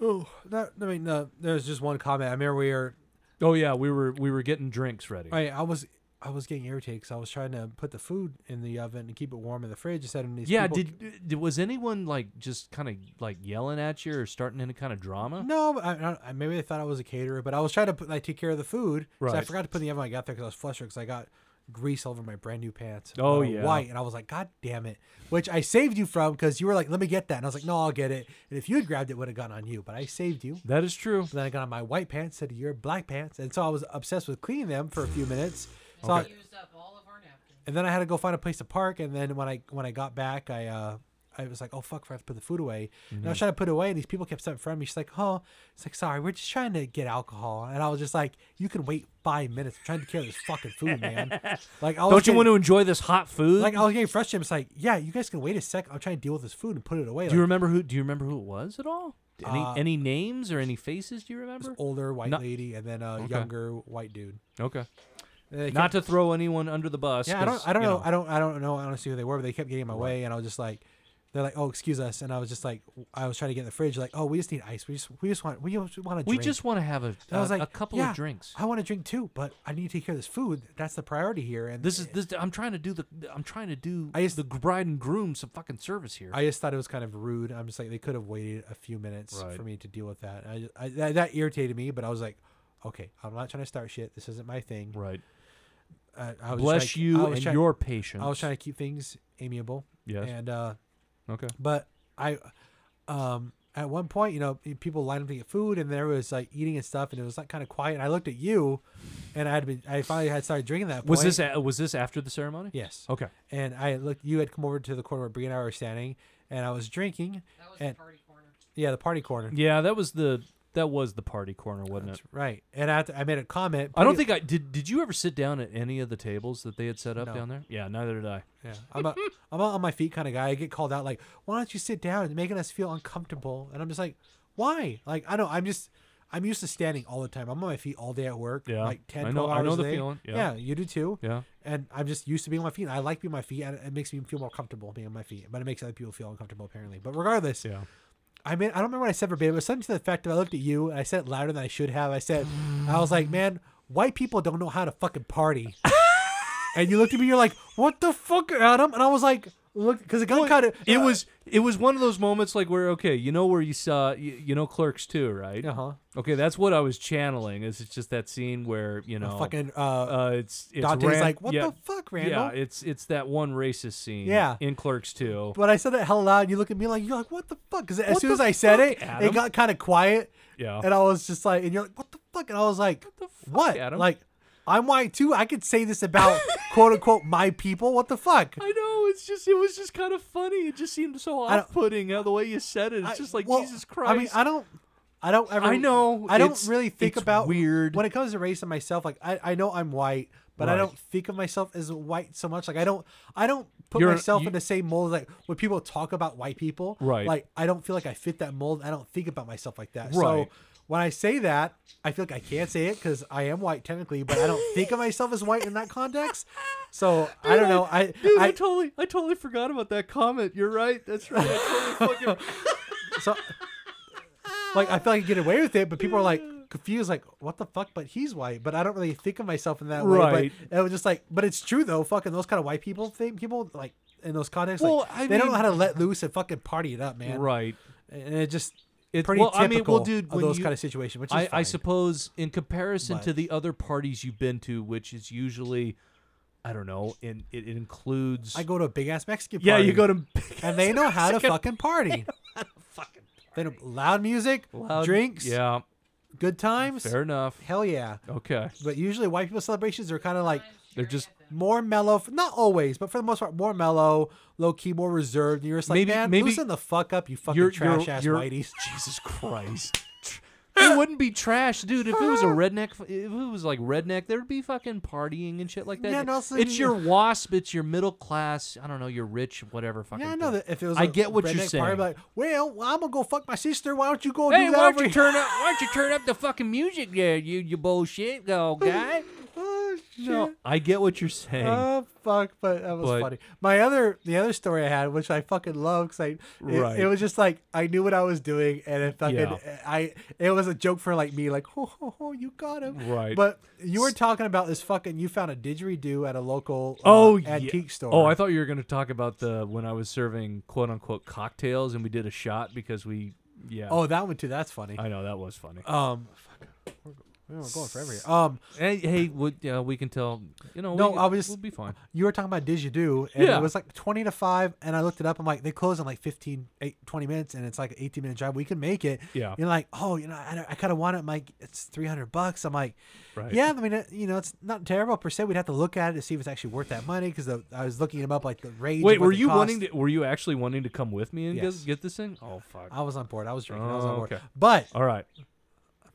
Speaker 2: Oh, that, I mean, uh, there was just one comment. I remember we were.
Speaker 1: Oh yeah, we were we were getting drinks ready.
Speaker 2: I, I was I was getting irritated because I was trying to put the food in the oven and keep it warm in the fridge instead of these
Speaker 1: yeah,
Speaker 2: people-
Speaker 1: did, did was anyone like just kind of like yelling at you or starting any kind of drama?
Speaker 2: No, but I, I, maybe they thought I was a caterer, but I was trying to put, like take care of the food. So I
Speaker 1: Right.
Speaker 2: forgot to put the oven when I got there because I was flustered because I got grease all over my brand new pants.
Speaker 1: Oh,
Speaker 2: They were
Speaker 1: yeah.
Speaker 2: white, and I was like, God damn it! Which I saved you from because you were like, Let me get that, and I was like, No, I'll get it. And if you had grabbed it, it would have gone on you, but I saved you.
Speaker 1: That is true.
Speaker 2: So then I got on my white pants, said your black pants, and so I was obsessed with cleaning them for a few minutes. So I-
Speaker 3: We used up all of our napkins.
Speaker 2: and then I had to go find a place to park. And then when I when I got back, I uh, I was like, oh fuck, I have to put the food away. And I
Speaker 1: Mhm.
Speaker 2: was trying to put it away, and these people kept stepping in front of me. She's like, oh, it's like sorry, we're just trying to get alcohol. And I was just like, you can wait five minutes. I'm trying to carry this fucking food, man. Like, I was
Speaker 1: Don't you
Speaker 2: getting-
Speaker 1: want to enjoy this hot food?
Speaker 2: Like I was getting frustrated. It's like, yeah, you guys can wait a sec. I'm trying to deal with this food and put it away.
Speaker 1: do you
Speaker 2: Like,
Speaker 1: remember who? Do you remember who it was at all? Any
Speaker 2: Uh,
Speaker 1: any names or any faces? Do you remember?
Speaker 2: older white
Speaker 1: No-
Speaker 2: lady and then a
Speaker 1: Okay.
Speaker 2: younger white dude.
Speaker 1: Okay.
Speaker 2: And they
Speaker 1: Not
Speaker 2: kept-
Speaker 1: to throw anyone under the bus.
Speaker 2: Yeah, I
Speaker 1: 'cause,
Speaker 2: don't. I don't
Speaker 1: you
Speaker 2: know. I don't. I don't know honestly who they were, but they kept getting in my way, and I was just like, they're like, "Oh, excuse us," and I was just like, I was trying to get in the fridge, like, "Oh, we just need ice. We just we just want we just want to
Speaker 1: we
Speaker 2: drink."
Speaker 1: just want to have a,
Speaker 2: And I was
Speaker 1: a-
Speaker 2: like,
Speaker 1: a couple
Speaker 2: "Yeah,
Speaker 1: of drinks.
Speaker 2: I want to drink too, but I need to take care of this food. That's the priority here. And
Speaker 1: This is this. I'm trying to do the. I'm trying to do.
Speaker 2: I just-
Speaker 1: the bride and groom some fucking service here.
Speaker 2: I just thought it was kind of rude. I'm just like, they could have waited a few minutes
Speaker 1: Right.
Speaker 2: for me to deal with that. I, ju- I that, that irritated me, but I was like, okay, I'm not trying to start shit. This isn't my thing. uh,
Speaker 1: right.
Speaker 2: I, I was
Speaker 1: Bless
Speaker 2: trying,
Speaker 1: you
Speaker 2: I was
Speaker 1: and
Speaker 2: trying-
Speaker 1: your patience.
Speaker 2: I was trying to keep things amiable.
Speaker 1: Yes.
Speaker 2: And uh,
Speaker 1: okay.
Speaker 2: But I, um, at one point, you know, people lined up to get food, and there was like eating and stuff, and it was like kind of quiet. And I looked at you, and I had been, I finally had started drinking that. Point.
Speaker 1: Was this a, was this after the ceremony?
Speaker 2: Yes.
Speaker 1: Okay.
Speaker 2: And I looked. You had come over to the corner where Brie and I were standing, and I was drinking.
Speaker 3: That was
Speaker 2: And
Speaker 3: the party corner.
Speaker 2: yeah, the party corner.
Speaker 1: Yeah, that was the that was the party corner, wasn't it?
Speaker 2: That's right. And I, had to- I made a comment.
Speaker 1: I don't
Speaker 2: Brie-
Speaker 1: think I did. Did you ever sit down at any of the tables that they had set up
Speaker 2: No.
Speaker 1: down there? Yeah, neither did I.
Speaker 2: Yeah, I'm a I'm a on my feet kind of guy. I get called out like, why don't you sit down? It's making us feel uncomfortable, and I'm just like, why? Like I don't. I'm just I'm used to standing all the time. I'm on my feet all day at work.
Speaker 1: Yeah.
Speaker 2: like 10,
Speaker 1: I know-
Speaker 2: 12
Speaker 1: I
Speaker 2: hours
Speaker 1: know
Speaker 2: a
Speaker 1: the
Speaker 2: day.
Speaker 1: feeling. Yeah.
Speaker 2: you do too.
Speaker 1: Yeah.
Speaker 2: And I'm just used to being on my feet. I like being on my feet, and it makes me feel more comfortable being on my feet. But it makes other people feel uncomfortable apparently. But regardless,
Speaker 1: Yeah.
Speaker 2: I mean, I don't remember what I said verbatim, but something to the effect that I looked at you and I said it louder than I should have. I said, I was like, man, white people don't know how to fucking party. and you looked at me, you're like, what the fuck, Adam? And I was like, look, because it got kind of.
Speaker 1: It was it was one of those moments like where okay, you know where you saw you, you know Clerks too, right?
Speaker 2: Uh huh.
Speaker 1: Okay, that's what I was channeling. Is it's just that scene where you know
Speaker 2: Fucking. Uh,
Speaker 1: uh, it's, it's
Speaker 2: Dante's
Speaker 1: Ran-
Speaker 2: like, what
Speaker 1: yeah,
Speaker 2: the fuck, Randall?
Speaker 1: Yeah, it's it's that one racist scene.
Speaker 2: Yeah.
Speaker 1: in Clerks too.
Speaker 2: but I said it hell loud, and you look at me like, you're like, what the fuck? Because as
Speaker 1: What
Speaker 2: soon
Speaker 1: the
Speaker 2: as I said
Speaker 1: fuck,
Speaker 2: it, it
Speaker 1: Adam?
Speaker 2: got kind of quiet.
Speaker 1: Yeah.
Speaker 2: And I was just like, and you're like, what the fuck? And I was like, what?
Speaker 1: the Oh. fuck, Adam?
Speaker 2: Like, I'm white too. I could say this about quote unquote my people. What the fuck?
Speaker 1: I know it's just it was just kind of funny. It just seemed so
Speaker 2: I don't-
Speaker 1: off-putting uh, the way you said it. It's
Speaker 2: I-
Speaker 1: just like
Speaker 2: well,
Speaker 1: Jesus Christ.
Speaker 2: I mean, I don't, I don't ever.
Speaker 1: I know,
Speaker 2: I don't
Speaker 1: it's-
Speaker 2: really think
Speaker 1: it's
Speaker 2: about
Speaker 1: weird.
Speaker 2: when it comes to race and myself. Like I, I know I'm white, but I
Speaker 1: Right.
Speaker 2: don't think of myself as white so much. Like I don't, I don't put
Speaker 1: You're-
Speaker 2: myself
Speaker 1: you-
Speaker 2: in the same mold. Like when people talk about white people,
Speaker 1: Right.
Speaker 2: Like I don't feel like I fit that mold. I don't think about myself like that. So
Speaker 1: Right.
Speaker 2: when I say that, I feel like I can't say it because I am white technically, but I don't think of myself as white in that context. So I don't know. I,
Speaker 1: Dude, I,
Speaker 2: I
Speaker 1: totally, I totally forgot about that comment. You're right. That's right. I totally fucking.
Speaker 2: So, like, I feel like I get away with it, but people are like confused, like, what the fuck? But he's white. But I don't really think of myself in that way.
Speaker 1: Right.
Speaker 2: But it was just like, but it's true though. Fucking those kind of white people thing, people like in those contexts,
Speaker 1: Well,
Speaker 2: like,
Speaker 1: I
Speaker 2: they don't know
Speaker 1: mean-
Speaker 2: how to let loose and fucking party it up, man.
Speaker 1: right.
Speaker 2: And it just
Speaker 1: It-
Speaker 2: pretty
Speaker 1: well,
Speaker 2: typical
Speaker 1: I mean, well, dude,
Speaker 2: of
Speaker 1: when
Speaker 2: those
Speaker 1: you-
Speaker 2: kind of situations. Which is
Speaker 1: I, I
Speaker 2: fine.
Speaker 1: suppose in comparison
Speaker 2: But-
Speaker 1: to the other parties you've been to, which is usually, I don't know, and it, it includes.
Speaker 2: I go to a big ass Mexican.
Speaker 1: yeah,
Speaker 2: party,
Speaker 1: you go to.
Speaker 2: and they know how to fucking party.
Speaker 1: fucking.
Speaker 2: They know loud music,
Speaker 1: Loud-
Speaker 2: drinks,
Speaker 1: Yeah.
Speaker 2: good times.
Speaker 1: Fair enough.
Speaker 2: Hell yeah.
Speaker 1: Okay.
Speaker 2: But usually white people celebrations are kind of like
Speaker 3: Times
Speaker 1: they're
Speaker 3: Sherry
Speaker 1: just-
Speaker 3: FM.
Speaker 2: more mellow, not always, but for the most part, more mellow, low key, more reserved. And you're just like,
Speaker 1: Maybe-
Speaker 2: man,
Speaker 1: maybe-
Speaker 2: loosen the fuck up, you fucking
Speaker 1: You're- you're-
Speaker 2: trash ass
Speaker 1: you're-
Speaker 2: whiteys.
Speaker 1: Jesus Christ. It wouldn't be trash, dude. If it was a redneck, if it was like redneck, there'd be fucking partying and shit like that.
Speaker 2: Yeah, and also-
Speaker 1: it's your wasp. It's your middle class. I don't know. You're rich, whatever. Fucking.
Speaker 2: Yeah, I know
Speaker 1: thing.
Speaker 2: that if it was,
Speaker 1: I
Speaker 2: a
Speaker 1: get what you're
Speaker 2: redneck party, I'd be
Speaker 1: saying.
Speaker 2: like, well, I'm gonna go fuck my sister. Why don't you go
Speaker 1: Hey,
Speaker 2: do
Speaker 1: why don't
Speaker 2: that?
Speaker 1: you
Speaker 2: over
Speaker 1: turn up? Why don't you turn up the fucking music there, you you bullshit go guy?
Speaker 2: here?" Oh,
Speaker 1: No, I get what you're saying.
Speaker 2: Oh fuck! But that was
Speaker 1: But-
Speaker 2: funny. My other, the other story I had, which I fucking love, because I, it,
Speaker 1: Right.
Speaker 2: it was just like I knew what I was doing, and it fucking,
Speaker 1: Yeah.
Speaker 2: I, it was a joke for like me, like, ho ho ho, you got him.
Speaker 1: Right.
Speaker 2: But you were talking about this fucking, you found a didgeridoo at a local uh,
Speaker 1: oh, yeah.
Speaker 2: antique store.
Speaker 1: Oh, I thought you were going to talk about the when I was serving quote unquote cocktails and we did a shot because we yeah.
Speaker 2: oh that one too. That's funny.
Speaker 1: I know that was funny.
Speaker 2: um, fuck, we're, we're going forever here. Um,
Speaker 1: hey, hey, we, yeah, we can tell. You know,
Speaker 2: No,
Speaker 1: we,
Speaker 2: I was-
Speaker 1: we'll be fine.
Speaker 2: you were talking about didgeridoo, and
Speaker 1: Yeah.
Speaker 2: it was like twenty to five, and I looked it up. I'm like, they close in like 15, eight, 20 minutes, and it's like an eighteen minute drive. We can make it.
Speaker 1: Yeah.
Speaker 2: You're like, oh, you know, I, I kind of want it. Mike, it's three hundred bucks. I'm like,
Speaker 1: Right.
Speaker 2: yeah. I mean, it, you know, it's not terrible per se. We'd have to look at it to see if it's actually worth that money because I was looking them up like the range.
Speaker 1: Wait,
Speaker 2: of what
Speaker 1: were
Speaker 2: they
Speaker 1: you
Speaker 2: cost.
Speaker 1: wanting to? Were you actually wanting to come with me and
Speaker 2: Yes.
Speaker 1: get, get this thing? Oh fuck!
Speaker 2: I was on board. I was drinking. I was on
Speaker 1: Oh,
Speaker 2: board.
Speaker 1: okay.
Speaker 2: But
Speaker 1: All right.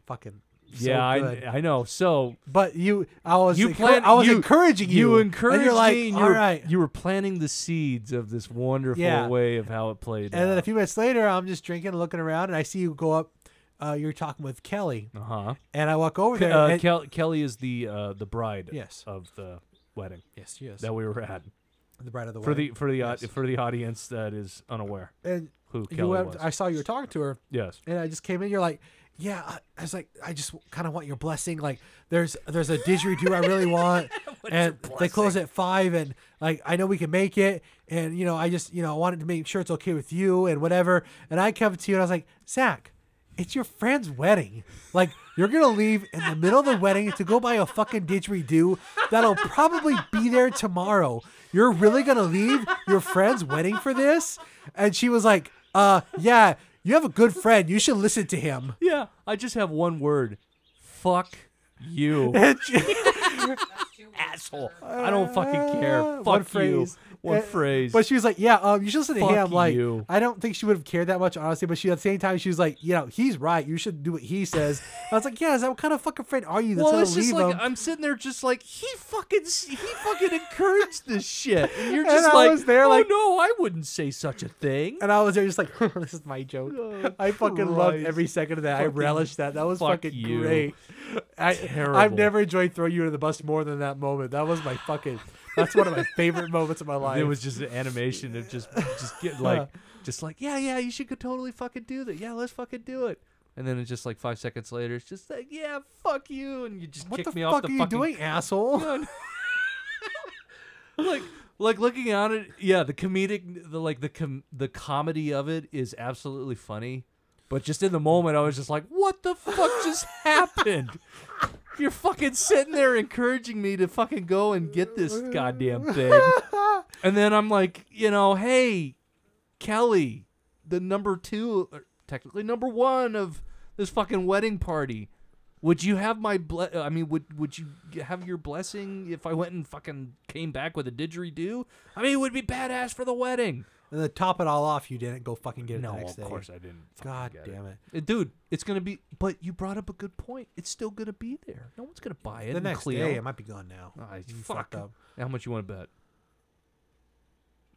Speaker 2: fucking. so
Speaker 1: yeah,
Speaker 2: good.
Speaker 1: I, I know. So
Speaker 2: but you, I was.
Speaker 1: you
Speaker 2: encour-
Speaker 1: plan.
Speaker 2: I was
Speaker 1: you,
Speaker 2: encouraging you.
Speaker 1: You
Speaker 2: and
Speaker 1: encouraged
Speaker 2: you're like,
Speaker 1: me. And you
Speaker 2: all
Speaker 1: were,
Speaker 2: right.
Speaker 1: You were planting the seeds of this wonderful
Speaker 2: Yeah.
Speaker 1: way of how it played.
Speaker 2: And then a
Speaker 1: out.
Speaker 2: few minutes later, I'm just drinking, and looking around, and I see you go up. Uh, you're talking with Kelly,
Speaker 1: uh-huh.
Speaker 2: and I walk over
Speaker 1: Ke-
Speaker 2: there.
Speaker 1: uh,
Speaker 2: and-
Speaker 1: Kel- Kelly is the uh, the bride.
Speaker 2: Yes.
Speaker 1: Of the wedding
Speaker 2: yes, yes.
Speaker 1: that we were at.
Speaker 2: the bride of the
Speaker 1: For the
Speaker 2: wedding.
Speaker 1: for the
Speaker 2: Yes.
Speaker 1: uh, for the audience that is unaware
Speaker 2: and
Speaker 1: who Kelly
Speaker 2: you went,
Speaker 1: was.
Speaker 2: I saw you were talking to her,
Speaker 1: yes.
Speaker 2: and I just came in. You're like, yeah. I, I was like, I just kind of want your blessing. Like, there's there's a didgeridoo I really want, and they close at five, and like I know we can make it, and you know I just you know I wanted to make sure it's okay with you and whatever. And I come to you and I was like, Zach, it's your friend's wedding. Like you're gonna leave in the middle of the wedding to go buy a fucking didgeridoo that'll probably be there tomorrow. You're really gonna leave your friend's wedding for this? And she was like, uh, yeah. You have a good friend. You should listen to him.
Speaker 1: Yeah. I just have one word. Fuck you.
Speaker 2: And she-
Speaker 3: That's two words
Speaker 1: asshole.
Speaker 3: for-
Speaker 1: I don't fucking care.
Speaker 2: Uh,
Speaker 1: Fuck
Speaker 2: one
Speaker 1: you.
Speaker 2: phrase.
Speaker 1: One
Speaker 2: Uh,
Speaker 1: phrase.
Speaker 2: But she was like, yeah, um, you should listen to
Speaker 1: Fuck
Speaker 2: him. Like,
Speaker 1: you.
Speaker 2: I don't think she would have cared that much, honestly. But she at the same time, she was like, you know, he's right. You should do what he says. I was like, yeah, is that what kind of fucking friend are you? That's
Speaker 1: well,
Speaker 2: gonna
Speaker 1: it's just
Speaker 2: leave
Speaker 1: like
Speaker 2: him?
Speaker 1: I'm sitting there, just like he fucking, s- he fucking encouraged this shit, and you're
Speaker 2: And
Speaker 1: just
Speaker 2: I
Speaker 1: like,
Speaker 2: was there,
Speaker 1: oh
Speaker 2: like-
Speaker 1: no, I wouldn't say such a thing.
Speaker 2: and I was there, just like, this is my joke.
Speaker 1: Oh,
Speaker 2: I fucking loved
Speaker 1: Christ.
Speaker 2: every second of that. I
Speaker 1: Fucking
Speaker 2: relished that. That was
Speaker 1: fuck
Speaker 2: fucking
Speaker 1: you.
Speaker 2: great. I, I've
Speaker 1: Terrible.
Speaker 2: never enjoyed throwing you under the bus more than that moment. That was my fucking. That's one of my favorite moments of my life.
Speaker 1: It was just an animation of just, just get like, just like, yeah, yeah, you should go totally fucking do that. Yeah, let's fucking do it. And then it's just like five seconds later, it's just like, yeah, fuck you, and you just
Speaker 2: what
Speaker 1: kick
Speaker 2: the
Speaker 1: me
Speaker 2: fuck
Speaker 1: off the
Speaker 2: are you
Speaker 1: fucking
Speaker 2: doing, asshole?
Speaker 1: gun. like like looking at it, yeah, the comedic the like the com- the comedy of it is absolutely funny. But just in the moment I was just like, what the fuck just happened? You're fucking sitting there encouraging me to fucking go and get this goddamn thing. And then I'm like, you know, hey, Kelly, the number 2 or technically number 1 of this fucking wedding party. Would you have my ble- uh, I mean, would would you have your blessing if I went and fucking came back with a didgeridoo? I mean, it would be badass for the wedding.
Speaker 2: And then to top it all off, you didn't go fucking get it
Speaker 1: No,
Speaker 2: the next
Speaker 1: of
Speaker 2: day.
Speaker 1: course I didn't. fucking
Speaker 2: God
Speaker 1: get
Speaker 2: damn it.
Speaker 1: Uh, Dude, it's gonna be. But you brought up a good point. It's still gonna be there. No one's gonna buy it.
Speaker 2: The
Speaker 1: and
Speaker 2: next
Speaker 1: Cleo.
Speaker 2: day, it might be gone now.
Speaker 1: Ah,
Speaker 2: You
Speaker 1: fuck
Speaker 2: fucked up.
Speaker 1: How much you want to bet?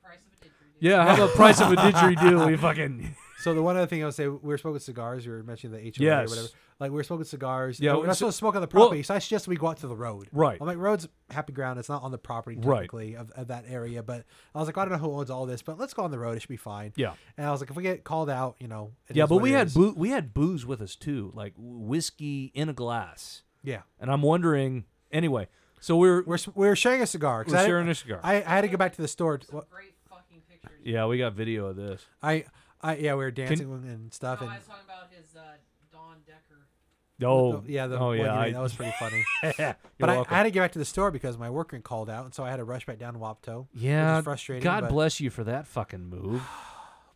Speaker 3: Price of a didgeridoo.
Speaker 1: Yeah, how about price of a didgeridoo? We fucking
Speaker 2: So the one other thing I would say, we were smoking cigars. You were mentioning the HOA or
Speaker 1: Yes.
Speaker 2: whatever. Like we were smoking cigars.
Speaker 1: Yeah,
Speaker 2: Yeah, we're not
Speaker 1: it's-
Speaker 2: supposed to smoke on the
Speaker 1: well-
Speaker 2: property. so I suggest we go out to the road.
Speaker 1: Right.
Speaker 2: I'm like, road's happy ground. It's not on the property
Speaker 1: Right.
Speaker 2: technically of, of that area. But I was like, I don't know who owns all this, but let's go on the road. It should be fine.
Speaker 1: yeah.
Speaker 2: And I was like, if we get called out, you know. it
Speaker 1: Yeah,
Speaker 2: is
Speaker 1: but
Speaker 2: what
Speaker 1: we
Speaker 2: it
Speaker 1: had
Speaker 2: is.
Speaker 1: boo- we had booze with us too, like whiskey in a glass.
Speaker 2: Yeah,
Speaker 1: And I'm wondering. Anyway, so we're,
Speaker 2: we're s- we were sharing a cigar. 'cause
Speaker 1: We're
Speaker 2: I didn't-
Speaker 1: sharing a cigar.
Speaker 2: I, I had to go back to the store. to-
Speaker 3: Some
Speaker 2: well,
Speaker 3: great fucking pictures. Oh,
Speaker 1: yeah, we got video of this.
Speaker 2: I I yeah, we were dancing and stuff.
Speaker 3: No,
Speaker 2: And
Speaker 3: I was talking about his uh, Don Decker.
Speaker 1: Oh
Speaker 2: the- yeah, the
Speaker 1: oh
Speaker 2: one you
Speaker 1: yeah,
Speaker 2: made,
Speaker 1: I-
Speaker 2: that was pretty funny.
Speaker 1: You're
Speaker 2: But I,
Speaker 1: welcome.
Speaker 2: I had to get back to the store because my worker called out, and so I had to rush back down to Wapto.
Speaker 1: yeah,
Speaker 2: which is frustrating.
Speaker 1: God
Speaker 2: but,
Speaker 1: bless you for that fucking move.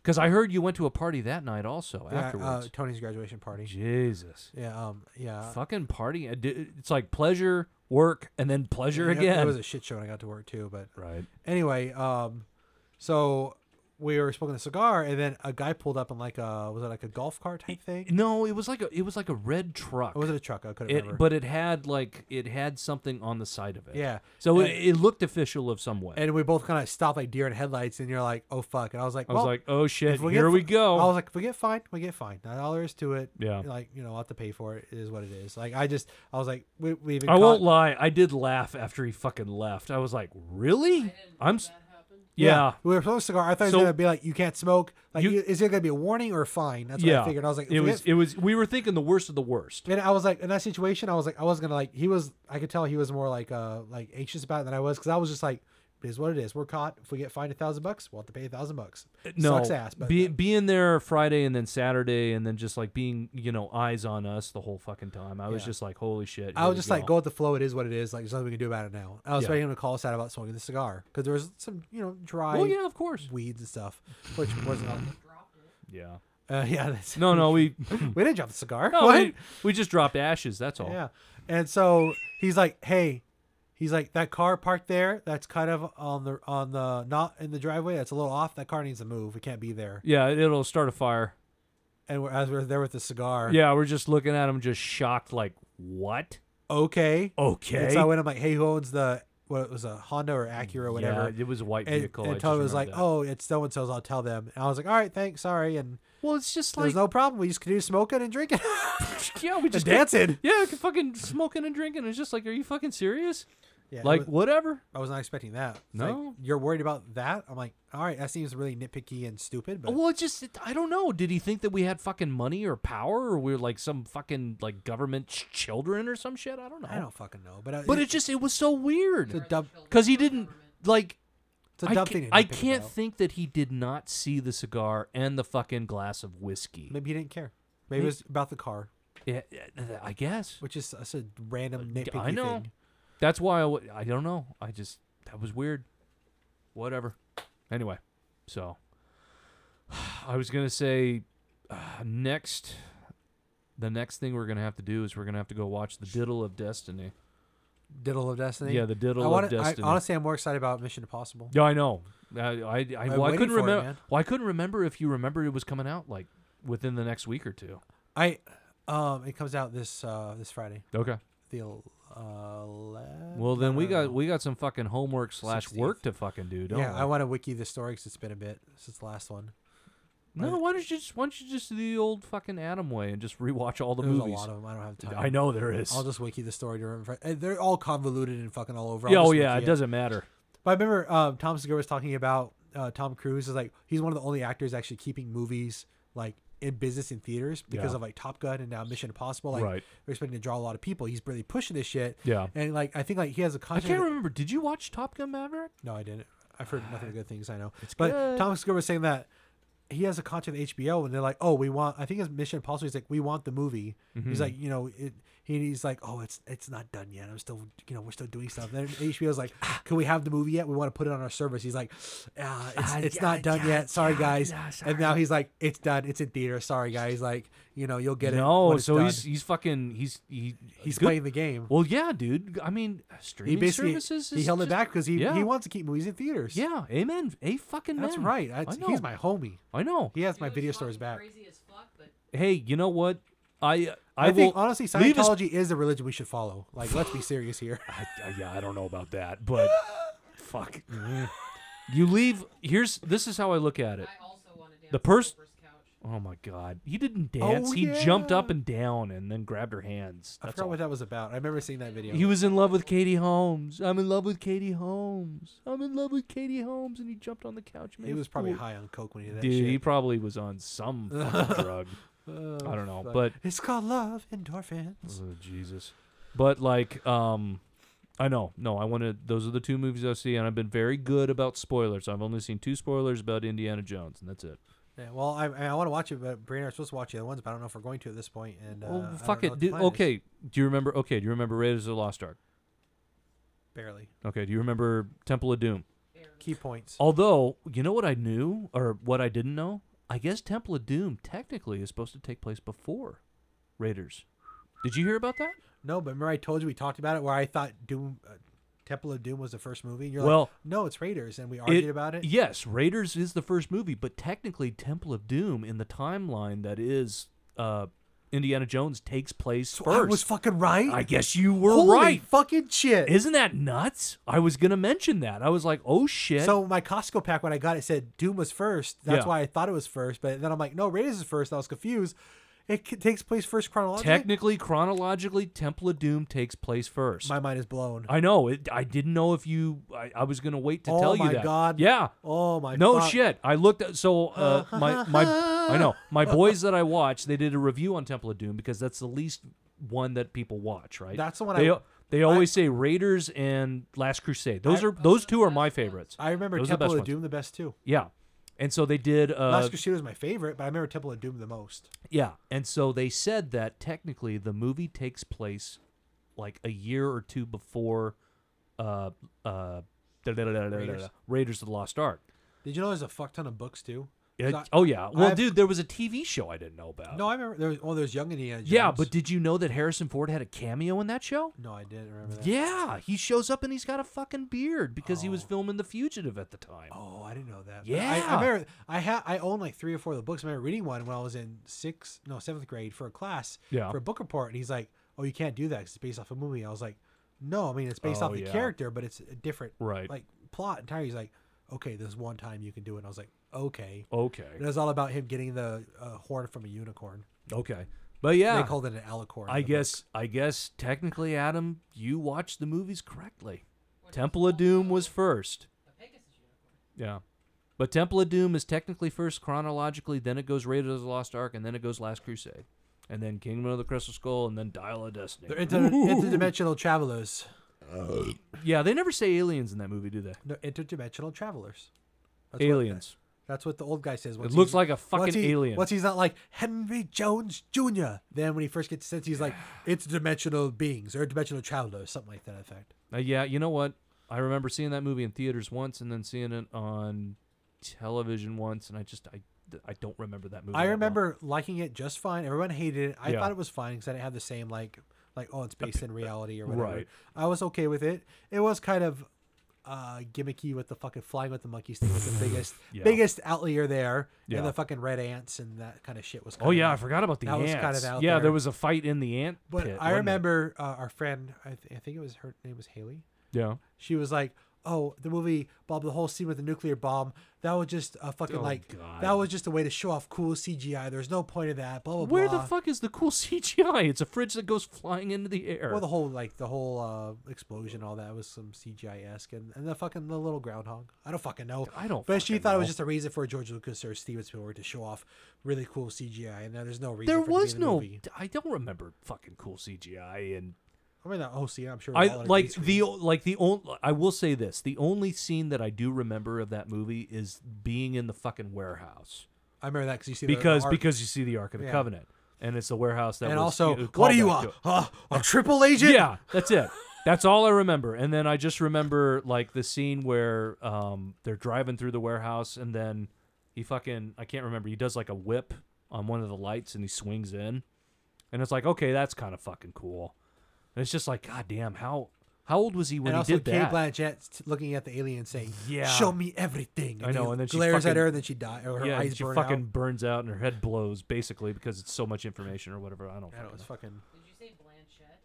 Speaker 1: Because I heard you went to a party that night also
Speaker 2: Yeah, uh,
Speaker 1: afterwards.
Speaker 2: Tony's graduation party.
Speaker 1: Jesus,
Speaker 2: Yeah, um, yeah.
Speaker 1: fucking party! I did- It's like pleasure, work, and then pleasure
Speaker 2: It-
Speaker 1: again.
Speaker 2: It was a shit show when I got to work too. But
Speaker 1: right.
Speaker 2: anyway, um, so we were smoking a cigar, and then a guy pulled up in like a was it like a golf cart type thing?
Speaker 1: No, it was like a it was like a red truck.
Speaker 2: Or was it a truck? I couldn't
Speaker 1: It-
Speaker 2: remember.
Speaker 1: but it had like it had something on the side of it.
Speaker 2: Yeah.
Speaker 1: So
Speaker 2: And-
Speaker 1: it, it looked official of some way.
Speaker 2: and we both kind of stopped like deer in headlights, and you're like, "Oh fuck!" And I was like,
Speaker 1: I was
Speaker 2: well,
Speaker 1: like, oh shit,
Speaker 2: if we
Speaker 1: here
Speaker 2: get
Speaker 1: we
Speaker 2: fi-
Speaker 1: go.
Speaker 2: I was like, if we get fined, we get fined. That's all there is to it.
Speaker 1: Yeah.
Speaker 2: Like, you know, I'll have to pay for it. It is what it is. Like, I just, I was like, we, we've been
Speaker 1: I won't
Speaker 2: caught-
Speaker 1: lie, I did laugh after he fucking left. I was like, really? I'm s-
Speaker 3: that happened.
Speaker 1: yeah.
Speaker 2: We were supposed to go. I thought it was
Speaker 1: So-
Speaker 2: going to be like, you can't smoke. Like,
Speaker 1: You-
Speaker 2: you, is there going to be a warning or a fine? That's what
Speaker 1: yeah.
Speaker 2: I figured. I was like, if
Speaker 1: it
Speaker 2: we
Speaker 1: was
Speaker 2: Get,
Speaker 1: it was we were thinking the worst of the worst.
Speaker 2: and I was like, in that situation, I was like, I was going to like, he was, I could tell he was more like, uh, like anxious about it than I was. Cause I was just like, it is what it is. We're caught. If we get fined a thousand bucks, we'll have to pay a thousand bucks.
Speaker 1: Uh, No,
Speaker 2: Sucks ass. But
Speaker 1: be, being there Friday and then Saturday and then just like being you know eyes on us the whole fucking time. I was
Speaker 2: Yeah.
Speaker 1: just like, holy shit.
Speaker 2: I
Speaker 1: here
Speaker 2: was
Speaker 1: we
Speaker 2: just like, go with the flow. It is what it is. Like, there's nothing we can do about it now. I was
Speaker 1: Yeah.
Speaker 2: expecting him to call us out about smoking the cigar because there was some, you know, dry
Speaker 1: Well, yeah, of course.
Speaker 2: weeds and stuff, which wasn't. on-
Speaker 3: Dropped it.
Speaker 1: Yeah.
Speaker 2: Uh, yeah, that's,
Speaker 1: No, no, we
Speaker 2: we didn't drop the cigar.
Speaker 1: no,
Speaker 2: What?
Speaker 1: we, we just dropped ashes. That's all.
Speaker 2: Yeah, and so he's like, "Hey," he's like, "That car parked there. That's kind of on the on the not in the driveway. That's a little off. That car needs to move. It can't be there."
Speaker 1: Yeah, it'll start a fire.
Speaker 2: And we're, as we're there with the cigar,
Speaker 1: Yeah, we're just looking at him, just shocked, like, what?
Speaker 2: okay. And
Speaker 1: Okay.
Speaker 2: so I went. I'm like, "Hey, who owns the what it was a Honda or Acura or whatever?"
Speaker 1: Yeah, it was a white
Speaker 2: and,
Speaker 1: vehicle. I
Speaker 2: and
Speaker 1: just
Speaker 2: Tony was like,
Speaker 1: remembered
Speaker 2: "Oh, it's so and so's. I'll tell them." And I was like, "All right, thanks, sorry." And
Speaker 1: that. well, it's just
Speaker 2: there
Speaker 1: like,
Speaker 2: was no problem. We "Oh, just continue smoking and drinking.
Speaker 1: yeah, we just
Speaker 2: dancing.
Speaker 1: Yeah, fucking smoking and drinking. It's just like, are you fucking serious?
Speaker 2: yeah, it
Speaker 1: like,
Speaker 2: was-
Speaker 1: whatever.
Speaker 2: I was not expecting that. It's
Speaker 1: No.
Speaker 2: like, you're worried about that. I'm like, all right, that seems really nitpicky and stupid. But
Speaker 1: Well, it's just, it, I don't know. Did he think that we had fucking money or power, or we are like some fucking like government ch- children or some shit? I don't know.
Speaker 2: I don't fucking know. But I-
Speaker 1: But it just, it was so
Speaker 2: it's
Speaker 1: weird
Speaker 2: a dumb,
Speaker 1: because he didn't like.
Speaker 2: it's a
Speaker 1: I
Speaker 2: dumb
Speaker 1: ca-
Speaker 2: thing. to
Speaker 1: I
Speaker 2: nitpick
Speaker 1: can't
Speaker 2: about.
Speaker 1: think that he did not see the cigar and the fucking glass of whiskey.
Speaker 2: Maybe he didn't care. Maybe it was about the car,
Speaker 1: Yeah, yeah, I guess.
Speaker 2: which is such a random nitpicky
Speaker 1: Uh, I know.
Speaker 2: thing.
Speaker 1: That's why I, w- I don't know. I just that was weird. Whatever. Anyway, so I was gonna say uh, next. The next thing we're gonna have to do is we're gonna have to go watch the Diddle of Destiny.
Speaker 2: Diddle of Destiny.
Speaker 1: Yeah, the Diddle
Speaker 2: I wanna-
Speaker 1: of Destiny.
Speaker 2: I, honestly, I'm more excited about Mission Impossible.
Speaker 1: yeah, I know. I I, I, well, I
Speaker 2: waiting
Speaker 1: couldn't
Speaker 2: for it,
Speaker 1: remember.
Speaker 2: man.
Speaker 1: well, I couldn't remember if you remembered it was coming out like within the next week or two.
Speaker 2: I um, it comes out this uh uh, this Friday.
Speaker 1: Okay.
Speaker 2: The uh, le-
Speaker 1: Well, then
Speaker 2: no,
Speaker 1: we
Speaker 2: no, no,
Speaker 1: got
Speaker 2: no.
Speaker 1: we got some fucking homework slash
Speaker 2: 16th.
Speaker 1: work to fucking do, don't
Speaker 2: yeah,
Speaker 1: we?
Speaker 2: I want to wiki the story because it's been a bit since the last one.
Speaker 1: No, why don't you just why don't you just do the old fucking Adam way and just rewatch all the
Speaker 2: There's a
Speaker 1: movies?
Speaker 2: lot of them. I don't have time.
Speaker 1: I know there is.
Speaker 2: I'll just wiki the story to remember. eh, They're all convoluted and fucking all over. I'll
Speaker 1: yeah, oh
Speaker 2: just
Speaker 1: yeah,
Speaker 2: wiki
Speaker 1: it doesn't matter.
Speaker 2: But I remember um, Tom Segura was talking about uh, Tom Cruise is like he's one of the only actors actually keeping movies like in business in theaters because
Speaker 1: Yeah.
Speaker 2: of like Top Gun and now Mission Impossible. Like
Speaker 1: Right.
Speaker 2: they're expecting to draw a lot of people. He's really pushing this shit.
Speaker 1: Yeah.
Speaker 2: And like I think like he has
Speaker 1: I
Speaker 2: a contract.
Speaker 1: can't remember. Did you watch Top Gun Maverick?
Speaker 2: No, I didn't. I've heard nothing but good things. I know. but
Speaker 1: good.
Speaker 2: Tom Segura was saying that he has a contract with HBO, and they're like, "Oh, we want." I think it's Mission Impossible. He's like, "We want the movie."
Speaker 1: Mm-hmm.
Speaker 2: He's like, you know, it, he- he's like, "Oh, it's it's not done yet. I'm still, you know, we're still doing stuff." Then HBO's like, "Ah, "Can we have the movie yet? We want to put it on our service." He's like, uh, "It's,
Speaker 1: Ah,
Speaker 2: it's
Speaker 1: yeah,
Speaker 2: not done
Speaker 1: yeah,
Speaker 2: yet. Sorry,
Speaker 1: yeah,
Speaker 2: guys."
Speaker 1: yeah,
Speaker 2: And now he's like, "It's done. It's in theater. Sorry, guys. Like, you know, you'll get it."
Speaker 1: No,
Speaker 2: when it's
Speaker 1: so
Speaker 2: done."
Speaker 1: he's he's fucking he's he,
Speaker 2: he's
Speaker 1: good-
Speaker 2: playing the game.
Speaker 1: Well, yeah, dude. I mean,
Speaker 2: He
Speaker 1: streaming
Speaker 2: basically
Speaker 1: services.
Speaker 2: he
Speaker 1: is
Speaker 2: held it
Speaker 1: just-
Speaker 2: back because he
Speaker 1: yeah.
Speaker 2: he wants to keep movies in theaters.
Speaker 1: Yeah, amen. A fucking
Speaker 2: That's
Speaker 1: man.
Speaker 2: right. That's,
Speaker 1: I know.
Speaker 2: he's my homie.
Speaker 1: I know.
Speaker 2: He has
Speaker 3: Dude,
Speaker 2: my
Speaker 3: it's
Speaker 2: video stores
Speaker 3: fucking
Speaker 2: back.
Speaker 3: Crazy as fuck, but
Speaker 1: Hey, you know what? I uh, I,
Speaker 2: I,
Speaker 1: will
Speaker 2: think honestly,
Speaker 1: leave us-
Speaker 2: Scientology is the religion we should follow. Like, let's be serious here.
Speaker 1: I, I- yeah, I don't know about that, but fuck. You leave. Here's this is how I look at it.
Speaker 3: I also want to dance.
Speaker 1: The
Speaker 3: on
Speaker 1: pers-
Speaker 3: Oprah's couch.
Speaker 1: Oh my god, he didn't dance.
Speaker 2: Oh,
Speaker 1: he jumped
Speaker 2: yeah.
Speaker 1: up and down and then grabbed her hands.
Speaker 2: I
Speaker 1: That's
Speaker 2: forgot
Speaker 1: all.
Speaker 2: what that was about. I remember seeing that video.
Speaker 1: He was in love with Katie Holmes. I'm in love with Katie Holmes. I'm in love with Katie Holmes, and he jumped on the couch. and
Speaker 2: He
Speaker 1: made a
Speaker 2: was probably
Speaker 1: fool.
Speaker 2: high on coke when he did that
Speaker 1: Dude, he
Speaker 2: shit. Uh,
Speaker 1: probably was on some fucking drug. I don't know, but
Speaker 2: it's called love endorphins.
Speaker 1: Oh, Jesus. But like, um, I know, no, I want to. Those are the two movies I see, and I've been very good about spoilers. I've only seen two spoilers about Indiana Jones, and that's it.
Speaker 2: Yeah, well, I, I want to watch it, but Brian and I are supposed to watch the other ones, but I don't know if we're going to at this point. And uh, I
Speaker 1: oh,
Speaker 2: don't
Speaker 1: fuck
Speaker 2: know what
Speaker 1: it.
Speaker 2: the
Speaker 1: Do,
Speaker 2: plan is.
Speaker 1: okay, do you remember? Okay, do you remember Raiders of the Lost Ark?
Speaker 2: barely
Speaker 1: Okay, do you remember Temple of Doom?
Speaker 2: key points.
Speaker 1: Although, you know what I knew, or what I didn't know? I guess Temple of Doom technically is supposed to take place before Raiders. Did you hear about that?
Speaker 2: No, but remember I told you we talked about it where I thought Doom uh, Temple of Doom was the first movie. And you're like,
Speaker 1: Well-
Speaker 2: no, it's Raiders, and we argued about it.
Speaker 1: Yes, Raiders is the first movie, but technically Temple of Doom in the timeline that is uh, Indiana Jones takes place
Speaker 2: So I
Speaker 1: first.
Speaker 2: was fucking right.
Speaker 1: I guess you were
Speaker 2: Holy
Speaker 1: right.
Speaker 2: Fucking shit.
Speaker 1: Isn't that nuts? I was gonna mention that. I was like, oh shit.
Speaker 2: so my Costco pack when I got it said Doom was first. That's
Speaker 1: Yeah.
Speaker 2: why I thought it was first. But then I'm like, no, Raiders is first. I was confused. It c- takes place first chronologically.
Speaker 1: technically, chronologically, Temple of Doom takes place first.
Speaker 2: my mind is blown.
Speaker 1: I know. It, I didn't know if you. I, I was gonna wait to
Speaker 2: Oh
Speaker 1: tell you
Speaker 2: my
Speaker 1: that.
Speaker 2: God.
Speaker 1: Yeah.
Speaker 2: oh my.
Speaker 1: No
Speaker 2: fuck.
Speaker 1: shit. I looked at so uh, my my I know my boys that I watch. They did a review on Temple of Doom because that's the least one that people watch, right?
Speaker 2: That's the one
Speaker 1: they
Speaker 2: I-
Speaker 1: they always say Raiders and Last Crusade. Those are those two are my favorites.
Speaker 2: I remember
Speaker 1: Those are the
Speaker 2: Temple
Speaker 1: best
Speaker 2: of
Speaker 1: ones.
Speaker 2: Doom the best too.
Speaker 1: Yeah, and so they did.
Speaker 2: Last
Speaker 1: Uh,
Speaker 2: Crusade was my favorite, but I remember Temple of Doom the most.
Speaker 1: yeah, and so they said that technically the movie takes place like a year or two before uh uh da- da- da- da- da- da- da-
Speaker 2: Raiders.
Speaker 1: Raiders of the Lost Ark.
Speaker 2: Did you know there's a fuck ton of books too?
Speaker 1: It-
Speaker 2: I-
Speaker 1: oh yeah. Well,
Speaker 2: I've-
Speaker 1: dude, there was a TV show I didn't know about.
Speaker 2: No, I remember there was. Oh, there's Young Indiana Jones.
Speaker 1: Yeah, but did you know that Harrison Ford had a cameo in that show?
Speaker 2: no, I didn't remember that.
Speaker 1: Yeah, he shows up and he's got a fucking beard because he was filming The Fugitive at the time.
Speaker 2: Oh, I didn't know that. But I, I
Speaker 1: Yeah.
Speaker 2: remember I had I own like three or four of the books. I remember reading one when I was in sixth, no seventh grade for a class
Speaker 1: Yeah.
Speaker 2: for a book report, and he's like, "Oh, you can't do that 'cause it's based off a movie." I was like, "No, I mean it's based
Speaker 1: Oh,
Speaker 2: off the
Speaker 1: yeah.
Speaker 2: character, but it's a different
Speaker 1: Right.
Speaker 2: like plot entirely." He's like, "Okay, this one time you can do it." And I was like, "Okay." And it
Speaker 1: Okay.
Speaker 2: was all about him getting the uh, horn from a unicorn.
Speaker 1: Okay. But
Speaker 2: They
Speaker 1: yeah,
Speaker 2: called it an alicorn. in
Speaker 1: I
Speaker 2: the
Speaker 1: guess
Speaker 2: book.
Speaker 1: I guess technically Adam, you watched the movies correctly. Temple of Doom was first.
Speaker 3: A Pegasus unicorn.
Speaker 1: Yeah. But Temple of Doom is technically first chronologically, then it goes Raiders of the Lost Ark and then it goes Last Crusade. And then Kingdom of the Crystal Skull and then Dial of Destiny.
Speaker 2: they're inter- interdimensional travelers.
Speaker 1: yeah, they never say aliens in that movie, do they?
Speaker 2: No, interdimensional travelers. That's what-
Speaker 1: aliens.
Speaker 2: That's what the old guy says. once
Speaker 1: looks
Speaker 2: he's-
Speaker 1: like a
Speaker 2: once
Speaker 1: fucking
Speaker 2: he-
Speaker 1: alien.
Speaker 2: Once he's not like Henry Jones Jr. Then when he first gets sent, he's like it's dimensional beings or dimensional travelers, something like that. In fact,
Speaker 1: Uh, yeah, you know what? I remember seeing that movie in theaters once, and then seeing it on television once, and I just I, I don't remember that movie.
Speaker 2: I
Speaker 1: that well.
Speaker 2: remember liking it just fine. Everyone hated it. I
Speaker 1: Yeah.
Speaker 2: thought it was fine because I didn't have the same like like oh it's based in reality or whatever.
Speaker 1: Right.
Speaker 2: I was okay with it. It was kind of uh gimmicky with the fucking flying with the monkeys thing was the biggest
Speaker 1: Yeah.
Speaker 2: biggest outlier there
Speaker 1: Yeah.
Speaker 2: and the fucking red ants and that kind of shit was. Kind
Speaker 1: Oh yeah, I forgot about the
Speaker 2: That was
Speaker 1: ants.
Speaker 2: kind of out
Speaker 1: yeah, there.
Speaker 2: there.
Speaker 1: was a fight in the ant
Speaker 2: But
Speaker 1: pit.
Speaker 2: I
Speaker 1: wasn't it?
Speaker 2: remember uh, our friend. I, th- I think it was her name was Haley.
Speaker 1: Yeah.
Speaker 2: she was like, "Oh, the movie Bob, the whole scene with the nuclear bomb, that was just a fucking
Speaker 1: Oh,
Speaker 2: like
Speaker 1: God.
Speaker 2: that was just a way to show off cool CGI. There's no point of that." Blah blah
Speaker 1: Where
Speaker 2: blah.
Speaker 1: the fuck is the cool CGI? It's a fridge that goes flying into the air.
Speaker 2: Well, the whole like the whole uh, explosion, all that was some CGI esque, and, and the fucking the little groundhog. I don't fucking know.
Speaker 1: I don't
Speaker 2: But she
Speaker 1: fucking
Speaker 2: thought it
Speaker 1: know.
Speaker 2: was just a reason for George Lucas or Steven Spielberg to show off really cool CGI, and now there's no reason.
Speaker 1: there
Speaker 2: for it to be
Speaker 1: was
Speaker 2: in the
Speaker 1: no.
Speaker 2: Movie.
Speaker 1: I don't remember fucking cool CGI and
Speaker 2: I mean, that oh, see, I'm sure.
Speaker 1: I
Speaker 2: we're all on a
Speaker 1: like
Speaker 2: green screen.
Speaker 1: the o- like the only I will say this the only scene that I do remember of that movie is being in the fucking warehouse
Speaker 2: I remember that because you see the- the
Speaker 1: because
Speaker 2: art-
Speaker 1: because you see the Ark of the
Speaker 2: Yeah.
Speaker 1: Covenant and it's the warehouse that
Speaker 2: and
Speaker 1: was,
Speaker 2: also
Speaker 1: you know,
Speaker 2: what do you
Speaker 1: callback to
Speaker 2: want?
Speaker 1: it.
Speaker 2: Huh? A triple agent?
Speaker 1: Yeah, that's it. That's all I remember. And then I just remember like the scene where um they're driving through the warehouse and then he fucking I can't remember he does like a whip on one of the lights and he swings in and it's like okay that's kind of fucking cool and it's just like god damn how how old was he when
Speaker 2: and
Speaker 1: he
Speaker 2: also
Speaker 1: did
Speaker 2: Kate
Speaker 1: that
Speaker 2: Blanchett t- looking at the alien saying,
Speaker 1: Yeah.
Speaker 2: show me everything."
Speaker 1: I know,
Speaker 2: he
Speaker 1: and then she
Speaker 2: glares at
Speaker 1: fucking-
Speaker 2: her, and then she dies, or her
Speaker 1: yeah,
Speaker 2: eyes
Speaker 1: and she
Speaker 2: burn
Speaker 1: fucking
Speaker 2: out.
Speaker 1: burns out and her head blows basically because it's so much information or whatever. I don't.
Speaker 2: I know,
Speaker 1: fucking
Speaker 2: it's
Speaker 1: know.
Speaker 2: fucking
Speaker 3: Did you say Blanchette?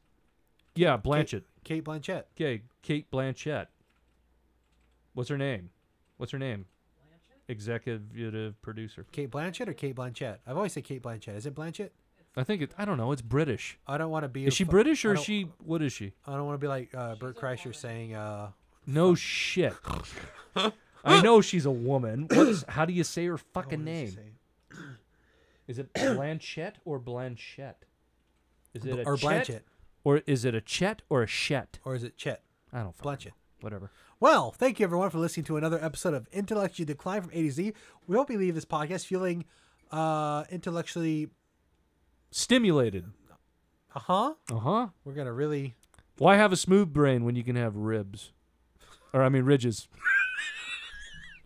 Speaker 1: Yeah, Blanchett.
Speaker 2: Kate Blanchett.
Speaker 1: Okay, Kate Blanchett. What's her name? What's her name?
Speaker 3: Blanchett?
Speaker 1: Executive producer.
Speaker 2: Kate Blanchett or Kate Blanchett? I've always said Kate Blanchett. Is it Blanchett?
Speaker 1: I think it. I don't know. It's British.
Speaker 2: I don't want to be.
Speaker 1: Is she
Speaker 2: fu-
Speaker 1: British
Speaker 2: I
Speaker 1: or is
Speaker 2: don't-
Speaker 1: she? What is she?
Speaker 2: I don't want to be like uh, Bert
Speaker 3: a
Speaker 2: Kreischer
Speaker 3: woman.
Speaker 2: saying, uh,
Speaker 1: No shit. I know she's a woman. What's, how do you say her
Speaker 2: what
Speaker 1: fucking
Speaker 2: does it
Speaker 1: name?
Speaker 2: say?
Speaker 1: Is it Blanchett or Blanchette? Is it a
Speaker 2: or
Speaker 1: Chet?
Speaker 2: Blanchett,
Speaker 1: Or is it a Chet or a Shet?
Speaker 2: or is it Chet
Speaker 1: I don't. fucking know.
Speaker 2: Blanchett?
Speaker 1: Whatever.
Speaker 2: Well, thank you everyone for listening to another episode of Intellectually Decline from A to Z. We hope you leave this podcast feeling uh, intellectually,
Speaker 1: Stimulated.
Speaker 2: uh huh.
Speaker 1: Uh huh.
Speaker 2: We're gonna really
Speaker 1: Why have a smooth brain when you can have ribs? Or, I mean, ridges.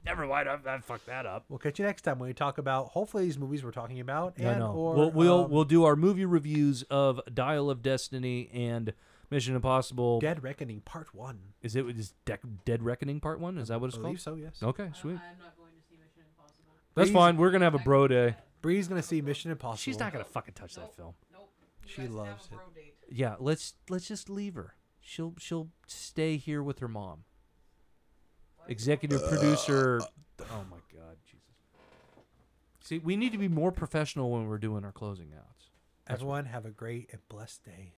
Speaker 1: Never mind. I, I fucked that up.
Speaker 2: We'll catch you next time when we talk about hopefully these movies we're talking about. And,
Speaker 1: I know.
Speaker 2: Or,
Speaker 1: we'll we'll,
Speaker 2: um,
Speaker 1: we'll do our movie reviews of Dial of Destiny and Mission Impossible.
Speaker 2: Dead Reckoning Part One.
Speaker 1: Is it is Dec Dead Reckoning Part One? Is that what
Speaker 2: I
Speaker 1: it's
Speaker 2: believe
Speaker 1: called?
Speaker 2: so. Yes.
Speaker 1: Okay,
Speaker 3: I-
Speaker 1: sweet.
Speaker 3: I'm not going to see Mission Impossible.
Speaker 1: That's
Speaker 2: Bree's-
Speaker 1: fine. We're gonna have a bro day.
Speaker 2: Bree's gonna see Mission Impossible.
Speaker 1: She's not gonna fucking touch that
Speaker 3: Nope.
Speaker 1: film.
Speaker 3: Nope. You
Speaker 2: She
Speaker 3: guys can
Speaker 2: loves
Speaker 3: have
Speaker 2: it.
Speaker 3: a bro date.
Speaker 1: Yeah, let's let's just leave her. She'll she'll stay here with her mom. Executive producer. Oh my God, Jesus. See, we need to be more professional when we're doing our closing outs.
Speaker 2: Everyone have a great and blessed day.